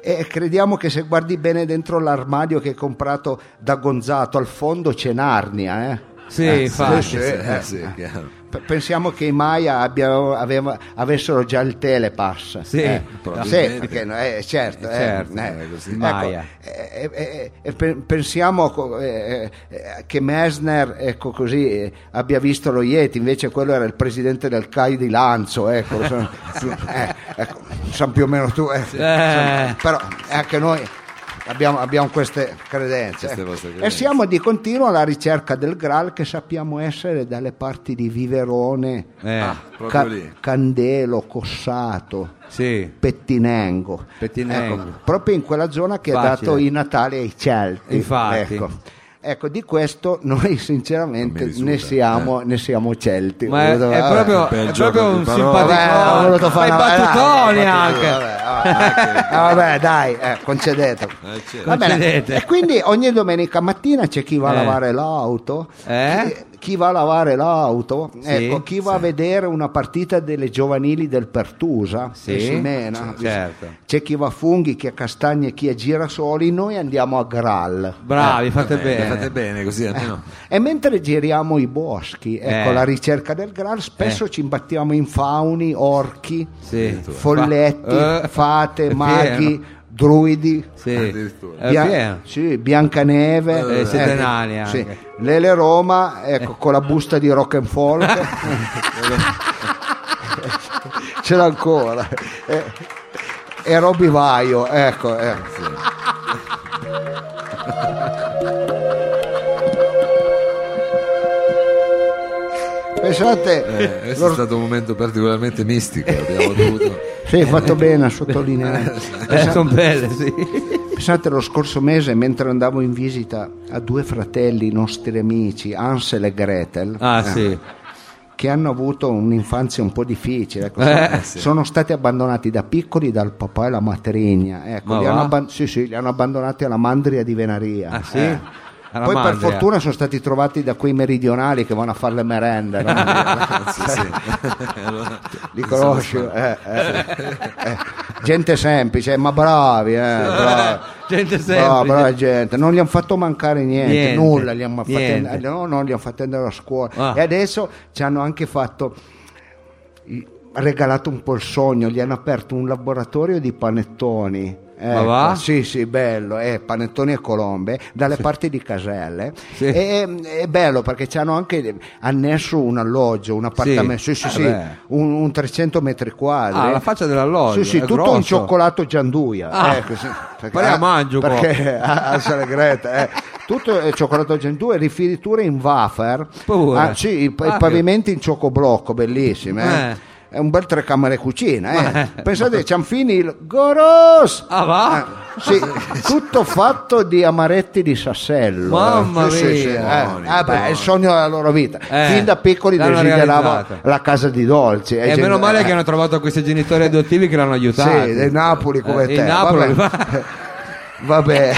Speaker 1: E crediamo che se guardi bene dentro l'armadio che hai comprato da Gonzato, al fondo c'è Narnia. eh.
Speaker 2: Sì,
Speaker 1: Eh,
Speaker 2: infatti.
Speaker 1: sì, sì,
Speaker 3: Sì,
Speaker 1: eh.
Speaker 3: sì, è chiaro.
Speaker 1: P- Pensiamo che i Maya abbia- aveva- avessero già il telepass.
Speaker 2: Sì,
Speaker 1: Eh,
Speaker 3: probabilmente.
Speaker 1: sì, perché no, eh, certo.
Speaker 2: Eh,
Speaker 1: eh,
Speaker 2: certo,
Speaker 1: eh.
Speaker 2: eh, così.
Speaker 1: Ecco,
Speaker 2: Maya.
Speaker 1: eh, eh, eh, pe- pensiamo co- eh, eh, che Messner ecco, così, eh, abbia visto lo Yeti, invece quello era il presidente del CAI di Lanzo. Ecco, sono- eh, ecco, san più o meno tu. eh.
Speaker 2: Eh.
Speaker 1: Però anche noi abbiamo, abbiamo queste credenze.
Speaker 3: Queste
Speaker 1: ecco.
Speaker 3: vostre
Speaker 1: E
Speaker 3: credenze.
Speaker 1: siamo di continuo alla ricerca del Graal che sappiamo essere dalle parti di Viverone,
Speaker 2: Eh,
Speaker 3: proprio
Speaker 1: Ca-
Speaker 3: lì.
Speaker 1: Candelo, Cossato,
Speaker 2: sì.
Speaker 1: Pettinengo.
Speaker 2: Pettinengo.
Speaker 1: Ecco, proprio in quella zona che ha
Speaker 2: Facile.
Speaker 1: dato i Natali ai Celti.
Speaker 2: Infatti.
Speaker 1: Ecco. Ecco, di questo noi
Speaker 3: Non
Speaker 1: sinceramente
Speaker 3: mi risulta,
Speaker 1: ne siamo, ne siamo celti.
Speaker 2: Eh. Ma è, è
Speaker 1: Vabbè.
Speaker 2: proprio,
Speaker 3: Bel
Speaker 2: è
Speaker 3: gioco
Speaker 2: proprio
Speaker 3: di
Speaker 2: un
Speaker 3: parole.
Speaker 2: simpatico.
Speaker 1: Vabbè, Eh, ho voluto fare
Speaker 2: Ma i
Speaker 1: una-
Speaker 2: battutoni
Speaker 1: eh,
Speaker 2: anche.
Speaker 1: vabbè, vabbè, vabbè, dai, eh, concedete.
Speaker 3: certo.
Speaker 1: Va bene.
Speaker 2: Concedete.
Speaker 1: E quindi ogni domenica mattina c'è chi va a
Speaker 2: Eh.
Speaker 1: lavare l'auto,
Speaker 2: Eh?
Speaker 1: chi, chi va a lavare l'auto,
Speaker 2: Sì,
Speaker 1: ecco, chi va a vedere una partita delle giovanili del Pertusa,
Speaker 2: Sì,
Speaker 1: e Simena.
Speaker 2: certo.
Speaker 1: C'è chi va a funghi, chi a castagne, chi a girasoli, noi andiamo a Graal.
Speaker 2: Bravi, fate
Speaker 3: Eh,
Speaker 2: bene.
Speaker 3: Fate bene così almeno.
Speaker 1: E mentre giriamo i boschi, ecco,
Speaker 2: Eh.
Speaker 1: alla ricerca del Graal, spesso
Speaker 2: Eh.
Speaker 1: ci imbattiamo in fauni, orchi,
Speaker 2: Sì.
Speaker 1: folletti,
Speaker 2: Fa- eh,
Speaker 1: fate,
Speaker 2: è
Speaker 1: maghi,
Speaker 2: pieno.
Speaker 1: druidi,
Speaker 2: Addirittura.
Speaker 1: Bia-
Speaker 2: Eh, chi è?
Speaker 1: sì, Biancaneve,
Speaker 2: Eh,
Speaker 1: ecco,
Speaker 2: siete nani anche. Eh.
Speaker 1: sì. Lele Roma, ecco, con la busta di rock and folk, ce l'ha ancora, Eh, e Roby Vaio, ecco. eh. Pensate,
Speaker 3: Eh, questo è stato un momento particolarmente mistico, abbiamo dovuto...
Speaker 1: Sì, hai fatto bene a sottolineare.
Speaker 2: Eh, sono belle, sì.
Speaker 1: Pensate, lo scorso mese, mentre andavo in visita a due fratelli nostri amici, Ansel e Gretel, eh,
Speaker 2: Ah, sì.
Speaker 1: che hanno avuto un'infanzia un po' difficile, ecco,
Speaker 2: Eh,
Speaker 1: sono,
Speaker 2: sì.
Speaker 1: sono stati abbandonati da piccoli dal papà e la matrigna. Ecco,
Speaker 2: Ma
Speaker 1: li,
Speaker 2: va?
Speaker 1: hanno abban- sì, sì, li hanno abbandonati alla mandria di Venaria.
Speaker 2: Ah, sì?
Speaker 1: Eh.
Speaker 2: Alla
Speaker 1: Poi per
Speaker 2: mandria.
Speaker 1: fortuna sono stati trovati da quei meridionali che vanno a fare le merende. no? Cioè,
Speaker 3: Sì, sì. Allora,
Speaker 1: Li conosci? eh, eh, eh. Gente semplice, ma bravi, eh, bravi.
Speaker 2: Gente
Speaker 1: Brava,
Speaker 2: semplice.
Speaker 1: brava gente, non gli hanno fatto mancare niente,
Speaker 2: Niente,
Speaker 1: nulla, gli hanno fatto,
Speaker 2: niente.
Speaker 1: no, no, gli hanno fatto andare a scuola
Speaker 2: Ah.
Speaker 1: e adesso ci hanno anche fatto i- regalato un po' il sogno, gli hanno aperto un laboratorio di panettoni. Ecco,
Speaker 2: va?
Speaker 1: Sì, sì, bello, eh, panettoni e colombe dalle parti di Caselle.
Speaker 2: Sì.
Speaker 1: E, e- è bello perché ci hanno anche annesso un alloggio, un appartamento, sì, sì,
Speaker 2: Ah,
Speaker 1: sì,
Speaker 2: beh.
Speaker 1: un, un 300 metri quadri.
Speaker 2: Ah, la faccia dell'alloggio.
Speaker 1: Sì, sì,
Speaker 2: è
Speaker 1: tutto
Speaker 2: grosso.
Speaker 1: un cioccolato gianduia.
Speaker 2: Ah.
Speaker 1: Ecco, sì, perché,
Speaker 2: Pare a mangio, qua.
Speaker 1: perché a, a Sale Greta, eh. Tutto è cioccolato gianduia, rifiniture in wafer.
Speaker 2: Pure.
Speaker 1: Ah, sì, i, pa- i
Speaker 2: Ah, che-
Speaker 1: pavimenti in ciocoblocco, bellissime. eh.
Speaker 2: Eh.
Speaker 1: È un bel tre camere cucina. eh.
Speaker 2: Ma-
Speaker 1: Pensate, ci hanno finito il Goros!
Speaker 2: Ah, va?
Speaker 1: Sì, tutto fatto di amaretti di sassello. eh.
Speaker 2: Mamma
Speaker 1: Sì, sì, sì,
Speaker 2: mia.
Speaker 1: eh. Ah, beh, è il sogno della loro vita.
Speaker 2: Eh,
Speaker 1: Fin da piccoli
Speaker 2: l'hanno
Speaker 1: desiderava
Speaker 2: realizzato.
Speaker 1: la casa di dolci.
Speaker 2: E
Speaker 1: Eh,
Speaker 2: meno
Speaker 1: gen-
Speaker 2: male
Speaker 1: eh.
Speaker 2: che hanno trovato questi genitori adottivi che l'hanno aiutato.
Speaker 1: Sì, del Napoli come te.
Speaker 2: Eh, Napoli,
Speaker 1: Vabbè. Vabbè.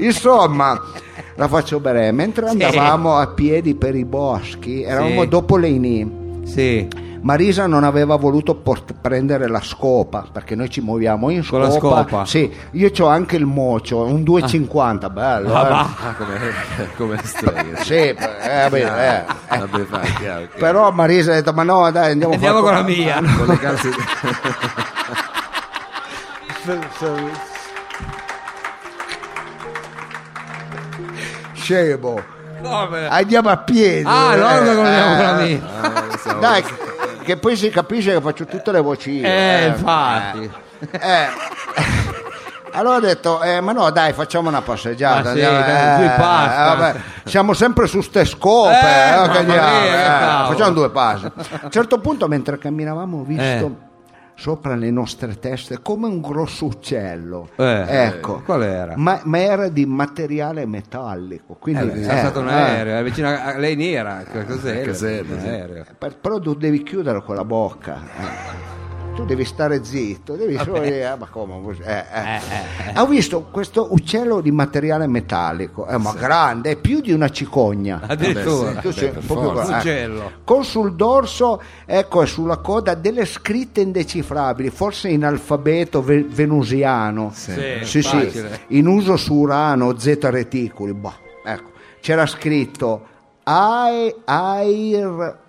Speaker 1: Insomma, la faccio breve. Mentre andavamo a piedi per i boschi, eravamo
Speaker 2: Sì.
Speaker 1: dopo Leini.
Speaker 2: Sì,
Speaker 1: Marisa non aveva voluto port- prendere la scopa perché noi ci muoviamo in
Speaker 2: Con
Speaker 1: scopa.
Speaker 2: la scopa. Ah.
Speaker 1: Sì, io ho anche il mocio, un 2,50, bello. eh.
Speaker 3: Ah, come, come storia.
Speaker 1: Sì, eh, vabbè, eh.
Speaker 3: Vabbè, va, chiaro, chiaro.
Speaker 1: Però Marisa ha detto: Ma no, dai, andiamo, a
Speaker 2: andiamo
Speaker 1: fare
Speaker 2: con la
Speaker 1: co-
Speaker 2: mia.
Speaker 3: Con le calze di-
Speaker 1: Scemo,
Speaker 2: No, beh.
Speaker 1: andiamo a piedi.
Speaker 2: Ah, no,
Speaker 1: eh,
Speaker 2: non andiamo con la
Speaker 1: eh.
Speaker 2: mia.
Speaker 3: Ah, siamo-
Speaker 1: Dai, che- che poi si capisce che faccio tutte le vocine.
Speaker 2: Eh, infatti.
Speaker 1: eh. Allora ho detto, eh, ma no dai, facciamo una passeggiata. eh,
Speaker 2: Ma Ah, sì, dai, due passi.
Speaker 1: siamo sempre su ste scope.
Speaker 2: Eh,
Speaker 1: eh,
Speaker 2: mamma
Speaker 1: che andiamo,
Speaker 2: mia, che
Speaker 1: eh,
Speaker 2: cavolo. Eh.
Speaker 1: facciamo due passi. A un certo punto, mentre camminavamo, ho visto sopra le nostre teste come un grosso uccello.
Speaker 2: Eh,
Speaker 1: ecco.
Speaker 2: qual era?
Speaker 1: Ma, ma era di materiale metallico. Quindi,
Speaker 2: Eh,
Speaker 1: eh,
Speaker 2: è stato un
Speaker 1: eh.
Speaker 2: aereo, è vicino a a- lei nera, cos'era?
Speaker 3: Caserta,
Speaker 2: Un
Speaker 3: sì.
Speaker 2: aereo.
Speaker 1: Eh, Per- però tu devi chiudere quella bocca. eh. Tu devi stare zitto, devi solo dire, "Ah, ma come? Eh, eh." Ho visto questo uccello di materiale metallico, eh, ma grande, è più di una cicogna.
Speaker 2: Addirittura.
Speaker 1: Tu sei
Speaker 3: eh, per
Speaker 1: proprio
Speaker 3: forza.
Speaker 1: qua, eh.
Speaker 2: Uccello.
Speaker 1: Con sul dorso, ecco, e sulla coda delle scritte indecifrabili, forse in alfabeto ve- venusiano.
Speaker 2: Sì,
Speaker 1: Sì, sì,
Speaker 2: facile.
Speaker 1: in uso su Urano Z reticuli. boh, ecco. C'era scritto Ai- Air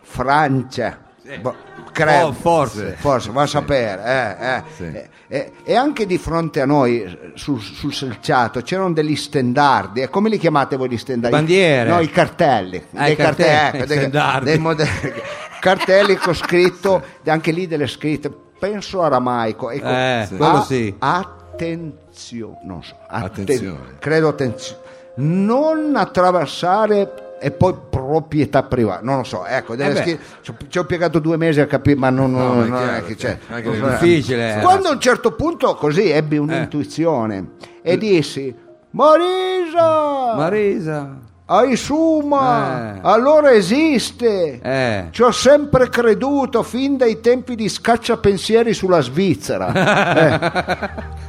Speaker 1: Francia. Boh, credo.
Speaker 2: Oh, forse.
Speaker 1: Forse, va a sapere. eh, eh.
Speaker 3: Sì.
Speaker 1: Eh, eh, e anche di fronte a noi, eh, sul, sul selciato, c'erano degli stendardi. eh, Come li chiamate voi gli stendardi?
Speaker 2: Bandiere.
Speaker 1: No, i cartelli.
Speaker 2: Ah,
Speaker 1: dei
Speaker 2: i cartelli,
Speaker 1: cartelli, ecco,
Speaker 2: i
Speaker 1: dei-
Speaker 2: stendardi.
Speaker 1: dei modelli- cartelli con scritto, anche lì delle scritte. Penso aramaico. Ecco,
Speaker 2: Eh, quello
Speaker 1: a-
Speaker 2: sì.
Speaker 1: Attenzione, non so, atten-
Speaker 3: Attenzione.
Speaker 1: credo attenzione, non attraversare e poi proprietà privata, non lo so, ecco, deve
Speaker 2: Eh beh.
Speaker 1: scrivere- ci ho- ci ho piegato due mesi a capire, ma non,
Speaker 3: No, ma è
Speaker 1: non è
Speaker 3: chiaro,
Speaker 1: che
Speaker 3: cioè,
Speaker 1: c'è.
Speaker 3: anche
Speaker 1: non
Speaker 3: nel-
Speaker 1: so, eh.
Speaker 2: Difficile, eh.
Speaker 1: Quando a un certo punto così ebbi un'intuizione e dissi, Marisa,
Speaker 2: Marisa.
Speaker 1: ai suma,
Speaker 2: Eh.
Speaker 1: allora esiste.
Speaker 2: Eh.
Speaker 1: Ci ho sempre creduto fin dai tempi di scacciapensieri sulla Svizzera. Eh.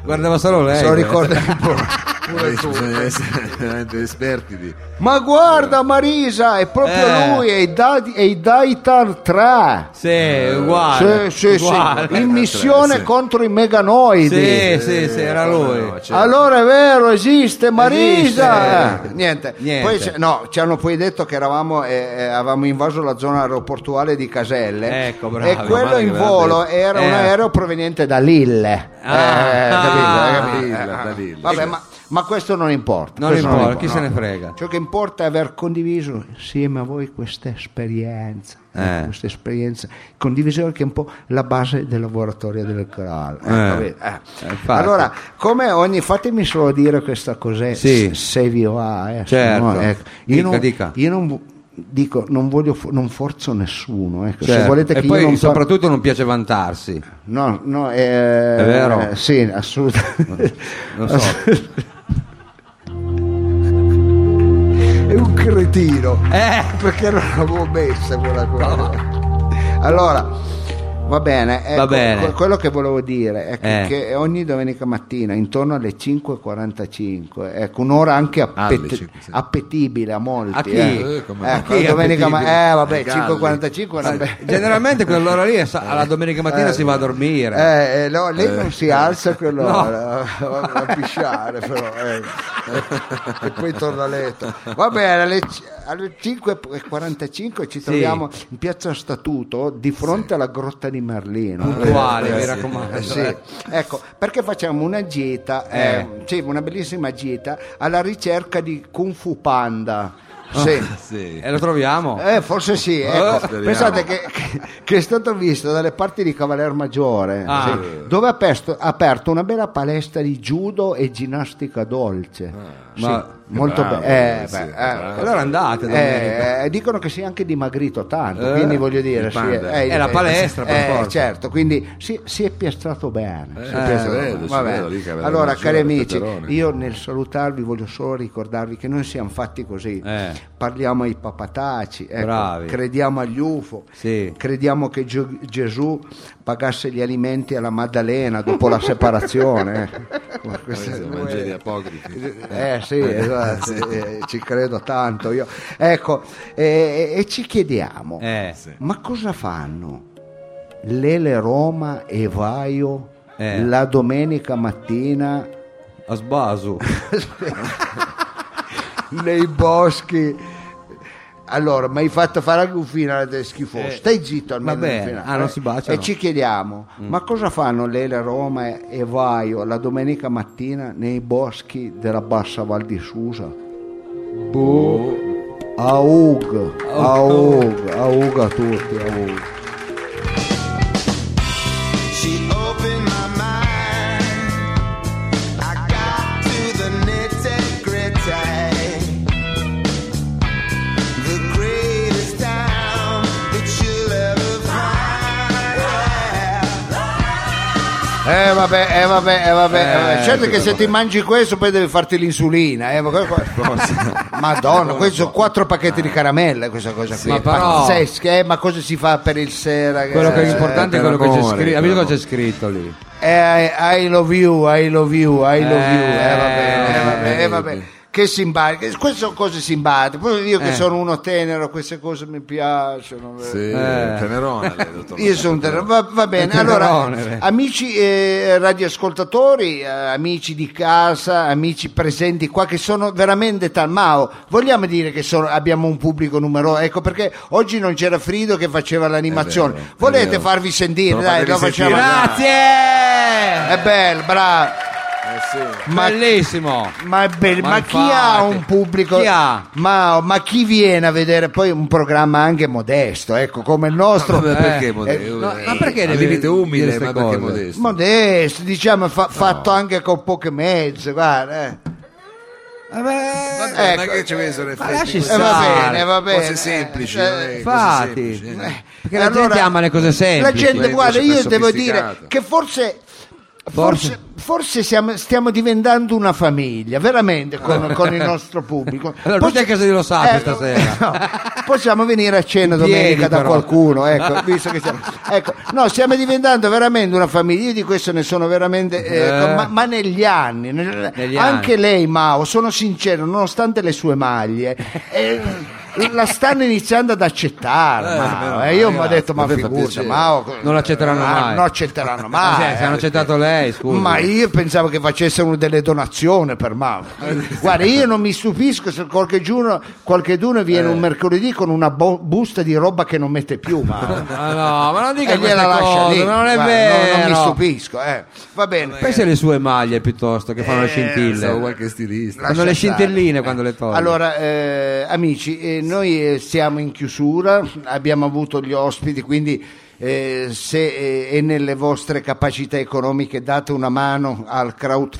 Speaker 2: Guardava solo lei.
Speaker 1: Se lo
Speaker 2: eh.
Speaker 1: ricorda un po'. pure tu.
Speaker 3: Bisogna essere veramente esperti di...
Speaker 1: Ma guarda Marisa, è proprio
Speaker 3: Eh.
Speaker 1: lui, è i Dai- è i Daitar 3.
Speaker 2: Sì,
Speaker 1: Sì,
Speaker 2: uguale.
Speaker 1: sì, sì.
Speaker 2: uguale.
Speaker 1: in missione contro i meganoidi.
Speaker 2: Sì, sì, sì, era lui.
Speaker 1: Allora è vero, esiste Marisa.
Speaker 2: Esiste.
Speaker 1: Eh, Niente.
Speaker 2: Niente.
Speaker 1: Poi se- no, ci hanno poi detto che eravamo, eh, eh, avevamo invaso la zona aeroportuale di Caselle
Speaker 2: Ecco, bravi,
Speaker 1: e quello
Speaker 2: male che
Speaker 1: in
Speaker 2: me l'hanno
Speaker 1: volo
Speaker 2: detto.
Speaker 1: era un
Speaker 2: Eh.
Speaker 1: aereo proveniente da Lille.
Speaker 2: Ah.
Speaker 1: Eh, capito, capito?
Speaker 3: Lille,
Speaker 1: Eh,
Speaker 3: da Lille.
Speaker 1: Vabbè, ma, ma questo non importa.
Speaker 2: Non
Speaker 1: questo
Speaker 2: importa, chi se ne frega.
Speaker 1: Ciò che importa è aver condiviso insieme a voi questa esperienza.
Speaker 2: Eh.
Speaker 1: Questa esperienza, condivisione che è un po' la base del laboratorio del Graal. Eh,
Speaker 2: Eh.
Speaker 1: capito? Eh.
Speaker 2: Eh, infatti.
Speaker 1: Allora, come ogni, fatemi solo dire questa cos'è,
Speaker 2: Sì.
Speaker 1: s- se vi va, eh, se
Speaker 2: Certo.
Speaker 1: no, ecco. io,
Speaker 2: Dica,
Speaker 1: non,
Speaker 2: dica.
Speaker 1: io non vo- dico, non voglio, fo- non forzo nessuno, ecco. se
Speaker 2: Certo.
Speaker 1: volete
Speaker 2: e
Speaker 1: che
Speaker 2: poi
Speaker 1: io non fa-
Speaker 2: soprattutto non piace vantarsi.
Speaker 1: no, no, eh,
Speaker 2: È vero?
Speaker 1: eh, sì, assolutamente,
Speaker 2: Non so.
Speaker 1: è un cretino,
Speaker 2: Eh.
Speaker 1: perché non l'avevo messa quella cosa, allora... Va bene, ecco,
Speaker 2: bene.
Speaker 1: que- quello che volevo dire è che,
Speaker 2: Eh.
Speaker 1: che ogni domenica mattina intorno alle 5.45, ecco, un'ora anche appet-
Speaker 3: Alle 5, sì.
Speaker 1: appetibile a molti.
Speaker 2: A chi?
Speaker 1: Eh.
Speaker 3: Eh, come no.
Speaker 1: Ecco,
Speaker 2: A chi è
Speaker 1: domenica ma-
Speaker 2: appetibile?
Speaker 1: eh, vabbè,
Speaker 3: Ai galli.
Speaker 1: 5.45 è una be-
Speaker 2: Generalmente quell'ora lì è sa- alla domenica mattina si va a dormire.
Speaker 1: Eh, eh, no, lei non si alza quell'ora va a pisciare però eh. e poi torna a letto va bene alle, c- alle 5.45 ci troviamo in piazza Statuto di fronte alla grotta di Merlino
Speaker 2: Puntuali,
Speaker 1: Eh,
Speaker 2: mi
Speaker 1: sì.
Speaker 2: raccomando.
Speaker 1: Eh, sì. ecco perché facciamo una gita eh,
Speaker 2: Eh.
Speaker 1: sì, una bellissima gita alla ricerca di Kung Fu Panda sì.
Speaker 3: Sì.
Speaker 2: E lo troviamo.
Speaker 1: Eh, forse sì, ecco.
Speaker 3: speriamo.
Speaker 1: pensate che, che- che è stato visto dalle parti di Cavaler Maggiore,
Speaker 2: Ah.
Speaker 1: sì, dove ha aperto, ha aperto una bella palestra di judo e ginnastica dolce. Sì,
Speaker 2: ma-
Speaker 1: molto
Speaker 3: bravo,
Speaker 1: bello. Eh,
Speaker 3: sì,
Speaker 1: beh, eh,
Speaker 3: bravo.
Speaker 2: Allora andate domenica.
Speaker 1: eh, eh, dicono che sia anche dimagrito tanto,
Speaker 2: Eh,
Speaker 1: quindi voglio dire,
Speaker 3: il
Speaker 1: sì,
Speaker 3: panda.
Speaker 1: eh,
Speaker 2: È la
Speaker 1: eh,
Speaker 2: palestra, per
Speaker 1: eh,
Speaker 2: forza.
Speaker 1: certo, quindi si, si è piastrato bene. si è
Speaker 3: Eh,
Speaker 1: piastrato
Speaker 3: si
Speaker 1: bene.
Speaker 3: vede, si
Speaker 1: Vabbè.
Speaker 3: vede lì che aveva
Speaker 1: allora,
Speaker 3: ragione,
Speaker 1: cari amici,
Speaker 3: Peperoni.
Speaker 1: io nel salutarvi voglio solo ricordarvi che noi siamo fatti così,
Speaker 2: Eh.
Speaker 1: parliamo ai papataci, ecco,
Speaker 2: Bravi.
Speaker 1: crediamo agli UFO,
Speaker 2: Sì.
Speaker 1: crediamo che Gio- Gesù pagasse gli alimenti alla Maddalena dopo la separazione. eh. Ma queste
Speaker 3: Questi
Speaker 1: due-
Speaker 3: Vangeli apocrifi.
Speaker 1: eh sì, esatto, eh, ci credo tanto io. Ecco, eh, e ci chiediamo,
Speaker 2: Eh,
Speaker 1: ma cosa fanno Lele Roma e Vaio
Speaker 2: Eh.
Speaker 1: la domenica mattina
Speaker 2: a sbasu.
Speaker 1: nei boschi? Allora, mi hai fatto fare anche un finale schifoso.
Speaker 2: Eh,
Speaker 1: Stai zitto almeno
Speaker 2: va bene.
Speaker 1: nel finale.
Speaker 2: Ah, non
Speaker 1: eh.
Speaker 2: si baciano. Mm.
Speaker 1: E ci chiediamo, ma cosa fanno Lele Roma e- e Vaio la domenica mattina nei boschi della bassa Val di Susa? Aug, aug, aug a tutti, aug.
Speaker 5: She opened my mind. I got to the nitty gritty. The greatest town that you'll ever find.
Speaker 1: Eh vabbè, eh vabbè, eh vabbè, eh, vabbè.
Speaker 2: Eh,
Speaker 1: certo che
Speaker 2: ecco,
Speaker 1: se ti mangi questo poi devi farti l'insulina, eh, ma que- Madonna, questi sono quattro pacchetti di caramelle questa cosa qui.
Speaker 2: Ma però-
Speaker 1: Pazzesca, eh, ma cosa si fa per il sera?
Speaker 2: Quello che è
Speaker 1: Eh,
Speaker 2: importante è
Speaker 3: per
Speaker 2: quello che c'è
Speaker 3: amore,
Speaker 2: scritto. Amico
Speaker 3: per
Speaker 2: cosa c'è scritto lì.
Speaker 1: Eh, I, I love you, I love you, I love you. Eh, vabbè, eh, vabbè,
Speaker 2: Eh,
Speaker 1: eh, vabbè. Che simpatiche, queste sono cose simpatiche. Poi io che sono uno tenero, queste cose mi piacciono. eh.
Speaker 3: Sì, Tenerone, lei, dottor
Speaker 1: Io sono Terra- va, va bene,
Speaker 2: Terra
Speaker 1: allora
Speaker 2: Onere.
Speaker 1: amici eh, radioascoltatori, eh, amici di casa, amici presenti qua che sono veramente tal Mao, vogliamo dire che sono- abbiamo un pubblico numeroso, ecco perché oggi non c'era Frido che faceva l'animazione,
Speaker 3: È vero, è
Speaker 1: volete
Speaker 3: vero.
Speaker 1: farvi sentire,
Speaker 3: Però
Speaker 1: dai,
Speaker 3: fateli
Speaker 1: lo facciamo.
Speaker 3: sentire, dai.
Speaker 2: Grazie!
Speaker 1: È bello, bravo,
Speaker 3: Eh, sì.
Speaker 1: ma-
Speaker 2: Bellissimo!
Speaker 1: ma, è bello.
Speaker 2: Ma
Speaker 1: ma chi ha
Speaker 2: infatti.
Speaker 1: un pubblico?
Speaker 2: Chi ha?
Speaker 1: Mao, ma chi viene a vedere poi un programma anche modesto, ecco, come il nostro?
Speaker 3: Ma perché
Speaker 1: eh,
Speaker 3: modesto?
Speaker 1: no,
Speaker 2: ma perché
Speaker 3: Al
Speaker 2: devi
Speaker 3: limite
Speaker 2: dire
Speaker 3: umile,
Speaker 2: queste
Speaker 3: ma perché
Speaker 2: cose?
Speaker 3: modesto?
Speaker 1: Modesto, diciamo, fa- fatto anche con poche mezze, guarda. eh.
Speaker 2: Vabbè,
Speaker 3: Vabbè, ma
Speaker 1: ecco.
Speaker 3: che ci pensano effetti?
Speaker 2: lasci
Speaker 3: così?
Speaker 1: Eh, va
Speaker 2: Sale.
Speaker 1: bene, va bene.
Speaker 3: Cose semplici,
Speaker 1: Eh,
Speaker 3: non è Cioè, cose
Speaker 2: infatti.
Speaker 3: semplici, eh.
Speaker 2: Perché la gente ama le cose semplici.
Speaker 1: La gente,
Speaker 3: Lei
Speaker 1: guarda,
Speaker 3: invece
Speaker 1: io
Speaker 3: è
Speaker 1: devo
Speaker 3: sofisticata.
Speaker 1: dire che forse Forse, forse siamo- stiamo diventando una famiglia, veramente, con, con il nostro pubblico.
Speaker 2: Allora, tutti a casa di Lo Sapio
Speaker 1: Eh,
Speaker 2: stasera.
Speaker 1: Possiamo venire a cena
Speaker 2: Vieni,
Speaker 1: domenica da
Speaker 2: però.
Speaker 1: qualcuno, ecco, visto che siamo- ecco, no, stiamo diventando veramente una famiglia. Io di questo ne sono veramente. eh,
Speaker 2: Eh.
Speaker 1: Ma, ma negli anni, nel-
Speaker 2: Negli
Speaker 1: anche
Speaker 2: anni.
Speaker 1: lei, Mao, sono sincero, nonostante le sue maglie. eh, La stanno iniziando ad accettare,
Speaker 2: Eh,
Speaker 1: Mao,
Speaker 2: però,
Speaker 1: eh. io mi ho
Speaker 2: ragazzi,
Speaker 1: detto: Ma
Speaker 2: poteva
Speaker 1: figurati,
Speaker 2: piacere.
Speaker 1: Mao,
Speaker 2: cioè, Non l'accetteranno
Speaker 1: ah,
Speaker 2: mai.
Speaker 1: Non accetteranno
Speaker 2: Ma
Speaker 1: mai.
Speaker 2: cioè, se- se hanno
Speaker 1: eh.
Speaker 2: accettato lei, scusa.
Speaker 1: Ma io pensavo che facessero delle donazioni per Mao. Guarda, io non mi stupisco se qualche giorno qualcheduno viene
Speaker 2: Eh.
Speaker 1: un mercoledì con una bo- busta di roba che non mette più Mao.
Speaker 2: Ma no, ma non dica
Speaker 1: E gliela
Speaker 2: queste
Speaker 1: lascia
Speaker 2: cose,
Speaker 1: lì.
Speaker 2: ma non è
Speaker 1: Guarda,
Speaker 2: vero.
Speaker 1: non- non mi stupisco, eh. Va bene.
Speaker 2: Pensi alle sue maglie piuttosto che
Speaker 1: Eh,
Speaker 2: fanno le
Speaker 3: Pensavo
Speaker 2: scintille.
Speaker 3: qualche stilista.
Speaker 1: Lascia
Speaker 2: Fanno le
Speaker 1: stare.
Speaker 2: scintilline quando le togli.
Speaker 1: Allora, eh, amici, eh, noi eh, siamo in chiusura, abbiamo avuto gli ospiti, quindi eh, se eh, è nelle vostre capacità economiche date una mano al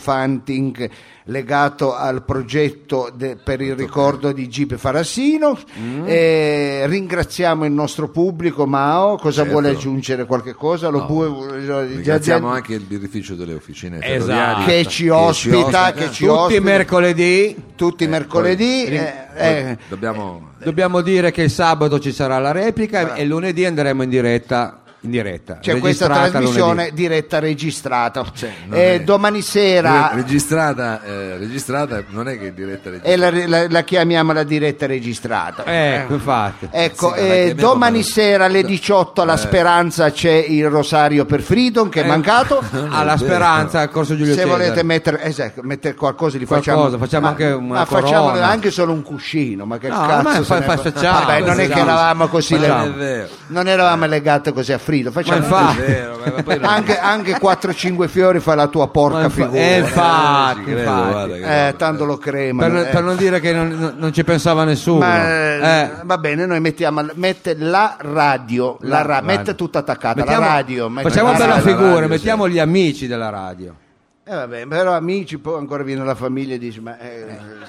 Speaker 1: crowdfunding legato al progetto de- per il ricordo di Gipe Farassino.
Speaker 2: Mm.
Speaker 1: Eh, ringraziamo il nostro pubblico, Mao, cosa
Speaker 3: Certo.
Speaker 1: vuole aggiungere qualche cosa? Lo bue- già-
Speaker 3: Ringraziamo
Speaker 1: già-
Speaker 3: anche il birrificio delle officine
Speaker 2: Esatto.
Speaker 3: ferroviarie
Speaker 1: che ci ospita, che ci
Speaker 2: Tutti i
Speaker 1: ospita
Speaker 2: mercoledì.
Speaker 1: tutti i mercoledì. eh, eh,
Speaker 3: Dobbiamo
Speaker 2: Dobbiamo dire che il sabato ci sarà la replica e lunedì andremo in diretta. In
Speaker 1: Eh.
Speaker 2: diretta.
Speaker 1: C'è questa
Speaker 2: registrata
Speaker 1: trasmissione
Speaker 2: lunedì.
Speaker 1: diretta registrata.
Speaker 3: non
Speaker 1: Eh,
Speaker 3: è-
Speaker 1: domani sera
Speaker 3: Re- registrata, eh, registrata, non è che in diretta
Speaker 1: eh,
Speaker 3: registrata.
Speaker 1: la, la- la chiamiamo la diretta registrata.
Speaker 2: Ecco, infatti.
Speaker 1: Ecco,
Speaker 3: Sì, ma la
Speaker 1: eh,
Speaker 3: chiamiamo
Speaker 1: domani
Speaker 3: per-
Speaker 1: sera alle 18
Speaker 2: Eh.
Speaker 1: alla Speranza c'è il Rosario per Freedom che è mancato.
Speaker 2: Alla speranza, al corso Eh. Giulio
Speaker 1: Se
Speaker 2: Cesare.
Speaker 1: volete mettere, esatto, mettere qualcosa, li facciamo.
Speaker 2: Qualcosa, facciamo
Speaker 1: ma,
Speaker 2: anche una
Speaker 1: ma facciamo
Speaker 2: corona.
Speaker 1: anche solo un cuscino. Ma che
Speaker 2: No, ma
Speaker 1: cazzo?
Speaker 2: fa-
Speaker 1: se ne-
Speaker 2: fa- facciamo,
Speaker 1: Vabbè, non è che
Speaker 2: facciamo.
Speaker 1: eravamo così, le-
Speaker 2: Facciamo.
Speaker 3: È vero.
Speaker 1: non eravamo legati così a Freedom.
Speaker 2: Ma
Speaker 1: Facciamo
Speaker 2: infatti,
Speaker 3: vero, ma- ma poi non-
Speaker 1: anche, anche 4-5 fiori fa la tua
Speaker 2: ma
Speaker 1: porca
Speaker 2: infa-
Speaker 1: figura.
Speaker 2: eh, infatti,
Speaker 3: Ci credo,
Speaker 2: infatti.
Speaker 3: guarda che
Speaker 1: Eh,
Speaker 3: roba.
Speaker 1: tanto lo crema.
Speaker 2: Per, per non dire che non, non- non ci pensava nessuno.
Speaker 1: Eh. Ma
Speaker 2: Eh,
Speaker 1: va bene, noi mettiamo mette la radio, la ra- mette tutta attaccata,
Speaker 2: mettiamo-
Speaker 1: la radio. mette
Speaker 2: Facciamo
Speaker 1: la
Speaker 2: bella
Speaker 1: radio.
Speaker 2: figura,
Speaker 3: radio,
Speaker 2: mettiamo gli amici della radio.
Speaker 1: Eh, vabbè, però amici, poi ancora viene la famiglia e dice ma eh,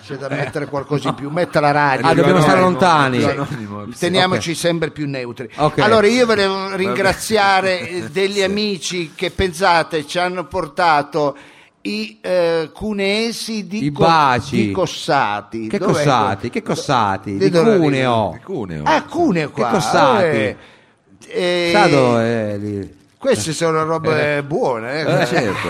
Speaker 1: c'è da mettere qualcosa in più, metta la radio.
Speaker 2: Ah, dobbiamo
Speaker 1: Eh,
Speaker 2: stare
Speaker 1: no,
Speaker 2: lontani.
Speaker 1: sì.
Speaker 3: Anonimo, sì.
Speaker 1: Teniamoci sempre più neutri.
Speaker 2: Ok.
Speaker 1: Allora io volevo ringraziare eh, degli amici che pensate ci hanno portato i eh, cunesi di,
Speaker 2: I baci.
Speaker 1: di Cossati.
Speaker 2: Che
Speaker 1: Dov'è que-
Speaker 2: Cossati? Che Cossati?
Speaker 1: Di
Speaker 2: Di
Speaker 1: dove
Speaker 2: Cuneo.
Speaker 3: Di Cuneo.
Speaker 1: Ah, Cuneo qua.
Speaker 2: Che Cossati?
Speaker 1: eh. Eh,
Speaker 2: Sa dove è lì?
Speaker 1: Queste sono robe buone. eh.
Speaker 3: Eh, certo.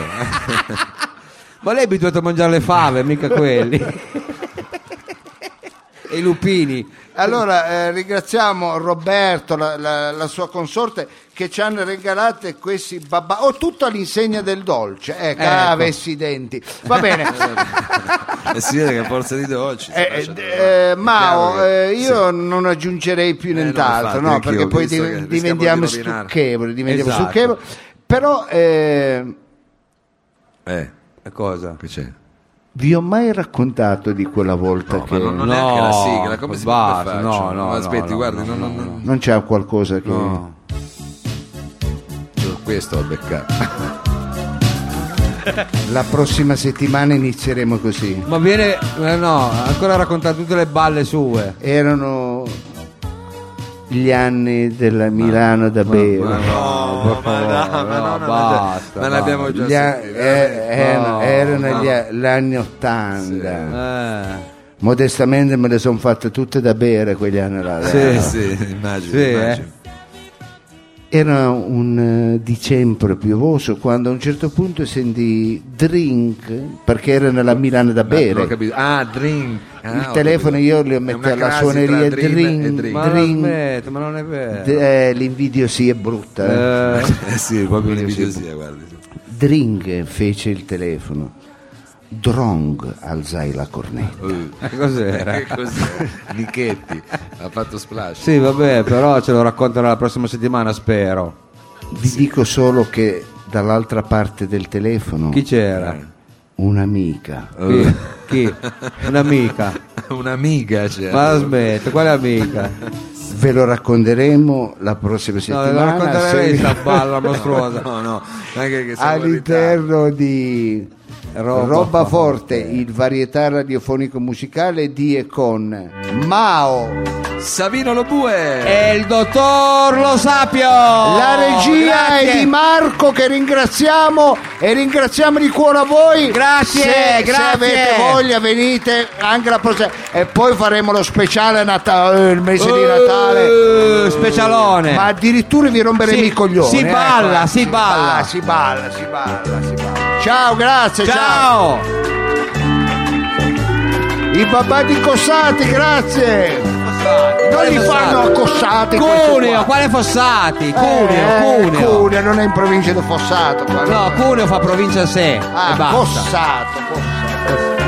Speaker 2: Ma lei è abituato a mangiare le fave, mica quelli. e i lupini.
Speaker 1: Allora eh, ringraziamo Roberto, la, la- la sua consorte, che ci hanno regalato questi babà. Oh, tutto all'insegna del dolce. Eh, che
Speaker 2: Ecco.
Speaker 1: avessi i denti. Va
Speaker 3: Eh,
Speaker 1: bene.
Speaker 3: e Eh, si vede che a forza di dolci. si
Speaker 1: Eh,
Speaker 3: lascia
Speaker 1: eh,
Speaker 3: andare. È
Speaker 1: Mao,
Speaker 3: chiaro
Speaker 1: eh,
Speaker 3: che- Eh,
Speaker 1: io non aggiungerei più
Speaker 3: infatti,
Speaker 1: nient'altro, no,
Speaker 3: anch'io,
Speaker 1: perché poi
Speaker 3: visto
Speaker 1: div-
Speaker 3: che rischiamo
Speaker 1: diventiamo
Speaker 3: di rovinare.
Speaker 1: stucchevoli, diventiamo
Speaker 2: Esatto.
Speaker 1: stucchevoli. Però eh,
Speaker 3: sì. Eh,
Speaker 2: E Cosa?
Speaker 3: che c'è?
Speaker 1: vi ho mai raccontato di quella volta
Speaker 3: No,
Speaker 1: che
Speaker 3: ma non, non è
Speaker 2: No,
Speaker 3: anche la sigla, come si
Speaker 2: basta,
Speaker 3: fa?
Speaker 2: no,
Speaker 3: Cioè,
Speaker 2: no, no,
Speaker 3: aspetti,
Speaker 2: no,
Speaker 3: guardi,
Speaker 2: no,
Speaker 3: non-
Speaker 2: no,
Speaker 3: non-
Speaker 1: non c'è qualcosa che
Speaker 2: No.
Speaker 3: questo ho beccato.
Speaker 1: la prossima settimana inizieremo così.
Speaker 2: Ma viene... eh, no, ancora raccontato tutte le balle sue.
Speaker 1: Erano gli anni della Milano da bere.
Speaker 2: no, ma no, ma no, basta.
Speaker 3: Ma l'abbiamo già
Speaker 1: Gli a-
Speaker 3: sentito.
Speaker 1: eh, erano
Speaker 2: No,
Speaker 1: erano gli a- gli anni 80
Speaker 2: basta. Eh.
Speaker 1: Modestamente me le sono fatte tutte da bere quegli anni là.
Speaker 3: Eh, sì, immagino.
Speaker 2: Sì,
Speaker 3: immagino.
Speaker 1: Era un eh, dicembre piovoso quando a un certo punto sentì drink perché era nella Milano da
Speaker 3: Ma non ho
Speaker 1: bere.
Speaker 3: capito. Ah, drink. Ah,
Speaker 1: Il
Speaker 3: ho
Speaker 1: telefono
Speaker 3: capito.
Speaker 1: io le
Speaker 3: È
Speaker 1: metto
Speaker 3: una
Speaker 1: alla
Speaker 3: crasi
Speaker 1: suoneria
Speaker 3: tra dream
Speaker 1: drink,
Speaker 3: e drink.
Speaker 2: Ma non
Speaker 1: Drink.
Speaker 2: smetto, ma non è vero.
Speaker 1: D- eh, l'invidio sì è brutta. eh.
Speaker 2: Eh,
Speaker 3: Eh sì, proprio un'idiozia, guardi.
Speaker 1: Drink fece il telefono. Drong alzai la cornetta.
Speaker 2: eh, cos'era?
Speaker 3: Che cos'è? Nichetti ha fatto splash.
Speaker 2: Sì, vabbè, però ce lo raccontano la prossima settimana, spero.
Speaker 1: Vi dico solo che dall'altra parte del telefono
Speaker 2: Chi Eh. c'era?
Speaker 1: un'amica.
Speaker 2: Chi? Chi? Un'amica.
Speaker 3: Un'amica c'è.
Speaker 2: Ma la smetto, quale amica?
Speaker 1: Ve lo racconteremo la prossima
Speaker 2: No,
Speaker 1: settimana.
Speaker 2: devo raccontare
Speaker 1: se-
Speaker 2: lei sta balla mostruosa.
Speaker 3: No, no, non è che, che siamo
Speaker 1: all'interno di Roba, forte, il varietà radiofonico musicale di e con Mao.
Speaker 3: Savino Lobue
Speaker 2: E il dottor Lo Sapio.
Speaker 1: La regia
Speaker 2: Oh, Grazie.
Speaker 1: è di Marco che ringraziamo e ringraziamo di cuore a voi.
Speaker 2: Grazie,
Speaker 1: se,
Speaker 2: grazie.
Speaker 1: Se avete voglia venite anche la prossima e poi faremo lo speciale Natale, eh, il mese di Natale.
Speaker 2: Eh, specialone.
Speaker 1: Ma addirittura vi romperemo
Speaker 2: Sì,
Speaker 1: i coglioni.
Speaker 2: si
Speaker 1: ecco,
Speaker 2: balla,
Speaker 1: eh.
Speaker 2: si balla.
Speaker 1: ba- si balla, si balla, si balla. Ciao, grazie, ciao.
Speaker 2: Ciao.
Speaker 1: I babà di Cossati, grazie. Non li fanno a Cossati questi
Speaker 2: Cuneo,
Speaker 1: qua.
Speaker 2: quale Fossati?
Speaker 1: Eh,
Speaker 2: Cuneo, Cuneo.
Speaker 1: Cuneo, non è in provincia di Fossato. qua,
Speaker 2: No,
Speaker 1: no.
Speaker 2: Cuneo fa provincia a sé. e
Speaker 1: Ah,
Speaker 2: basta.
Speaker 1: Fossato, Fossato.